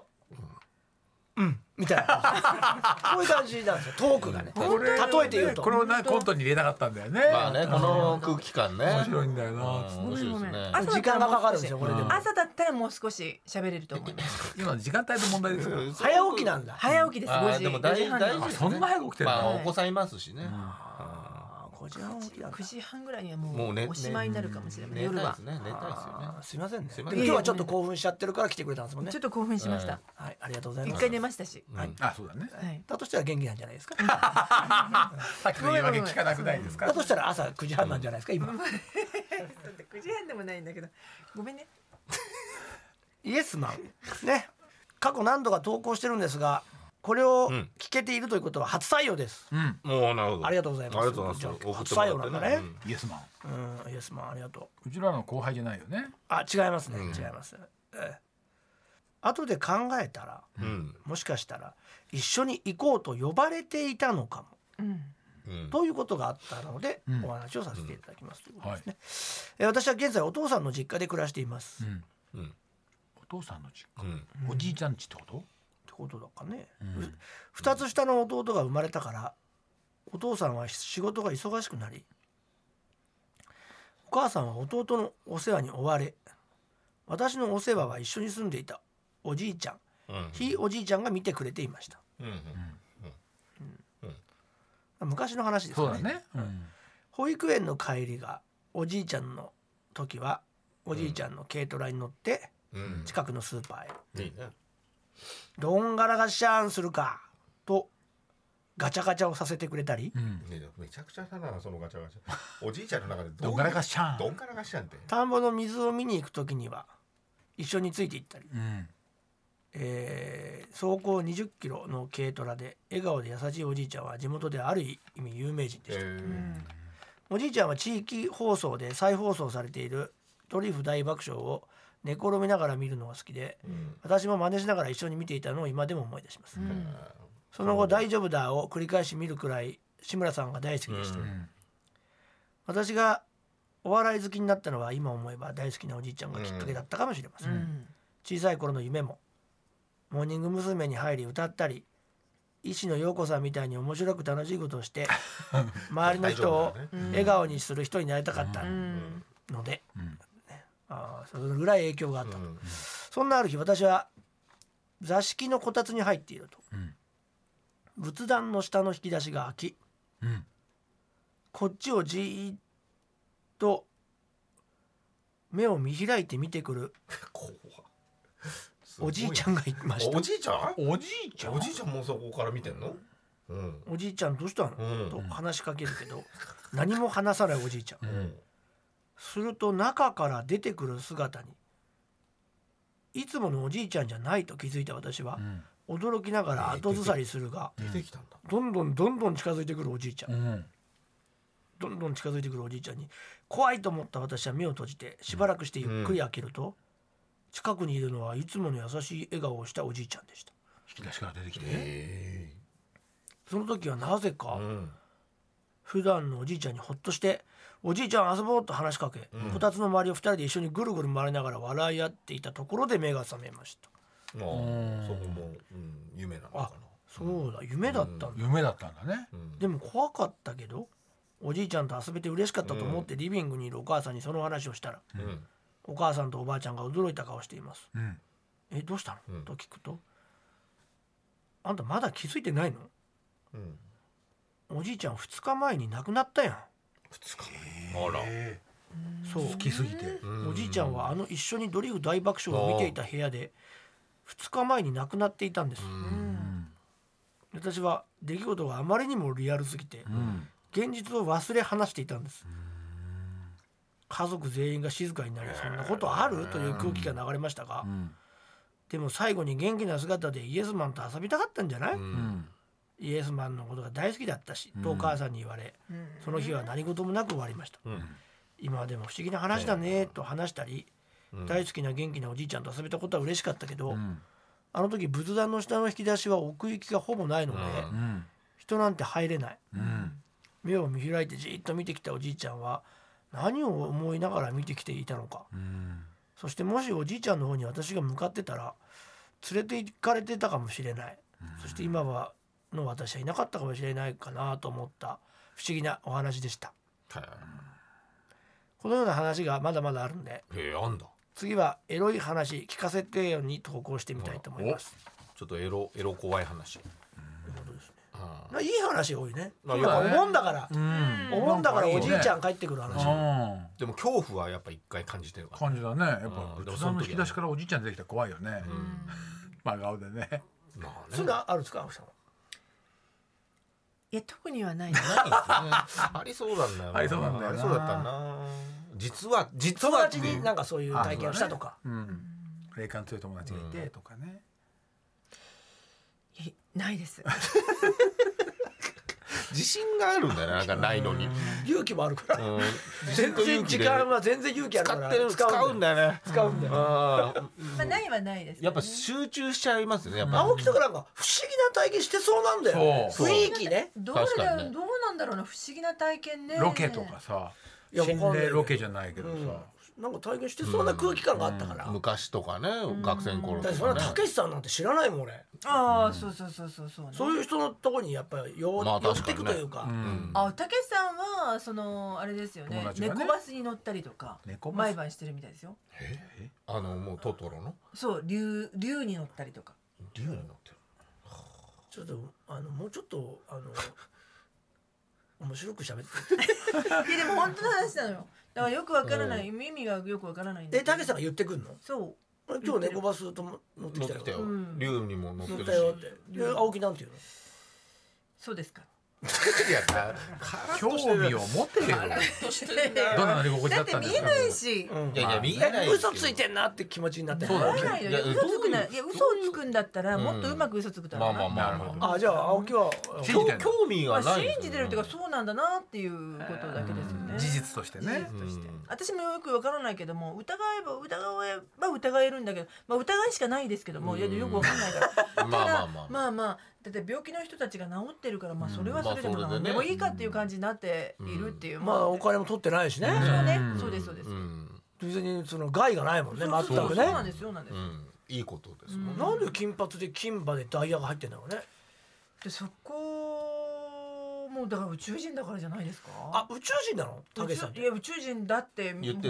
[SPEAKER 5] うん、みたいな。こういう感じなんですよ。トークがね。
[SPEAKER 3] こ
[SPEAKER 2] れ
[SPEAKER 5] 例えて言う
[SPEAKER 2] ねこれ
[SPEAKER 5] と。
[SPEAKER 2] をなコントに入れなかったんだよね
[SPEAKER 3] まあねこの空気感ね
[SPEAKER 2] 面白いんだよな
[SPEAKER 3] うん面
[SPEAKER 4] ごめん
[SPEAKER 3] 白
[SPEAKER 4] ご
[SPEAKER 3] い
[SPEAKER 4] め
[SPEAKER 3] で
[SPEAKER 4] ん
[SPEAKER 3] すね
[SPEAKER 4] 朝だ
[SPEAKER 5] 時
[SPEAKER 4] っ
[SPEAKER 5] 間
[SPEAKER 4] たら
[SPEAKER 5] が
[SPEAKER 4] も
[SPEAKER 5] か
[SPEAKER 4] う
[SPEAKER 5] かるんで
[SPEAKER 4] 少
[SPEAKER 5] す
[SPEAKER 4] し
[SPEAKER 5] よ。これでも。
[SPEAKER 4] 朝だったらもう少し喋れると思います
[SPEAKER 2] 今の時間帯の問題ですよ
[SPEAKER 5] 早起きなんだ。
[SPEAKER 4] 早起きです
[SPEAKER 3] あ
[SPEAKER 4] 5
[SPEAKER 3] ー
[SPEAKER 4] 時
[SPEAKER 3] でも大
[SPEAKER 4] 4時
[SPEAKER 3] 事
[SPEAKER 4] 半
[SPEAKER 3] 大事
[SPEAKER 4] の
[SPEAKER 3] です
[SPEAKER 2] そ
[SPEAKER 3] ね
[SPEAKER 2] んな早く起きてるの
[SPEAKER 3] まあ
[SPEAKER 4] は
[SPEAKER 3] お
[SPEAKER 4] い
[SPEAKER 3] 子さんいますしね
[SPEAKER 5] ああ、5時半起きなんだ
[SPEAKER 4] 9時半ぐらいにはも
[SPEAKER 3] もうね
[SPEAKER 4] うおしまいになるかもしれない、
[SPEAKER 3] 寝た
[SPEAKER 4] 夜
[SPEAKER 3] いで
[SPEAKER 4] は
[SPEAKER 3] す、ね寝たいですよね
[SPEAKER 5] あーすいませんね。
[SPEAKER 3] すいま
[SPEAKER 5] で
[SPEAKER 3] せん
[SPEAKER 5] も今日はちょっと興奮しちゃってるから来てくれたんですもんね
[SPEAKER 4] ちょ。っと興奮しました
[SPEAKER 5] はい、ありがとうござい
[SPEAKER 4] 一、
[SPEAKER 5] ます。
[SPEAKER 4] 回寝ましたし、
[SPEAKER 3] うん
[SPEAKER 2] あそうだね
[SPEAKER 4] はい、
[SPEAKER 5] だとしたら元気なんじゃないですか。
[SPEAKER 2] さっきの言い訳聞かなくないですか
[SPEAKER 5] だとしたら朝9時半なんじゃないですか。今。
[SPEAKER 4] 9時半でもないんだけどごめんね
[SPEAKER 5] イエスマン。ね。過去何度か投稿してるんですが、これを
[SPEAKER 3] うん
[SPEAKER 5] 聞けているということは初採用です。
[SPEAKER 2] うん
[SPEAKER 3] もうなるほど
[SPEAKER 5] ありがとうございます
[SPEAKER 3] ありがとうございます
[SPEAKER 5] じゃあ
[SPEAKER 3] 送ってもらって
[SPEAKER 5] 初採用なんだね
[SPEAKER 3] うん
[SPEAKER 2] イエスマン
[SPEAKER 5] うん、イエスマンありがとう。
[SPEAKER 2] うちらの後輩じゃないよね
[SPEAKER 5] あ、違いますね。
[SPEAKER 3] うん
[SPEAKER 5] 違います。ええ後で考えたら、
[SPEAKER 3] うん
[SPEAKER 5] もしかしたら一緒に行こうと呼ばれていたのかも。
[SPEAKER 4] うん
[SPEAKER 3] うん
[SPEAKER 5] ということがあったので、
[SPEAKER 2] うん
[SPEAKER 5] お話をさせていただきますということ
[SPEAKER 2] は
[SPEAKER 5] で
[SPEAKER 2] い
[SPEAKER 5] すね、えー私は現在お父さんの実家で暮らしています、
[SPEAKER 2] うん
[SPEAKER 5] っ
[SPEAKER 3] うん
[SPEAKER 2] お父さんの実
[SPEAKER 3] うん
[SPEAKER 2] 家おじいちゃん家ってこと
[SPEAKER 5] てことだかね、
[SPEAKER 2] うん
[SPEAKER 5] 2つ下の弟が生まれたからお父さんは仕事が忙しくなりお母さんは弟のお世話に追われ私のお世話は一緒に住んでいたおじいちゃ
[SPEAKER 3] う
[SPEAKER 5] ん
[SPEAKER 3] ん
[SPEAKER 5] ひいおじいちゃんが見てくれていました
[SPEAKER 3] うんうん
[SPEAKER 5] 昔の話です
[SPEAKER 2] そう
[SPEAKER 5] よ
[SPEAKER 2] だ
[SPEAKER 5] ね
[SPEAKER 2] ね
[SPEAKER 5] 保育園の帰りがおじいちゃんの時はおじいちゃんの軽トラに乗って
[SPEAKER 3] うん
[SPEAKER 5] 近くのスーパーへ
[SPEAKER 3] いいね
[SPEAKER 5] どんがらがシャーンするかとガチャガチャをさせてくれたり
[SPEAKER 2] うん
[SPEAKER 3] ねめちゃくちゃだなそのガチャガチ ャおじいちゃんの中でどういう
[SPEAKER 2] どんがらがシャ
[SPEAKER 3] ど
[SPEAKER 2] ー
[SPEAKER 3] ん
[SPEAKER 2] ン
[SPEAKER 3] からがしなんて
[SPEAKER 5] 田んぼの水を見に行く時には一緒について行ったり
[SPEAKER 2] うん
[SPEAKER 5] えー走行20キロの軽トラで笑顔で優しいおじいちゃんは地元である意味有名人で
[SPEAKER 3] え
[SPEAKER 5] した、
[SPEAKER 3] ー
[SPEAKER 5] おじいちゃんは地域放送で再放送されている「トリュフ大爆笑」を寝転びながら見るのが好きで
[SPEAKER 3] うん
[SPEAKER 5] 私も真似しながら一緒に見ていたのを今でも思い出します、
[SPEAKER 4] うん
[SPEAKER 5] その後「大丈夫だ」を繰り返し見るくらい志村さんが大好きでした、
[SPEAKER 3] うん
[SPEAKER 5] 私がお笑い好きになったのは今思えば大好きなおじいちゃんがきっかけだったかもしれません、
[SPEAKER 4] うん
[SPEAKER 5] 小さい頃の夢もモーニング娘。に入り歌ったり石野陽子さんみたいに面白く楽しいことをして周りの人を笑顔にする人になりたかった
[SPEAKER 4] うん
[SPEAKER 5] ので、
[SPEAKER 2] ん
[SPEAKER 5] ねあーそれぐらい影響があったと、
[SPEAKER 3] うん
[SPEAKER 5] そんなある日私は座敷のこたつに入っていると、
[SPEAKER 2] うん
[SPEAKER 5] 仏壇の下の引き出しが開き
[SPEAKER 2] うん
[SPEAKER 5] こっちをじーっと目を見開いて見てくる
[SPEAKER 3] 怖っすごい
[SPEAKER 5] おじいちゃんがいました
[SPEAKER 3] おじいちゃん
[SPEAKER 2] おじいちゃん
[SPEAKER 3] おじいちゃんもそこから見てんのうん
[SPEAKER 5] おじいちゃんどうしたの、
[SPEAKER 3] うん
[SPEAKER 5] と話しかけるけど何も話さないおじいちゃん、
[SPEAKER 3] うん
[SPEAKER 5] すると中から出てくる姿にいつものおじいちゃんじゃないと気づいた私は、驚きながら後ずさりするが
[SPEAKER 3] 出てきたんだ
[SPEAKER 5] どんどんどんどん近づいてくるおじいちゃん、
[SPEAKER 2] うん
[SPEAKER 5] どんどん近づいてくるおじいちゃんに怖いと思った私は目を閉じてしばらくしてゆっくり開けると、近くにいるのはいつもの優しい笑顔をしたおじいちゃんでした
[SPEAKER 2] 引き出しから出てきて
[SPEAKER 3] え
[SPEAKER 5] その時はなぜ
[SPEAKER 3] え
[SPEAKER 5] か、
[SPEAKER 3] うん
[SPEAKER 5] 普段のおじいちゃんにほっとして「おじいちゃん遊ぼう」と話しかけ、
[SPEAKER 3] うん
[SPEAKER 5] こたつの周りを2人で一緒にぐるぐる回りながら笑い合っていたところで目が覚めました
[SPEAKER 3] まあ
[SPEAKER 2] うん
[SPEAKER 3] そこもうん夢なのかな
[SPEAKER 5] そうだ夢だったんだ、
[SPEAKER 2] 夢だったんだね
[SPEAKER 3] うん
[SPEAKER 5] でも怖かったけどおじいちゃんと遊べて嬉しかったと思ってリビングにいるお母さんにその話をしたら
[SPEAKER 3] うん
[SPEAKER 5] お母さんとおばあちゃんが驚いた顔をしています
[SPEAKER 2] うん
[SPEAKER 5] 「えどうしたの
[SPEAKER 3] うん
[SPEAKER 5] と聞くと「あんたまだ気づいてないの
[SPEAKER 3] うん
[SPEAKER 5] おじいちゃん2日前に亡くなったや
[SPEAKER 3] 二日目あら
[SPEAKER 2] え
[SPEAKER 5] ん」そう
[SPEAKER 2] ー好きすぎて
[SPEAKER 3] う
[SPEAKER 5] おじいちゃんはあの一緒にドリフ大爆笑を見ていた部屋で2日前に亡くなっていたんです
[SPEAKER 2] うん
[SPEAKER 5] 私は出来事があまりにもリアルすぎて
[SPEAKER 2] うん
[SPEAKER 5] 現実を忘れ話していたんです家族全員が静かになりそんなことあるという空気が流れましたが
[SPEAKER 2] うん
[SPEAKER 5] でも最後に元気な姿でイエスマンと遊びたかったんじゃない
[SPEAKER 2] うん
[SPEAKER 5] イエスマンのことが大好きだったしとお母さんに言われ
[SPEAKER 4] うん
[SPEAKER 5] その日は何事もなく終わりました
[SPEAKER 3] うん
[SPEAKER 5] 今でも不思議な話だねと話したり
[SPEAKER 3] うん
[SPEAKER 5] 大好きな元気なおじいちゃんと遊べたことは嬉しかったけど、
[SPEAKER 2] うん
[SPEAKER 5] あの時仏壇の下の引き出しは奥行きがほぼないので、
[SPEAKER 3] うん
[SPEAKER 2] うん
[SPEAKER 5] 人なんて入れない
[SPEAKER 2] うん
[SPEAKER 5] 目を見開いてじーっと見てきたおじいちゃんは何を思いながら見てきていたのか
[SPEAKER 2] うん
[SPEAKER 5] そしてもしおじいちゃんの方に私が向かってたら連れて行かれてたかもしれない、そして今はの私はいなかったかもしれないかなと思った不思議なお話でしたこのような話がまだまだあるんで
[SPEAKER 3] へえあんだ
[SPEAKER 5] 次はエロい話聞かせてよに投稿してみたいと思います。
[SPEAKER 3] ちょっとエロエロ怖い話うん
[SPEAKER 5] まあいい話多いね。
[SPEAKER 3] まあ
[SPEAKER 5] やっぱ
[SPEAKER 3] よくね
[SPEAKER 5] お盆だから、
[SPEAKER 2] うん
[SPEAKER 5] お盆だか
[SPEAKER 2] な
[SPEAKER 5] ら
[SPEAKER 2] んか
[SPEAKER 5] お
[SPEAKER 2] いい
[SPEAKER 5] じ
[SPEAKER 2] ね
[SPEAKER 5] いちゃん帰ってくる話。
[SPEAKER 2] うん
[SPEAKER 3] でも恐怖はやっぱ一回感じてるから
[SPEAKER 2] 感じだねやっぱ
[SPEAKER 3] うん
[SPEAKER 2] 仏壇の引き出しからおじいちゃん出てきたら怖いよね真顔でね
[SPEAKER 3] まあね
[SPEAKER 5] そういうのあるんですか、青木さんは。
[SPEAKER 4] いや特にはないな
[SPEAKER 3] ありそうなんだよな。
[SPEAKER 2] ありそうなんだよな
[SPEAKER 3] ありそうだったな。実は実
[SPEAKER 5] 友
[SPEAKER 3] は
[SPEAKER 5] 達になんかそういう体験をしたとか。
[SPEAKER 2] うん霊感強い友達がいてとかね
[SPEAKER 4] いや ないです
[SPEAKER 3] 自信があるんだよな。なんかないのに。
[SPEAKER 5] 勇気もあるから。
[SPEAKER 3] うん
[SPEAKER 5] 全然時間は全然勇気あるか
[SPEAKER 3] 使
[SPEAKER 5] ら。
[SPEAKER 3] ってる使うん
[SPEAKER 5] よ。
[SPEAKER 3] だよね。
[SPEAKER 5] 使うんだよ。
[SPEAKER 4] まあないはないですけ
[SPEAKER 3] や
[SPEAKER 4] ど
[SPEAKER 3] っ
[SPEAKER 4] ね
[SPEAKER 3] ぱ集中しちゃいますよね。やっぱ
[SPEAKER 5] 青木とかなんか不思議な体験してそうなんだよ。
[SPEAKER 2] そう
[SPEAKER 5] 雰囲気ね。
[SPEAKER 4] どれ
[SPEAKER 3] 確
[SPEAKER 4] だ
[SPEAKER 3] か
[SPEAKER 4] ろ
[SPEAKER 3] に
[SPEAKER 4] う
[SPEAKER 3] ね
[SPEAKER 4] どうなんだろうな不思議な体験ね
[SPEAKER 2] ロケとかさ
[SPEAKER 5] いや
[SPEAKER 2] 心
[SPEAKER 5] わかんない
[SPEAKER 2] 霊ロケじゃないけど
[SPEAKER 5] うん
[SPEAKER 2] さ
[SPEAKER 5] なんか体験してそうな空気感があったから。だ
[SPEAKER 3] 昔とかね、学生の頃
[SPEAKER 5] って
[SPEAKER 3] と
[SPEAKER 5] そん
[SPEAKER 3] か
[SPEAKER 5] な
[SPEAKER 3] ね。
[SPEAKER 5] たけしさんなんて知らないもん俺。
[SPEAKER 4] ああそうそうそうそうそうね
[SPEAKER 5] そういう人のとこにやっぱりよ
[SPEAKER 3] まあ
[SPEAKER 5] 寄っ
[SPEAKER 3] 確か
[SPEAKER 5] て
[SPEAKER 3] に
[SPEAKER 5] く
[SPEAKER 3] ね
[SPEAKER 5] というか。
[SPEAKER 2] うん
[SPEAKER 4] あ、たけしさんはそのあれですよね
[SPEAKER 2] 友。達がね
[SPEAKER 4] 猫バスに乗ったりとか
[SPEAKER 2] 猫、バス
[SPEAKER 4] 毎晩してるみたいですよ。
[SPEAKER 3] あのもうトトロの
[SPEAKER 4] そう、竜竜に乗ったりとか。
[SPEAKER 3] 竜になってる。
[SPEAKER 5] ちょっとあのもうちょっとあの面白く喋って。
[SPEAKER 4] いやでも本当の話なのよ。だからよくわからない、意味がよくわからないんだ
[SPEAKER 5] え
[SPEAKER 4] けど
[SPEAKER 5] たけしさんが言ってくんの？
[SPEAKER 4] そう。
[SPEAKER 5] 今日猫バスとも乗って
[SPEAKER 3] 乗
[SPEAKER 5] き
[SPEAKER 3] ったてき。たよ
[SPEAKER 5] よ
[SPEAKER 4] う。ん
[SPEAKER 3] 竜にも乗っ
[SPEAKER 5] 乗
[SPEAKER 3] て
[SPEAKER 5] っ
[SPEAKER 3] る
[SPEAKER 5] たよっ。
[SPEAKER 3] して
[SPEAKER 5] で青木なんていうの？
[SPEAKER 4] そうですか。
[SPEAKER 3] いやなカラッ
[SPEAKER 2] 興
[SPEAKER 3] としてる
[SPEAKER 2] 味を持てよ
[SPEAKER 5] としてんだ よ
[SPEAKER 2] どんな乗り心地
[SPEAKER 4] だ
[SPEAKER 2] だ
[SPEAKER 4] っ
[SPEAKER 2] ってたんで
[SPEAKER 4] 見
[SPEAKER 2] す
[SPEAKER 4] え
[SPEAKER 2] か
[SPEAKER 4] ないし。
[SPEAKER 5] うん
[SPEAKER 3] いやいや見えないですけど
[SPEAKER 5] 嘘ついてんなって気持ちになって
[SPEAKER 2] そうだね
[SPEAKER 4] 見えないよね。
[SPEAKER 3] いや
[SPEAKER 4] 嘘つくない。いや、嘘をつくんだったら、
[SPEAKER 3] うん
[SPEAKER 4] もっとうまく嘘つくだろ
[SPEAKER 3] ま
[SPEAKER 4] う
[SPEAKER 3] あ
[SPEAKER 4] な。
[SPEAKER 3] まあまあ
[SPEAKER 2] なるほ
[SPEAKER 3] ま
[SPEAKER 5] あじゃあ青木は
[SPEAKER 2] 信じてんの
[SPEAKER 3] 興味
[SPEAKER 4] ま
[SPEAKER 3] が
[SPEAKER 4] あ
[SPEAKER 3] ない
[SPEAKER 4] 信じてるっていうか、
[SPEAKER 3] う
[SPEAKER 4] そうなんだなっていうことだけですよね。
[SPEAKER 2] 事実としてね
[SPEAKER 4] 事実として
[SPEAKER 3] うん
[SPEAKER 4] 私もよくわからないけども疑えば疑えば疑えるんだけど、まあ、疑いしかないですけども、いや
[SPEAKER 3] うん
[SPEAKER 4] よくわかんないか
[SPEAKER 3] ま
[SPEAKER 4] ら
[SPEAKER 3] あまあまあ
[SPEAKER 4] まあまあだって病気の人たちが治ってるから、まあ、それはそれでも
[SPEAKER 3] まあそれで
[SPEAKER 4] 何
[SPEAKER 3] ね
[SPEAKER 4] でもいいかっていう感じになっているっていう、
[SPEAKER 5] まあお金も取ってないしね
[SPEAKER 4] そうね
[SPEAKER 2] う、ん
[SPEAKER 4] そうですそうです。
[SPEAKER 3] うん
[SPEAKER 5] 別にその害がないもんね
[SPEAKER 4] そうそう
[SPEAKER 5] 全
[SPEAKER 4] そう
[SPEAKER 5] く
[SPEAKER 4] そう
[SPEAKER 5] ね
[SPEAKER 4] なんですよ、そうなんです
[SPEAKER 3] う
[SPEAKER 4] よ。
[SPEAKER 3] んいいことですもんね
[SPEAKER 5] なんで金髪で金歯でダイヤが入ってんだろうね
[SPEAKER 4] でそこもだから宇宙人だからじゃないですか。
[SPEAKER 5] あ宇宙人なのた
[SPEAKER 4] 宇
[SPEAKER 5] け
[SPEAKER 4] 宙
[SPEAKER 5] しさんっ
[SPEAKER 4] い
[SPEAKER 5] て
[SPEAKER 4] や宇宙人だっ
[SPEAKER 3] 言
[SPEAKER 4] て
[SPEAKER 3] って
[SPEAKER 4] 言
[SPEAKER 3] る
[SPEAKER 4] って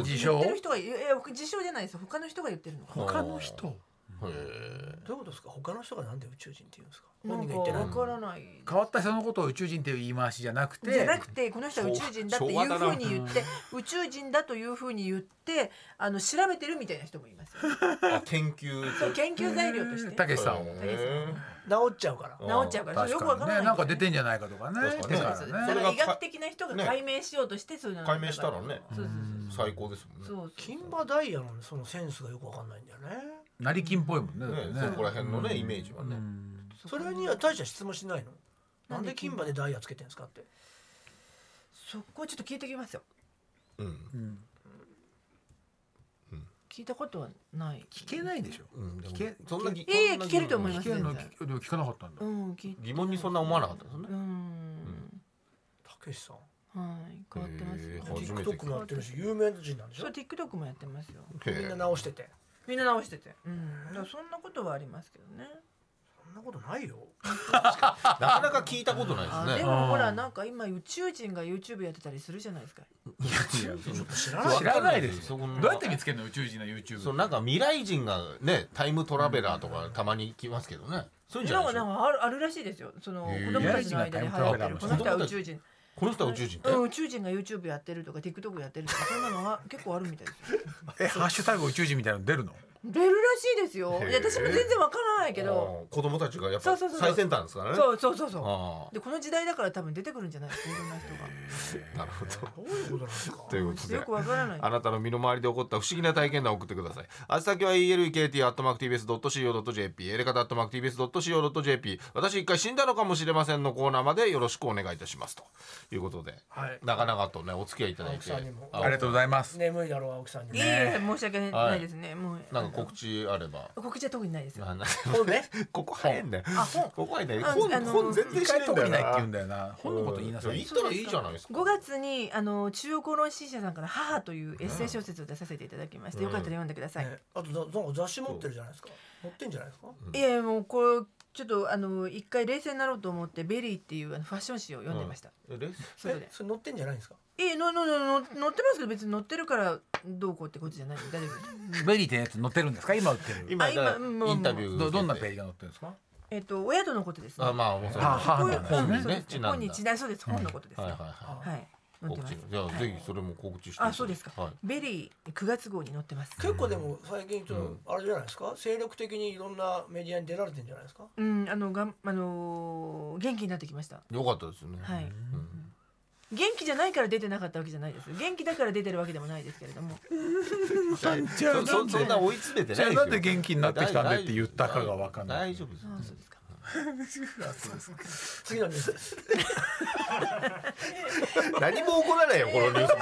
[SPEAKER 4] る人がいやいや自称じゃないですよ。他の人が言ってるのかな。
[SPEAKER 2] 他の人
[SPEAKER 3] へえ
[SPEAKER 5] どういうことですか他の人がなんで宇宙人って言うんですか
[SPEAKER 4] な
[SPEAKER 5] 本
[SPEAKER 4] ん
[SPEAKER 5] 人
[SPEAKER 4] か
[SPEAKER 5] が言ってない
[SPEAKER 4] わからない。
[SPEAKER 2] 変わった人のことを宇宙人っていう言い回しじゃなくて
[SPEAKER 4] じゃなくてこの人は宇宙人だっていうふうに
[SPEAKER 2] 昭
[SPEAKER 4] 言っ
[SPEAKER 2] 和
[SPEAKER 4] て宇宙人だというふうに言ってあの調べてるみたいな人もいますよ。
[SPEAKER 3] あ研究
[SPEAKER 4] そう研究材料として
[SPEAKER 2] た
[SPEAKER 4] 治
[SPEAKER 2] けしさんを
[SPEAKER 3] へえ
[SPEAKER 5] 治っちゃうから
[SPEAKER 4] っちゃうからそれよくわ
[SPEAKER 2] 確からに
[SPEAKER 4] かない
[SPEAKER 2] ねなんか出てんじゃないかとかね
[SPEAKER 3] 確かにね
[SPEAKER 2] 手
[SPEAKER 4] そう
[SPEAKER 2] か
[SPEAKER 4] ですそ
[SPEAKER 2] ら
[SPEAKER 4] れ
[SPEAKER 2] ね
[SPEAKER 4] が医学的な人が
[SPEAKER 3] ね
[SPEAKER 4] 解明しようとしてそういうの
[SPEAKER 3] 解明したらね
[SPEAKER 4] そう
[SPEAKER 3] 最高ですもんね
[SPEAKER 4] そうそうそうそう
[SPEAKER 5] 金歯ダイヤのそのセンスがよくわかんないんだよね
[SPEAKER 2] 成金っぽいもんねだっ
[SPEAKER 3] ね
[SPEAKER 2] てね
[SPEAKER 3] そこら辺のねイメージは
[SPEAKER 2] う
[SPEAKER 3] ね
[SPEAKER 2] ん
[SPEAKER 5] それには大した質問しないの
[SPEAKER 4] な
[SPEAKER 5] なんん
[SPEAKER 4] で
[SPEAKER 5] で金歯でダイヤつけてんですかって
[SPEAKER 4] そこちょっと聞いてきますよ。
[SPEAKER 3] うん
[SPEAKER 2] うん
[SPEAKER 4] 聞いたことはない。
[SPEAKER 2] 聞けないでしょ
[SPEAKER 3] うんでも
[SPEAKER 2] 聞け
[SPEAKER 3] そんなぎ
[SPEAKER 4] いやいや
[SPEAKER 3] そんな
[SPEAKER 4] 聞けると思いま
[SPEAKER 2] 聞
[SPEAKER 4] す
[SPEAKER 2] けるの
[SPEAKER 4] 全然
[SPEAKER 2] 聞でも聞かなかったんだ
[SPEAKER 4] うん聞いて
[SPEAKER 3] 疑問にそんな思わなかったですね
[SPEAKER 4] うん
[SPEAKER 5] たけしさん
[SPEAKER 4] はい変わってますよ
[SPEAKER 3] へ。ー初めて聞いた
[SPEAKER 5] TikTok もやってるし有名人なんでし
[SPEAKER 4] そ
[SPEAKER 5] ょ
[SPEAKER 4] う TikTok もやってますよ。
[SPEAKER 3] へえ
[SPEAKER 5] みんな直してて
[SPEAKER 4] みんな直してて。うん。だからそんなことはありますけどね。
[SPEAKER 5] そんなことないよ
[SPEAKER 3] なかなか聞いたことない
[SPEAKER 4] あで
[SPEAKER 3] で
[SPEAKER 4] も
[SPEAKER 2] うん
[SPEAKER 4] ほらなんか今宇宙人が YouTube やってたりするじゃないですか。
[SPEAKER 3] すね
[SPEAKER 5] ちょっと知ら
[SPEAKER 3] い
[SPEAKER 5] な
[SPEAKER 3] や
[SPEAKER 5] い
[SPEAKER 2] 知らないです
[SPEAKER 3] そ
[SPEAKER 2] よ
[SPEAKER 3] この
[SPEAKER 2] どうやって見つけるの宇宙人の YouTube
[SPEAKER 3] そうなんか未来人がねタイムトラベラーとかたまに来ますけどねそういうんじゃ
[SPEAKER 4] なん
[SPEAKER 3] ないでしょ
[SPEAKER 4] かなんかあるあるらしいですよ。その
[SPEAKER 3] へー
[SPEAKER 4] 子供たちの間で流行ってる。
[SPEAKER 2] 未来人が
[SPEAKER 4] この人は宇宙人。
[SPEAKER 3] この人は宇宙人って
[SPEAKER 4] うん宇宙人が YouTube やってるとか TikTok やってるとかそんなのは 結構あるみたいですよ。
[SPEAKER 2] えハッシュタグ宇宙人みたいなの出るの
[SPEAKER 4] 出るらしいですよ。
[SPEAKER 3] へー
[SPEAKER 4] いや私も全然わからないけど。
[SPEAKER 3] あー子供たちがやっ
[SPEAKER 4] そう
[SPEAKER 3] ぱ
[SPEAKER 4] そうそうそ
[SPEAKER 3] 最
[SPEAKER 4] う
[SPEAKER 3] 先端ですからね
[SPEAKER 4] そうそうそうそう。
[SPEAKER 3] あ
[SPEAKER 4] でこの時代だから多分出てくるんじゃないですかいろんな人 が。
[SPEAKER 3] あなるほど
[SPEAKER 5] どういうことなんですか
[SPEAKER 3] というこ
[SPEAKER 4] ちょっ
[SPEAKER 3] と
[SPEAKER 4] と
[SPEAKER 3] で
[SPEAKER 4] よくわからない。
[SPEAKER 3] あなたの身の回りで起こった不思議な体験談を送ってください。あつ先は elkt.mactvs.co.jp、エレカタ .mactvs.co.jp、私一回死んだのかもしれませんのコーナーまでよろしくお願いいたします。ということで、
[SPEAKER 5] はい
[SPEAKER 3] なかなかとね、お付き合いいただいて。
[SPEAKER 5] 青木さんにも
[SPEAKER 2] ありがとうございます
[SPEAKER 5] 眠いだろう青木さんに
[SPEAKER 4] いえいえ申し訳ないですね。もう
[SPEAKER 3] なんか告知あれば。
[SPEAKER 4] 告知は特にないですよ。
[SPEAKER 3] あな
[SPEAKER 5] 本ね
[SPEAKER 3] ここ早いんだよ。
[SPEAKER 4] あ本
[SPEAKER 3] ここ早いんだよ。
[SPEAKER 4] あ
[SPEAKER 3] 本
[SPEAKER 4] あの
[SPEAKER 3] 本全然
[SPEAKER 2] 一
[SPEAKER 3] しね
[SPEAKER 2] 回
[SPEAKER 3] えん
[SPEAKER 2] 特
[SPEAKER 3] だ
[SPEAKER 2] に
[SPEAKER 3] よ
[SPEAKER 2] ないって言うん
[SPEAKER 3] だ
[SPEAKER 2] だよな本のこと言いなさい
[SPEAKER 3] 言ったらいいじゃないですか。
[SPEAKER 4] 5月にあの中央公論新社さんから「母」というエッセイ小説を出させていただきまして、よかったら読んでください。
[SPEAKER 5] ねあとだなんか雑誌持ってるじゃないですか持ってんじゃないですか
[SPEAKER 4] いやもうこれちょっとあの一回冷静になろうと思って「ベリー」っていうあのファッション誌を読んでました。
[SPEAKER 3] えレ
[SPEAKER 4] それ
[SPEAKER 5] え
[SPEAKER 4] で
[SPEAKER 5] それ乗ってんじゃないんですか
[SPEAKER 4] いやのののの載ってますけど別に載ってるからどうこうってことじゃないんで大丈夫です。
[SPEAKER 2] ベリーってやつ載ってるんですか今売ってる
[SPEAKER 3] 今
[SPEAKER 4] あ今
[SPEAKER 3] だ
[SPEAKER 4] うんもう
[SPEAKER 3] インタビュー
[SPEAKER 2] どどんなペ
[SPEAKER 3] ペ
[SPEAKER 2] ージが載ってるんですか
[SPEAKER 4] えっと親とのことですね。
[SPEAKER 3] あまあもうそれ
[SPEAKER 2] あ母
[SPEAKER 4] こうい
[SPEAKER 2] の
[SPEAKER 4] う
[SPEAKER 2] 方
[SPEAKER 4] うん
[SPEAKER 2] ね
[SPEAKER 4] そうです
[SPEAKER 3] ちなんだ
[SPEAKER 4] 本にちなんそうです本のことですね。
[SPEAKER 3] はい
[SPEAKER 4] は
[SPEAKER 3] はいはい。
[SPEAKER 4] い、載っ
[SPEAKER 3] 告
[SPEAKER 4] てま
[SPEAKER 3] 知
[SPEAKER 4] す。
[SPEAKER 3] じゃあ、
[SPEAKER 4] はい
[SPEAKER 3] ぜひそれも告知して
[SPEAKER 4] あそうですか。
[SPEAKER 3] はい
[SPEAKER 4] ベリー9月号に載ってます。
[SPEAKER 5] 結構でも最近ちょっとあれじゃないですか精力的にいろんなメディアに出られてんじゃない ですか
[SPEAKER 4] うん、あのがん、あのー元気になってきました。
[SPEAKER 3] よかったですね。
[SPEAKER 4] はい
[SPEAKER 3] うん
[SPEAKER 4] 元気じゃないから出てなかったわけじゃないです。元気だから出てるわけでもないですけれども。
[SPEAKER 2] じゃあ
[SPEAKER 3] そそ
[SPEAKER 2] なんで
[SPEAKER 3] そんな追い詰めて
[SPEAKER 2] じ
[SPEAKER 3] な
[SPEAKER 2] ゃ
[SPEAKER 3] いです
[SPEAKER 2] あな
[SPEAKER 3] よ。
[SPEAKER 2] んで元気になってきたんでって言ったかがわかんない
[SPEAKER 3] 大丈夫です。
[SPEAKER 4] あ、そうですか。
[SPEAKER 5] 次のニュースです
[SPEAKER 3] 何も起こらないよこのニュース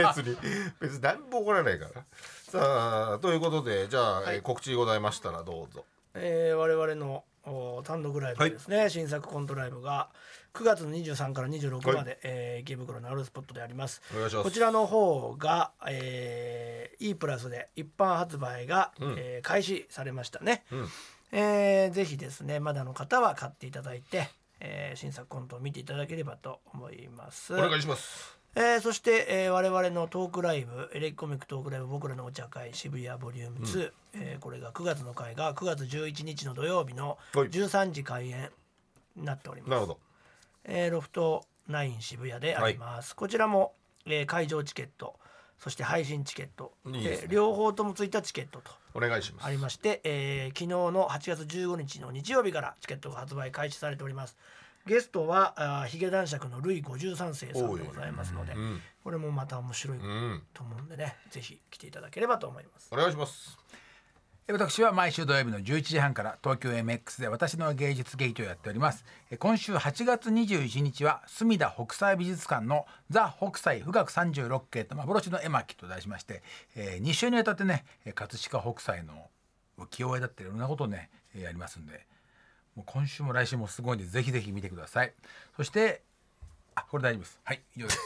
[SPEAKER 3] 番 組別に別に何も起こらないからさあということでじゃあ、えー告知ございましたらどうぞ
[SPEAKER 5] えー我々のお単独ライブですね、新作コントライブが9月の23から26まで、えー池袋のあるスポットであります。
[SPEAKER 3] お願いします
[SPEAKER 5] こちらの方が、えー、E プラスで一般発売が、
[SPEAKER 3] うん
[SPEAKER 5] えー開始されましたね、
[SPEAKER 3] うん
[SPEAKER 5] えーぜひですねまだの方は買っていただいて、えー新作コントを見ていただければと思います。
[SPEAKER 3] お願いします
[SPEAKER 5] えーそして、えー我々のトークライブエレキコミックトークライブ僕らのお茶会渋谷ボリューム2、えーこれが9月の会が9月11日の土曜日の
[SPEAKER 3] はい
[SPEAKER 5] 13時開演になっております、
[SPEAKER 3] なるほど
[SPEAKER 5] えーロフト9渋谷であります、こちらも、えー会場チケットそして配信チケット
[SPEAKER 3] いいですね
[SPEAKER 5] えー両方ともついたチケットと
[SPEAKER 3] お願いします
[SPEAKER 5] ありまして、えー昨日の8月15日の日曜日からチケットが発売開始されておりますゲストはあヒゲ男爵のルイ53世さん
[SPEAKER 3] おい
[SPEAKER 5] でございますので、
[SPEAKER 3] うん
[SPEAKER 5] これもまた面白い
[SPEAKER 3] うん
[SPEAKER 5] と思うんでね、ぜひ来ていただければと思います。
[SPEAKER 3] お願いします
[SPEAKER 2] え私は毎週土曜日の11時半から東京 MX で私の芸術劇をやっておりますえ今週8月21日は墨田北斎美術館の「ザ・北斎富岳36景と幻の絵巻」と題しまして、え2週にわたってねえ葛飾北斎の浮世絵だったりいろんなことをねえやりますんでもう今週も来週もすごいんでぜひぜひ見てくださいそしてあこれ大丈夫ですはい 以上です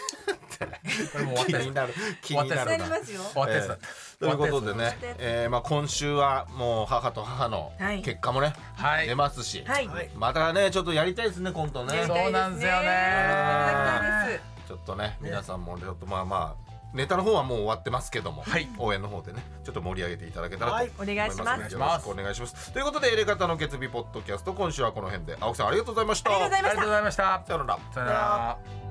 [SPEAKER 2] これもう終わったやつだ
[SPEAKER 3] 気にな
[SPEAKER 2] 終わ
[SPEAKER 3] る
[SPEAKER 2] った
[SPEAKER 4] な
[SPEAKER 3] な
[SPEAKER 4] りますよ。
[SPEAKER 2] 終わったやつだ
[SPEAKER 3] えーということで
[SPEAKER 2] 終わったや
[SPEAKER 3] ね、えーまあ、今週はもう母と母の
[SPEAKER 4] はい
[SPEAKER 3] 結果もね、
[SPEAKER 2] はい
[SPEAKER 3] 出ますし、
[SPEAKER 4] はい。
[SPEAKER 3] またねちょっとやりたいですねコントね
[SPEAKER 4] やりたい
[SPEAKER 2] そうなんですよね
[SPEAKER 4] やりたいです
[SPEAKER 3] ちょっとね皆さんもちょっとまあまあネタの方はもう終わってますけども、
[SPEAKER 2] はい
[SPEAKER 3] 応援の方でねちょっと盛り上げていただけたらと
[SPEAKER 5] は
[SPEAKER 3] 思
[SPEAKER 5] い
[SPEAKER 3] い
[SPEAKER 4] お願いします
[SPEAKER 3] のでよろしくお願いしますということで「エレガタの決日ポッドキャスト」今週はこの辺で青木さんありがとうございました
[SPEAKER 4] ありがとうございま
[SPEAKER 2] ありがと
[SPEAKER 4] した
[SPEAKER 2] うご。ざいました
[SPEAKER 3] さよなら
[SPEAKER 2] さよなら